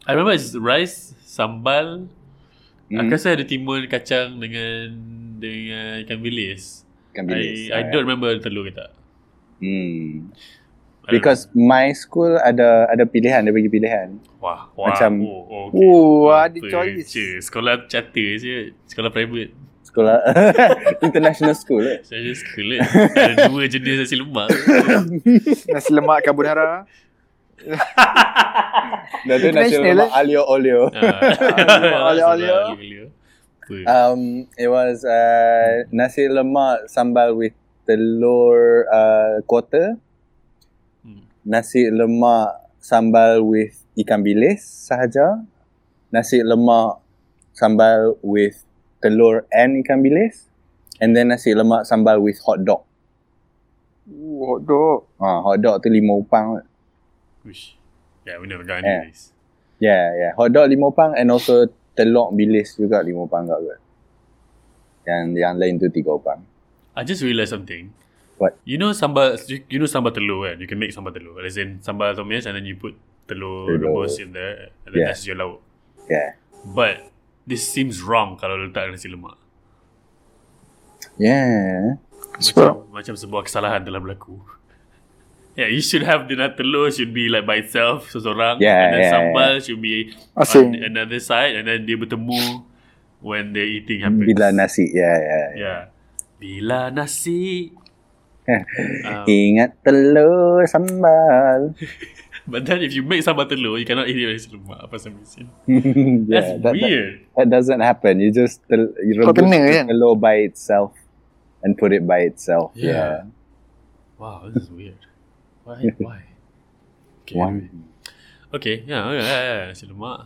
A: I remember it's rice Sambal hmm. Aku
E: Hmm.
A: rasa ada timun kacang Dengan Dengan ikan bilis,
E: Ikan kan bilis.
A: I, I don't remember telur ke tak
E: Hmm.
A: I don't
E: Because my school ada ada pilihan, dia bagi pilihan.
A: know. Wah, wah
E: macam-
A: oh, oh,
D: Oh,
A: Apa
D: ada choice.
A: je. Sekolah charter je Sekolah private
E: Sekolah international school. Eh.
A: Saya just cool eh. Ada dua jenis nasi lemak
D: Nasi lemak carbonara.
E: Dah tu
D: International,
E: national
D: eh?
E: alio olio.
A: Ah.
D: Oleh, oleh.
A: Apa?
E: Um, it was uh, nasi lemak sambal with telur uh, quarter,
A: Hmm.
E: nasi lemak sambal with ikan bilis sahaja, nasi lemak sambal with telur and ikan bilis, and then nasi lemak sambal with hot dog.
D: Oh, hot dog.
E: Ah, hot dog tu lima upang.
A: Ush. Yeah, we never got
E: Eh.
A: any of this.
E: Yeah, yeah. Hot dog lima upang and also telur bilis juga lima upang juga. Yang yang lain tu tiga upang.
A: I just realised something.
E: What?
A: You know sambal, you, you know sambal telur kan? You can make sambal telur. As in sambal tom yum and then you put telur
E: Telur.
A: rebus in there and then
E: Yeah.
A: that's your lauk.
E: Yeah.
A: But this seems wrong kalau letak nasi lemak.
E: Yeah.
A: Macam, macam sebuah kesalahan telah berlaku. Yeah, you should have dinner telur should be like by itself seseorang.
E: Yeah,
A: and then
E: yeah,
A: sambal should be
D: Asing.
A: on another side and then dia bertemu when they're eating happens.
E: Bila nasi. Yeah, yeah. yeah.
A: Yeah. Bila nasi. um,
E: Ingat telur sambal.
A: but then if you make sambal telur, you cannot eat it with lemak for some reason. That's
E: yeah, that, that,
A: weird.
E: that doesn't happen. You just tel- you
D: Kau
E: rebus
D: kena,
E: the
D: kan?
E: telur by itself and put it by itself.
A: Yeah.
E: Yeah.
A: Wow, this is weird. Why? Why? Okay, anyway.
E: One.
A: okay yeah, oh, yeah, yeah, yeah, nasi lemak.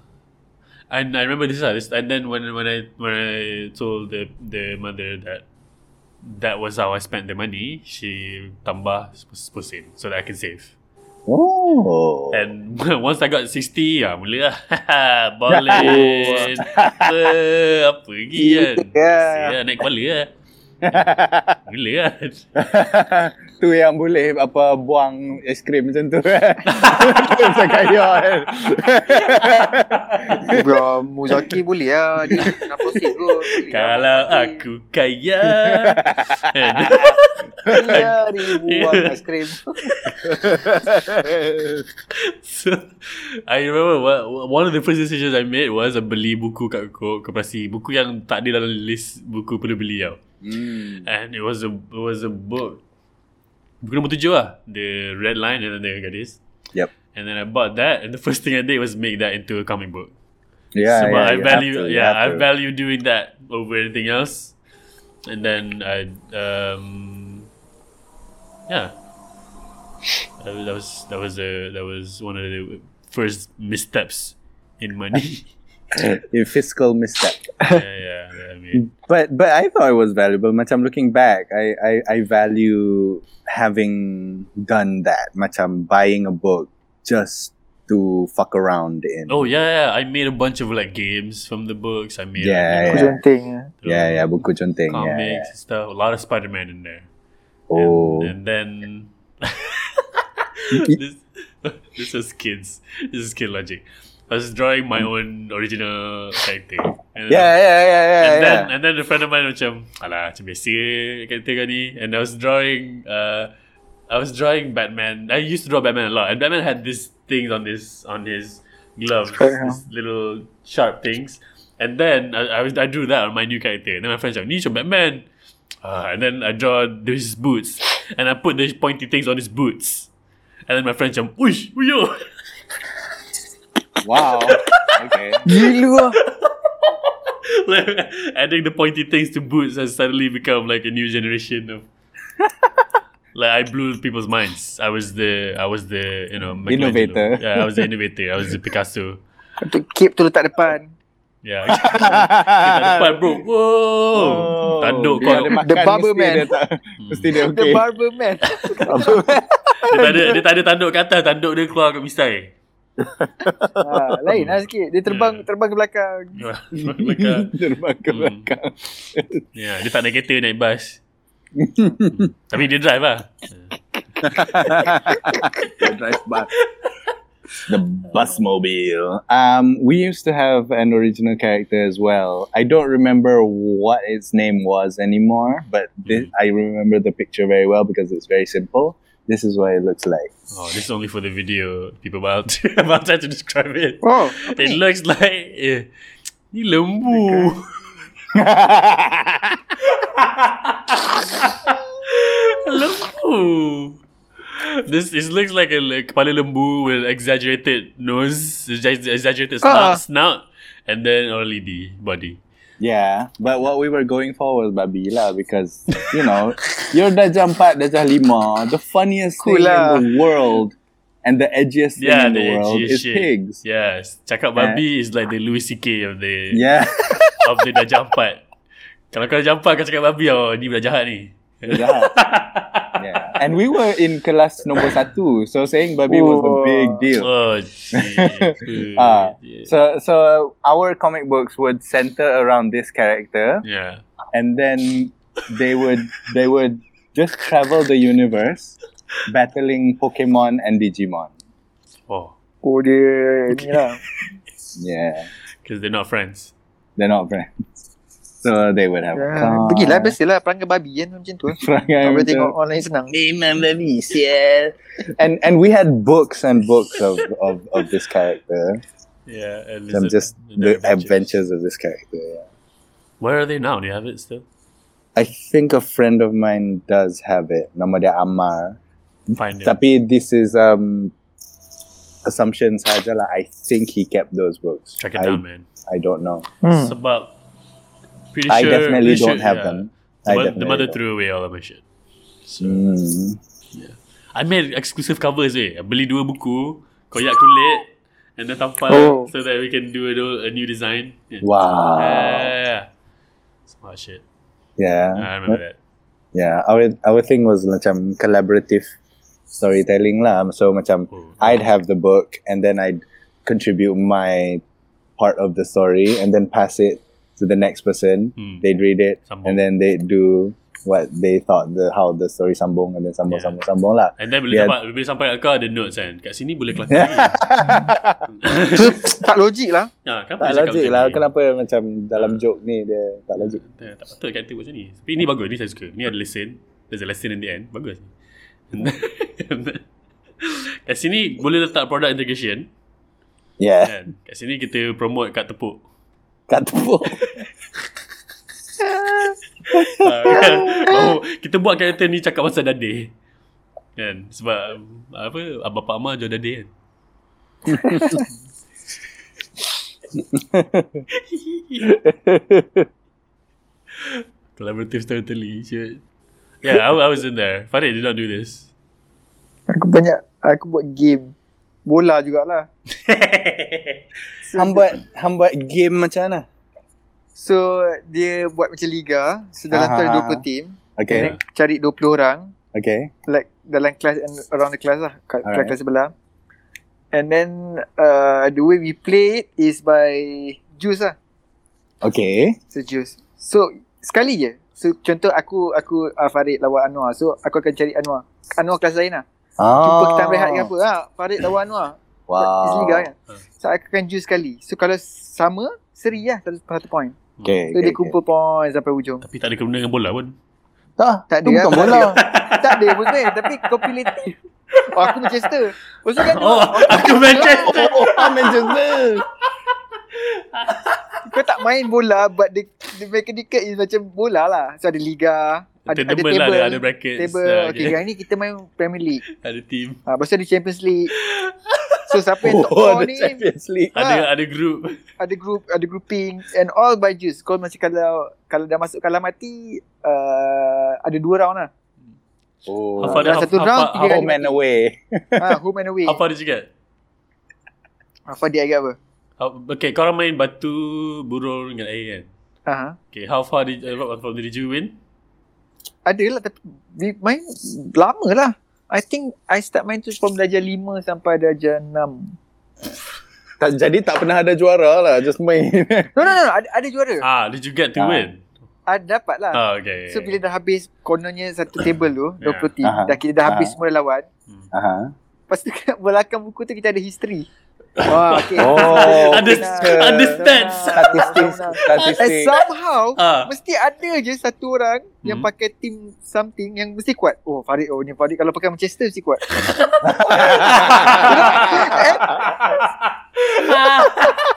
A: And I remember this, ah, this and then when when I when I told the the mother that that was how I spent the money, she tambah 10 sen so that I can save.
E: Oh.
A: And once I got 60 ah mula lah Ballin Apa Apa lagi kan
D: Yeah.
A: Sia, Naik kepala lah Mula kan
E: tu yang boleh apa buang es krim macam tu. eh? Macam kaya kan.
D: Bro, Muzaki boleh lah. Dia nak proceed kot.
A: Kalau aku kaya And
D: Ya, ribuan es krim.
A: so, I remember what, One of the first decisions I made Was I beli buku kat Kok Koperasi Buku yang tak ada dalam list Buku perlu beli tau
E: Hmm.
A: And it was a it was a book. Buku nombor tujuh lah. The Red Line and then the Gadis.
E: Yep.
A: And then I bought that and the first thing I did was make that into a comic book.
E: Yeah,
A: Sebab
E: yeah,
A: I
E: you
A: value
E: have to, you
A: yeah, I
E: have to.
A: value doing that over anything else. And then I um yeah. That was- that was that was a that was one of the first missteps in money.
E: Your fiscal misstep.
A: yeah, yeah, yeah, I mean.
E: But but I thought it was valuable. Macam looking back, I I, I value having done that. Macam buying a book just to fuck around in.
A: Oh yeah, yeah, I made a bunch of like games from the books. I made
E: Yeah,
A: you know,
E: yeah.
D: Kujanting.
E: yeah, yeah, buku conteng.
A: comics
E: Yeah.
A: and stuff. A lot of Spider Man in there.
E: Oh,
A: And, and then this, this was kids. This is kid logic. I was drawing my own original character. And
E: Hmm. yeah, yeah, yeah, yeah,
A: uh, And
E: yeah.
A: then and then a friend of mine macam Alah macam biasa character kau ni And I was drawing uh, I was drawing Batman I used to draw Batman a lot And Batman had these things on this On his gloves
D: Right, huh?
A: These little sharp things And then I, I, was, I drew that on my new character And then my friend macam Ni macam Batman Ah, And then I draw these boots And I put these pointy things on his boots And then my friend macam Uish, uyo
E: wow. Okay.
D: Gila lah.
A: like, adding the pointy things to boots has suddenly become like a new generation of like I blew people's minds. I was the I was the you know Michelangelo.
E: Innovator.
A: Yeah, I was the innovator. I was the Picasso.
D: Untuk keep tu letak depan.
A: Yeah, kita depan bro. Whoa, tanduk kau. Hmm.
E: Bila Oh. dia makan,
D: The barber
E: mesti
D: man.
E: dia tak- Mesti dia
D: The
E: okay.
D: barber man.
A: Dia tak ada dia tak ada tanduk kat atas, tanduk dia keluar kat misai.
D: ha, lain lah sikit. Dia terbang
A: Yeah.
D: terbang ke belakang.
A: Belakang.
E: Terbang ke
A: Hmm.
E: belakang.
A: Ya, dia tak naik kereta, naik bas. Hmm. Tapi dia drive lah.
E: the drive bus. The bus mobile. Um, we used to have an original character as well. I don't remember what its name was anymore, but this, I remember the picture very well because it's very simple. This is what it looks like.
A: Oh, this is only for the video. People about to, about to describe it.
D: Oh,
A: It looks like eh, ni lembu. lembu. This it looks like a like, kepala lembu with exaggerated nose, exa- exaggerated snout,
D: Ah.
A: snout, and then only the body.
E: Yeah, but what we were going for was Babila because you know you're Dajah Empat, Dajah Lima. The funniest
D: Cool
E: thing
D: lah.
E: in the world and the edgiest thing
A: Yeah,
E: in the,
A: the
E: world
A: edgiest
E: is
A: shit.
E: pigs.
A: Yes, cakap babi is like the Louis C.K. of the
E: Yeah,
A: of the Dajjal Empat. Kalau kau Dajjal Empat kau cakap babi oh, ni budak jahat ni.
E: Jahat. yeah. And we were in kelas nombor satu, so saying babi was a
D: Oh.
E: big deal.
A: Oh, shit.
E: Ah,
A: yeah.
E: So, so our comic books would center around this character,
A: yeah.
E: and then they would they would just travel the universe, battling Pokemon and Digimon.
A: Oh,
D: oh dia ni lah.
E: Yeah,
A: because they're not friends.
E: they're not friends, so they would have.
D: Ha, pergilah biasalah perangkan babi kan macam tu. eh.
E: Perangai
D: Tak boleh
E: macam-
D: tengok online senang.
E: Remember me, yeah. And and we had books and books of, of, of this character.
A: Yeah, and
E: I'm
A: there's a-
E: just the adventures of this character. Yeah.
A: Where are they now? Do you have it still?
E: I think a friend of mine does have it. Nama dia Amar.
A: Find it.
E: Tapi this is um assumptions saja lah. I think he kept those books.
A: Track it
E: I,
A: down, man.
E: I don't know.
D: Hmm.
A: Sebab pretty
E: I
A: sure,
E: definitely
A: pretty
E: don't
A: sure,
E: have
A: yeah.
E: them.
A: The, mo- the
E: I definitely
A: mother
E: don't.
A: threw away all of my shit. So
E: Hmm.
A: I made exclusive covers eh. Beli dua buku, koyak kulit, and then tampal
D: Oh.
A: so that we can do a, do- a new design. Yeah.
E: Wow.
A: Yeah. Smart shit.
E: Yeah.
A: I remember that.
E: Yeah, our our thing was macam collaborative storytelling lah. So macam
A: Oh.
E: I'd have the book and then I'd contribute my part of the story and then pass it to the next person.
A: Hmm.
E: They'd read it
A: Sambung.
E: and then they'd do what they thought the how the story sambung and then sambung
A: Yeah.
E: sambung sambung lah.
A: And then bila
E: Yeah.
A: sampai bila sampai kat kau ada notes kan. Kat sini boleh kelakar.
D: Tu tak logik lah.
A: ha, kenapa
E: Tak
A: dia cakap
E: logik
A: macam ni? Ah.
E: lah kenapa macam dalam joke ni dia tak logik.
A: Tak, tak patut kat tu macam ni. Tapi ni bagus, ni saya suka. Ni ada lesson. There's a lesson in the end. Bagus. kat sini boleh letak product integration
E: Yeah,
A: kan. Kat sini kita promote kat tepuk.
E: kat tepuk.
A: Ah, kan? oh, kita buat karakter ni cakap pasal dade. Kan? Sebab um, apa abang Pak Amar jual dade kan. Collaborative storytelling shit. Yeah, I, I was in there. Farid did not do this.
D: Aku banyak aku buat game. Bola jugalah.
E: hambat hambat game macam mana?
D: So dia buat macam liga. So dalam
E: Aha.
D: tu ada 20 team.
E: Okay,
A: Yeah.
D: Cari 20 orang.
E: okay.
D: like dalam kelas and around the class lah kat
E: Alright.
D: right. kelas sebelah and then uh, the way we play it is by juice lah
E: Okay.
D: so juice so sekali je so contoh aku aku uh, Farid lawan Anwar so aku akan cari Anwar Anwar kelas lain lah
E: Ah.
D: jumpa kita rehat ke apa lah Farid lawan Anwar
E: Wow.
D: it's liga kan
A: Hmm.
D: so aku akan juice sekali so kalau sama seri lah satu, satu point
E: Okay,
D: so dia
E: okay,
D: kumpul point sampai hujung
A: Tapi tak ada kena dengan bola pun.
E: Okay. Ah. Tak,
D: Tak
E: tu
D: ada lah,
E: bukan
D: tak
E: bola.
D: tak ada pun kan tapi compilative oh aku Manchester Lepas tu kan
A: Oh, aku Manchester.
E: oh, Manchester.
D: Kau tak main bola But the, the mechanical is macam bola lah So ada liga Ada, ada
A: table
D: table
A: lah, ada, ada brackets.
D: Table
A: Ah,
D: Okay, okay. hari ni kita main Premier League
A: Ada team.
D: ha, Lepas tu ada Champions League So siapa yang top
E: Oh,
D: four
E: the
D: ni
E: Champions League.
A: Ada
D: Ah.
A: ada group.
D: Ada group Ada grouping And all by juice Kau macam kalau Kalau dah masuk kalah mati uh, Ada dua round lah
E: Oh,
A: Hafal dia
D: Dalam satu
A: hafal-
D: round,
A: hafal-
D: tiga
A: hafal-
E: home and away.
D: ha, Home and away
A: Hafal dia cakap.
D: Apa dia agak apa
A: How, okay, korang main batu, burung dengan air kan?
D: Aha.
A: Okay, how far did, uh, what- from did you win?
D: Ada lah tapi we Main lama lah I think I start main tu From darjah 5 Sampai darjah 6
E: tak, jadi tak pernah ada juara lah. Just main.
D: No, no, no. no, Ada, ada juara. Ah.
A: Ah, did you get to
E: Ah.
A: win?
D: Ada dapat lah.
A: Ah, okay.
D: So bila dah habis Kononnya satu table tu 20
A: Yeah.
D: team
E: Aha. Ah.
D: Dah kita dah habis
E: Aha.
D: semua lawan
E: Aha.
D: Lepas tu kat belakang buku tu Kita ada history Wah okay
E: Oh,
A: Ada-
E: picture.
A: ada stats.
E: Statistik.
D: And
E: Statistik.
D: somehow
A: Ah.
D: Mesti ada je satu orang Yang
A: Hmm.
D: pakai team something Yang mesti kuat Oh Farid Oh ni Farid kalau pakai Manchester mesti kuat Eh,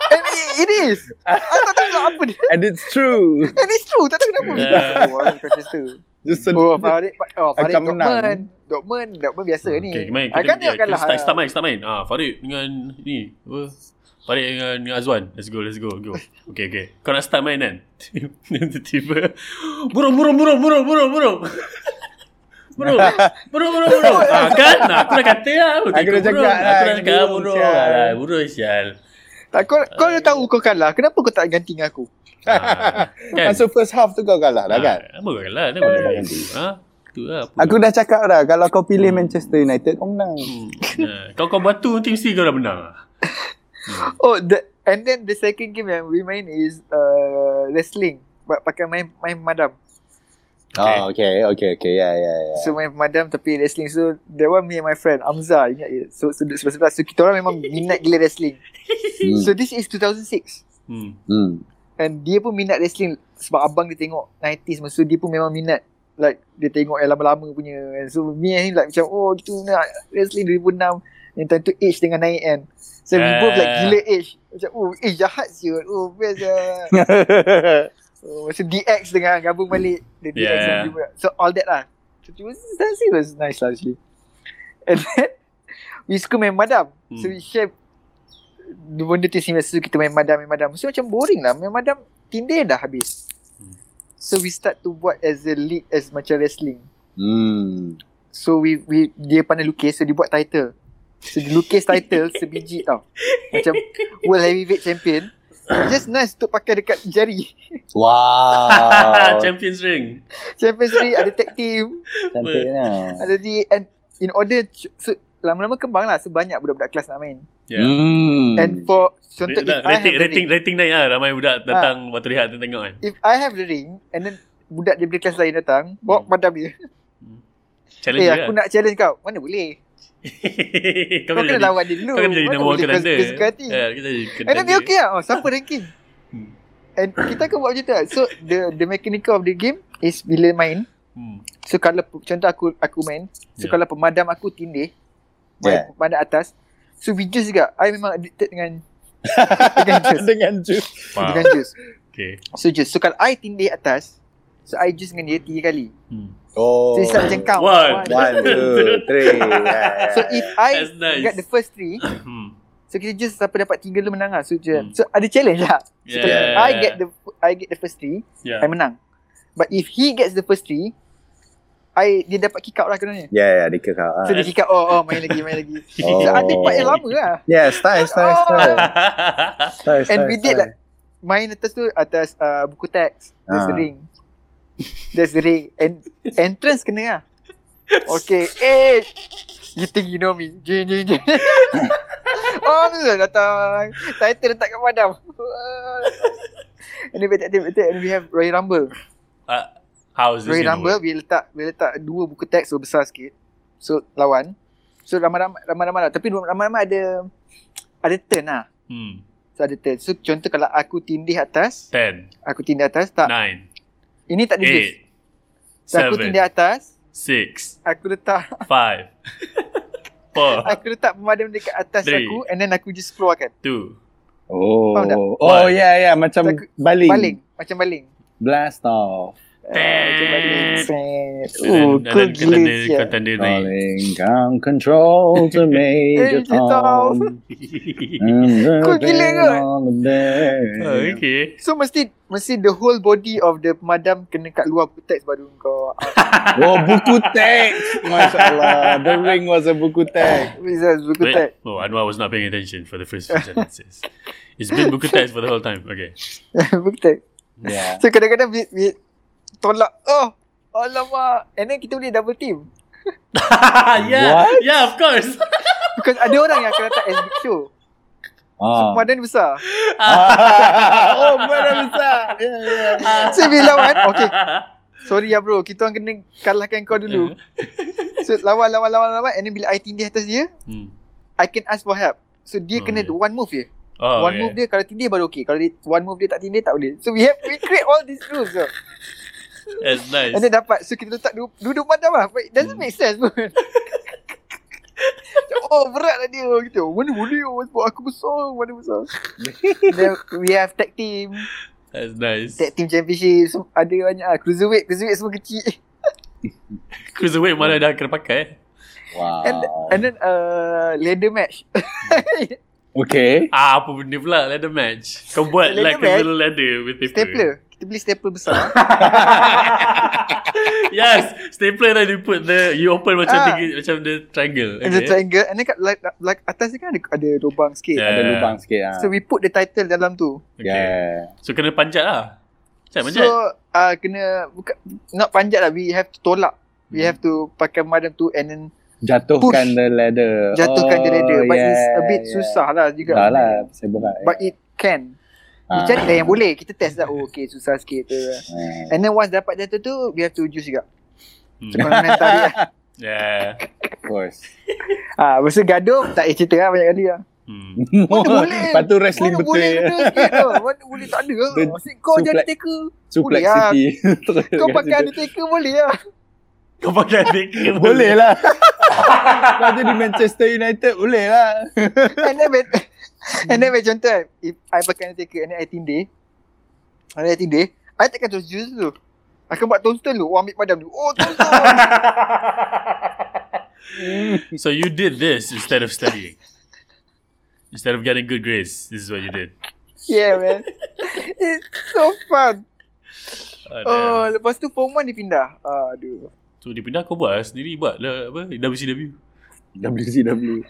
D: And it, eh, it is Aku tak tahu apa dia
E: And it's true.
D: And it's true Tak tahu kenapa
A: Yeah.
D: Oh orang Manchester
E: Just a,
D: Oh Farid Oh Farid
E: Akan menang.
D: Dortmund Dortmund Dortmund biasa ni
A: Okay, main. Kita,
D: Akan
A: kita,
D: tengokkan lah
A: start, start main, start main. Ah, Farid dengan ni. Apa? Farid dengan, dengan Azwan. Let's go, let's go, go. Okay, okay. Kau nak start main kan? Tiba-tiba. Burung, burung, burung, burung, burung, burung. Burung, burung, burung, burung. Ah, kan? Nah, aku dah kata lah. Aku,
E: Aku dah
A: burung.
E: cakap lah,
A: Aku dah cakap "Ah,
E: burung,
A: burung.
E: sial.
A: Alah, burung sial.
D: Tak, Ah, kau, kau dah tahu kau kalah. Kenapa kau tak ganti dengan aku?
A: Ah, kan?
E: So first half tu kau kalah dah kan?
A: Ah, Apa kau kalah? Kenapa kau kalah? Ha? Tu lah. apa.
E: Aku dah cakap dah kalau kau pilih Manchester United kau menang.
A: Hmm, ah, Kau kau batu nanti mesti kau dah menang. lah. Hmm.
D: Oh, the, and then the second game yang we main is uh, wrestling. Ba- Pakai main main madam.
A: Okay.
E: Oh, okay, okay, okay. ya, Yeah, yeah, yeah.
D: So main madam tapi wrestling. So that one me and my friend Amza ingat je. So sudut sebelah-sebelah. So kita orang memang minat gila wrestling.
E: Hmm.
D: So this is 2006.
A: Hmm.
E: hmm.
D: And dia pun minat wrestling sebab abang dia tengok 90s masa dia pun memang minat like dia tengok yang lama-lama punya and so me and him like macam oh gitu nak wrestling 2006 yang time tu age tengah naik kan so we
A: Eh.
D: both like gila age macam oh age jahat siut oh best lah oh, macam DX dengan gabung balik the DX
A: Yeah.
D: yeah. so all that lah so it was, that scene was nice lah actually and then we suka main madam hmm. so
A: Hmm.
D: we share benda tu similar so kita main madam main madam so macam boring lah main madam Tinder dah habis.
A: Hmm.
D: So we start to buat as a league as macam wrestling.
E: Hmm.
D: So we we dia pandai lukis so dia buat title. So dia lukis title sebiji tau. Macam World Heavyweight Champion. Just nice untuk pakai dekat jari. Ah.
E: Wow.
A: Ha, Champions Ring.
D: Champions League ada tag team,
E: Cantiknya.
D: ada di and in order so, lama-lama kembang lah sebanyak budak-budak kelas nak main.
A: Yeah.
E: Hmm.
D: And for contoh
A: Ra-
D: if I
A: Ya. rating
D: have the
A: rating
D: ring,
A: rating naik lah ramai
D: Ah.
A: budak datang waktu rehat tu tengok kan.
D: if I have the ring and then budak daripada kelas lain datang, bawa
A: Hmm.
D: padam dia.
A: Challenge
D: Eh
A: dia
D: aku
A: lah.
D: nak challenge kau. Mana boleh.
A: kau
D: Kau
A: kena
D: kena
A: jadi
D: lawan dia dulu.
A: kau kena jadi
D: Mana
A: nombor one
D: boleh kau-
A: contender.
D: Kau suka hati.
A: Ya, kita jadi
D: And then dia
A: contender.
D: okay lah. Oh, siapa ranking?
A: Hmm.
D: And kita akan buat macam tu lah. So, the the mechanical of the game is bila main.
A: Hmm.
D: So, kalau pe- contoh aku aku main. So,
A: Yeah.
D: kalau pemadam aku tindih. Yeah.
E: Yeah.
D: Pemadam atas. So, we juice juga. I memang addicted dengan dengan juice.
E: Dengan jus.
A: Wow.
D: Dengan juice.
A: Okay.
D: So, juice. So, kalau I tindih atas. So, I juice dengan dia tiga kali.
A: Hmm.
E: Oh.
D: So, it's like macam count.
A: One.
E: One, two, three. Yeah,
D: So, if I
A: That's nice.
D: get the first three.
A: Hmm.
D: So, kita juice siapa dapat tiga dulu menang lah. So, je.
A: Hmm.
D: so ada challenge lah. So, kalau
A: Yeah.
D: I get the I get the first three.
A: Yeah.
D: I menang. But if he gets the first three, I dia dapat kick out lah kononnya.
E: yeah, yeah, dia kekal. Ah.
D: So dia kick out, oh, oh main lagi, main lagi.
E: Oh.
D: So, ada part yang lama lah.
E: Yeah, style, style, style. Style,
D: And
E: style,
D: we did
E: style.
D: like, main atas tu atas uh, buku teks. There's
E: Ah.
D: the ring. There's the ring. And entrance kena lah. Okay, eh. You think you know me. Jin, jin, jin. oh, tu lah datang. Title letak kat padam. and then betul, betul, betul. And we have Royal Rumble.
A: Ah, How is this
D: Roy
A: gonna
D: Rumble
A: work?
D: bila letak bila letak dua buku teks so besar sikit. So lawan. So ramai-ramai ramai-ramai lah. Tapi ramai-ramai ada ada turn lah.
A: Hmm.
D: So ada turn. So contoh kalau aku tindih atas,
A: Ten.
D: aku tindih atas tak.
A: Nine.
D: Ini tak ada juice.
A: Eight.
D: So aku
A: Eh, Seven.
D: tindih atas,
A: Six.
D: aku letak
A: Five. Four.
D: aku letak pemadam dekat atas
A: Three.
D: aku and then aku just keluarkan.
A: Two.
E: Oh,
D: Faham tak?
E: oh yeah, yeah. Macam
D: Macam
E: baling.
D: Baling, macam baling.
E: Blast off.
D: Ah, Macam baling. Set. Oh,
A: And Eh. then- and
D: kau
A: then
D: gila
A: contender-
D: siap.
A: contender naik.
E: Calling down control to Major
D: Major Tom.
E: Tom. And the
D: Kau gila
E: band
D: kot.
E: on the band.
A: Oh, Okay.
D: So mesti mesti the whole body of the madam kena kat luar buku teks baru kau Ah,
E: Oh, buku teks. Masya Allah. The ring was a buku teks.
D: Rizal buku
A: Wait.
D: teks.
A: Oh, Anwar was not paying attention for the first few sentences. It's been Bukutai for the whole time. Okay.
D: Betul.
E: Yeah.
D: So kadang-kadang we, we tolak. Oh, alamak. And then kita boleh double team.
A: yeah,
E: What?
A: yeah, of course.
D: Because ada orang yang akan letak as big show. So badan besar.
E: Ah. oh, badan besar. Ya, Yeah, yeah.
D: Saya bila lawan, okay.
A: Uh-huh.
D: Sorry lah bro, kita orang kena kalahkan kau dulu. So lawan, lawan, lawan, lawan. And then bila I tindih atas dia,
A: Hmm.
D: I can ask for help. So dia
A: Oh,
D: kena
A: yeah.
D: do one move je.
A: Oh,
D: one
A: yeah.
D: move dia kalau tindih baru okay. Kalau dia, one move dia tak tindih tak boleh. So we have we create all these rules. So.
A: That's nice.
D: And then dapat so kita letak du- duduk padam lah. But it doesn't
A: Hmm.
D: make sense pun. Macam, oh berat lah dia gitu. Mana boleh oh, sebab aku besar, mana besar. then we have tag team,
A: That's nice.
D: tag team championship. So, ada banyak lah. Cruiserweight, cruiserweight semua kecil.
A: Cruiserweight mana dah kena pakai.
E: Wow.
D: And,
A: Ah.
D: and then uh, ladder match.
E: okay.
A: Ah, apa benda pula ladder match. Kau buat
D: Ladder
A: like
D: match.
A: a little ladder with paper.
D: Stapler. Kita beli stapler besar.
A: yes, stapler then you put the you open macam
D: Ah.
A: tinggi macam the triangle.
D: And the triangle. And then kat like, like, atas dia kan ada, ada lubang sikit.
A: Yeah.
E: Ada lubang sikit ah.
D: So we put the title dalam tu.
E: Yeah.
A: So kena panjat lah. Macam mana?
D: So uh, kena buka, not panjat lah. We have to tolak. We
A: Hmm.
D: have to pakai madam tu and then Push.
E: Jatuhkan the ladder.
D: jatuhkan
E: oh,
D: the ladder. But
E: yeah,
D: it's a bit
E: yeah.
D: susah lah juga.
E: Dah lah, saya berat.
D: But it can. Uh. Cari dah yang boleh. Kita test dah. Oh, okay, susah sikit. Tu. lah.
E: Ah.
D: And then once dapat jatuh tu, we have to juice juga.
A: Hmm.
D: Kalau nak tarik lah.
A: Yeah.
E: Of course.
D: Ah, masa gaduh, tak payah cerita lah banyak kali lah.
A: Hmm.
D: Mana boleh?
E: Lepas tu wrestling
D: Mana
E: betul.
D: boleh
E: ya.
D: benda sikit tu? Mana boleh tak ada lah.
E: The
D: Asyik kau jadi
E: suplex.
D: taker.
E: Suplex
D: Boleh lah.
E: City. Terus
D: Kau
E: kat
D: pakai ada
E: situ.
D: taker boleh lah.
A: Kau pakai tinggi.
E: Boleh lah. Kau jadi Manchester United boleh lah.
D: And then, when- and
E: Hmm.
D: then macam tu kan. If I pakai taker and then I tindih. And then I tindih. I takkan terus juice tu. Akan buat tombstone tu. Oh, ambil padam tu. Oh, tombstone.
A: so you did this instead of studying. Instead of getting good grades, this is what you did.
D: yeah, man. It's so fun.
A: Oh,
D: Oh,
A: damn.
D: lepas tu form 1 dia pindah. Aduh.
A: So dia pindah kau buat lah sendiri buat lah apa WCW.
E: WCW.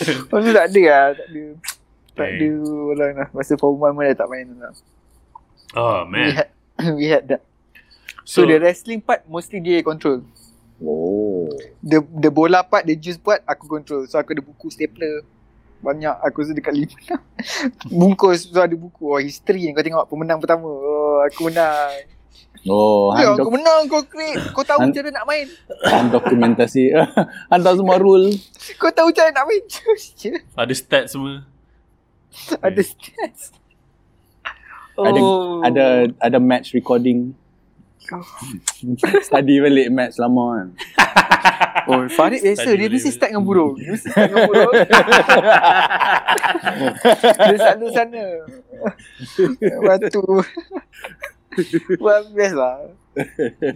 D: Lepas tu tak ada lah. Tak ada. Tak
A: Dang.
D: ada orang lah. Masa form 1 pun dah tak main lah.
A: Oh
D: We
A: man.
D: had, we had that.
A: So,
D: So, the wrestling part mostly dia control.
E: Oh.
D: The the bola part, the juice part aku control. So aku ada buku stapler. Banyak aku rasa dekat lima. Bungkus so ada buku. Oh history yang kau tengok pemenang pertama. Oh aku menang.
E: Oh,
D: Ya,
E: hang
D: aku
E: dok-
D: menang kau create. Kau tahu
E: Han-
D: cara nak main.
E: hang dokumentasi. Hantar semua rule.
D: Kau tahu cara nak main. Terus je.
A: ada stats semua.
D: ada stats.
E: Ada- Hmm.
D: Oh.
E: Ada ada match recording. Study balik match lama kan.
D: Oh Farid biasa
A: Tadi
D: Dia
A: boleh-
D: mesti start dengan burung Dia mesti start dengan burung Dia selalu sana Lepas tu Well best lah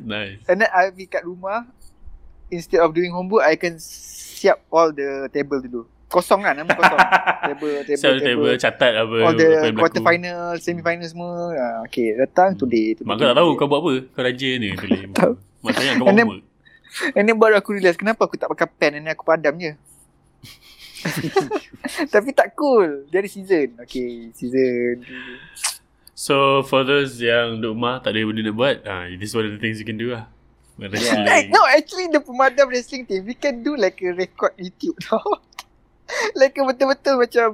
A: nice.
D: And then I'll be kat rumah Instead of doing homework I can siap all the table dulu Kosong kan Nama kosong Table Table
A: Sel table catat apa
D: All
A: apa
D: the
A: yang
D: quarter
A: berlaku.
D: final Semi final semua Ah, Okay datang today
A: Mak kau tak tahu kau buat apa. Kau rajin ni tulis.
D: Tahu.
A: Mak tanya kau
D: And
A: buat
D: then-
A: apa.
D: And then baru aku realise kenapa aku tak pakai pen and then aku padam je. Tapi tak cool. Dia ada season. Okay, season.
A: So for those yang duduk rumah tak ada benda nak buat, ah this is one of the things you can do lah. Wrestling.
D: Like,
E: Eh,
D: no, actually the pemadam wrestling team, we can do like a record YouTube tau. like a betul-betul macam,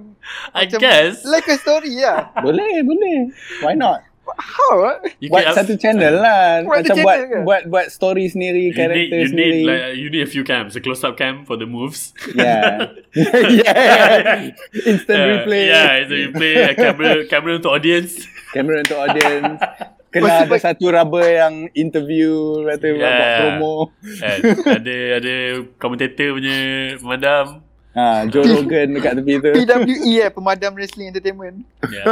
A: I
D: macam
A: guess
D: like a story lah.
E: Boleh, boleh. Why not?
D: How? ah?
A: you Ah,
E: Buat satu channel lah.
D: Buat satu
E: Macam buat
D: channel ke?
E: buat buat story
A: You
E: sendiri,
A: need,
E: karakter
A: you need
E: sendiri.
A: like you need a few cams, a close up cam for the moves.
E: Yeah. yeah. Instant
A: Yeah,
E: replay.
A: Yeah, so you play a camera camera untuk audience.
E: Kamera untuk audience. Kena
D: Lepas tu
E: ada
D: bag-
E: satu rubber yang interview, lepas tu
A: Yeah.
E: buat promo.
A: And ada ada komentator punya madam.
E: Ha, Joe Rogan dekat tepi tu.
D: PWE eh, pemadam wrestling entertainment.
A: Yeah.
E: Ya,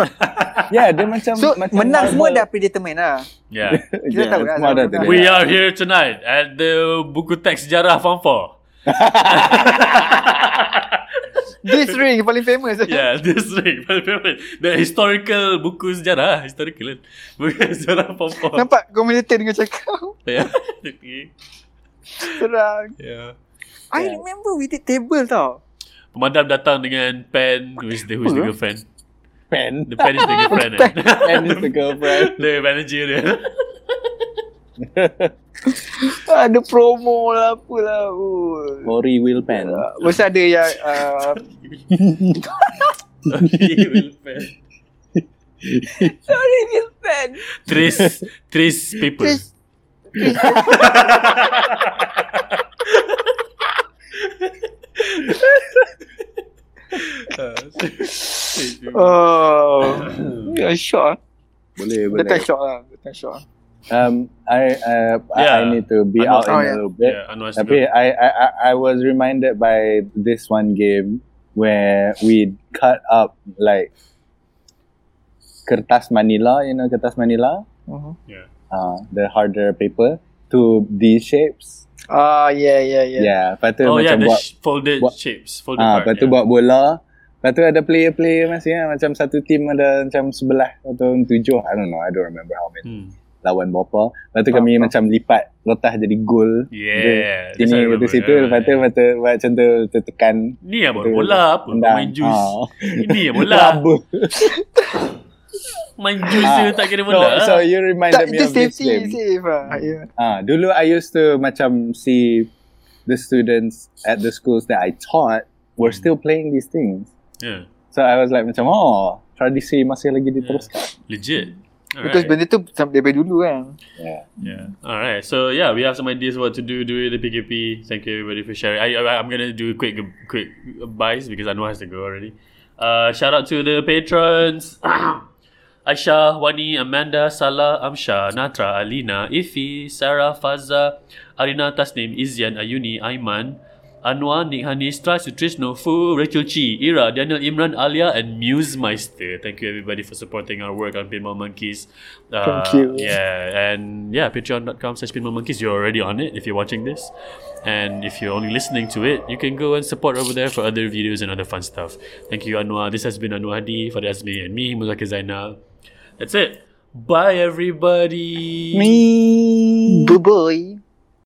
E: yeah, dia macam
D: So,
E: macam
D: menang semua dah
E: Marvel.
D: predetermine lah.
A: Yeah.
D: Kita
E: yeah,
D: tahu dah
E: semua dah.
D: siapa menang.
A: We are here tonight at the buku teks sejarah Form 4.
D: This ring paling famous.
A: Yeah, this ring. The historical buku sejarah. Historical kan? Buku sejarah Ya. Form 4.
D: Nampak komentator dengan cakap.
A: Yeah.
D: Serang.
A: yeah.
D: I
E: Yeah.
D: remember we did table tau.
A: Pemadam datang dengan pen. Who is the, who is the girlfriend?
E: Pen.
A: The pen is the girlfriend. eh?
E: Pen is the girlfriend.
A: the manager dia.
D: Ada promo lah apalah. Oh. Ya.
E: Mori Will Pen.
D: Mesti ada yang uh,
A: Okay, Wilfred.
C: Sorry, Wilfred.
A: Trace, trace people.
C: Trace-
A: Ah, trace people.
E: Uh.
D: Oh.
A: Hmm.
D: Yeah, shock. ah.
E: Boleh,
D: Dia
E: boleh.
D: tak shock lah. Dia tak shock.
E: Um, I, uh, I, I
A: Yeah.
E: need to be
A: Anwar.
E: out in
D: Oh,
E: a
D: yeah.
E: little bit.
A: yeah, Anwar's
E: Tapi
A: good.
E: I, I, I- I was reminded by this one game where we cut up like kertas Manila, you know kertas Manila,
D: Mhm.
E: uh, the harder paper to D shapes.
D: Ah, yeah, yeah, yeah.
E: Yeah, lepas tu
A: Oh yeah,
E: macam
A: the
E: buat
A: sh- folded
E: buat-
A: shapes, folded
E: ah,
A: card.
E: lepas tu
A: yeah.
E: buat bola. Lepas tu ada player-player masih kan? Macam satu team ada macam sebelah atau tujuh. I don't know. I don't remember how
A: Hmm.
E: many. Lawan berapa. Lepas tu kami
D: Ah, ah.
E: macam lipat rotah jadi gol.
A: Yeah. this I
E: Sini
A: remember.
E: ke situ. Lepas tu
A: Yeah.
E: macam, tu- macam tu, tu tekan
A: Ni yang buat bola apa
E: Tendang.
A: Main jus
E: Ah.
A: Ini yang bola
E: Rubber.
A: Main jus je
E: Ah.
A: tak kira
E: So,
A: bola
E: so you reminded
D: Tak,
E: me
D: itu
E: of this
D: safety,
E: game.
D: safe lah. Yeah.
E: Ah, dulu I used to macam see the students at the schools that I taught were
A: Hmm.
E: still playing these things.
A: yeah.
E: So I was like macam oh tradisi masih lagi diteruskan.
A: Legit
D: Because
A: Alright.
D: benda tu sam- daripada dulu kan.
E: Yeah.
A: Yeah. All right. So yeah, we have some ideas what to do during the PKP. Thank you everybody for sharing. I, I I'm gonna do quick quick buys because I know I has to go already. Uh, shout out to the patrons. Aisha, Wani, Amanda, Salah, Amsha, Natra, Alina, Ifi, Sarah, Faza, Arina, Tasnim, Izian, Ayuni, Aiman, Anwar, Nikhani, Stras, Trisno, Fu, Rachel Chi, Ira, Daniel, Imran, Alia, and Musemeister. Thank you everybody for supporting our work on Pinball Monkeys. Uh,
D: Thank you.
A: Yeah, and yeah, patreon.com slash Pinball Monkeys. You're already on it if you're watching this. And if you're only listening to it, you can go and support over there for other videos and other fun stuff. Thank you, Anwar. This has been Anwar Hadi, Farid Azmi, and me, Muzaki Zainal. That's it. Bye, everybody.
E: Me.
D: Bye-bye.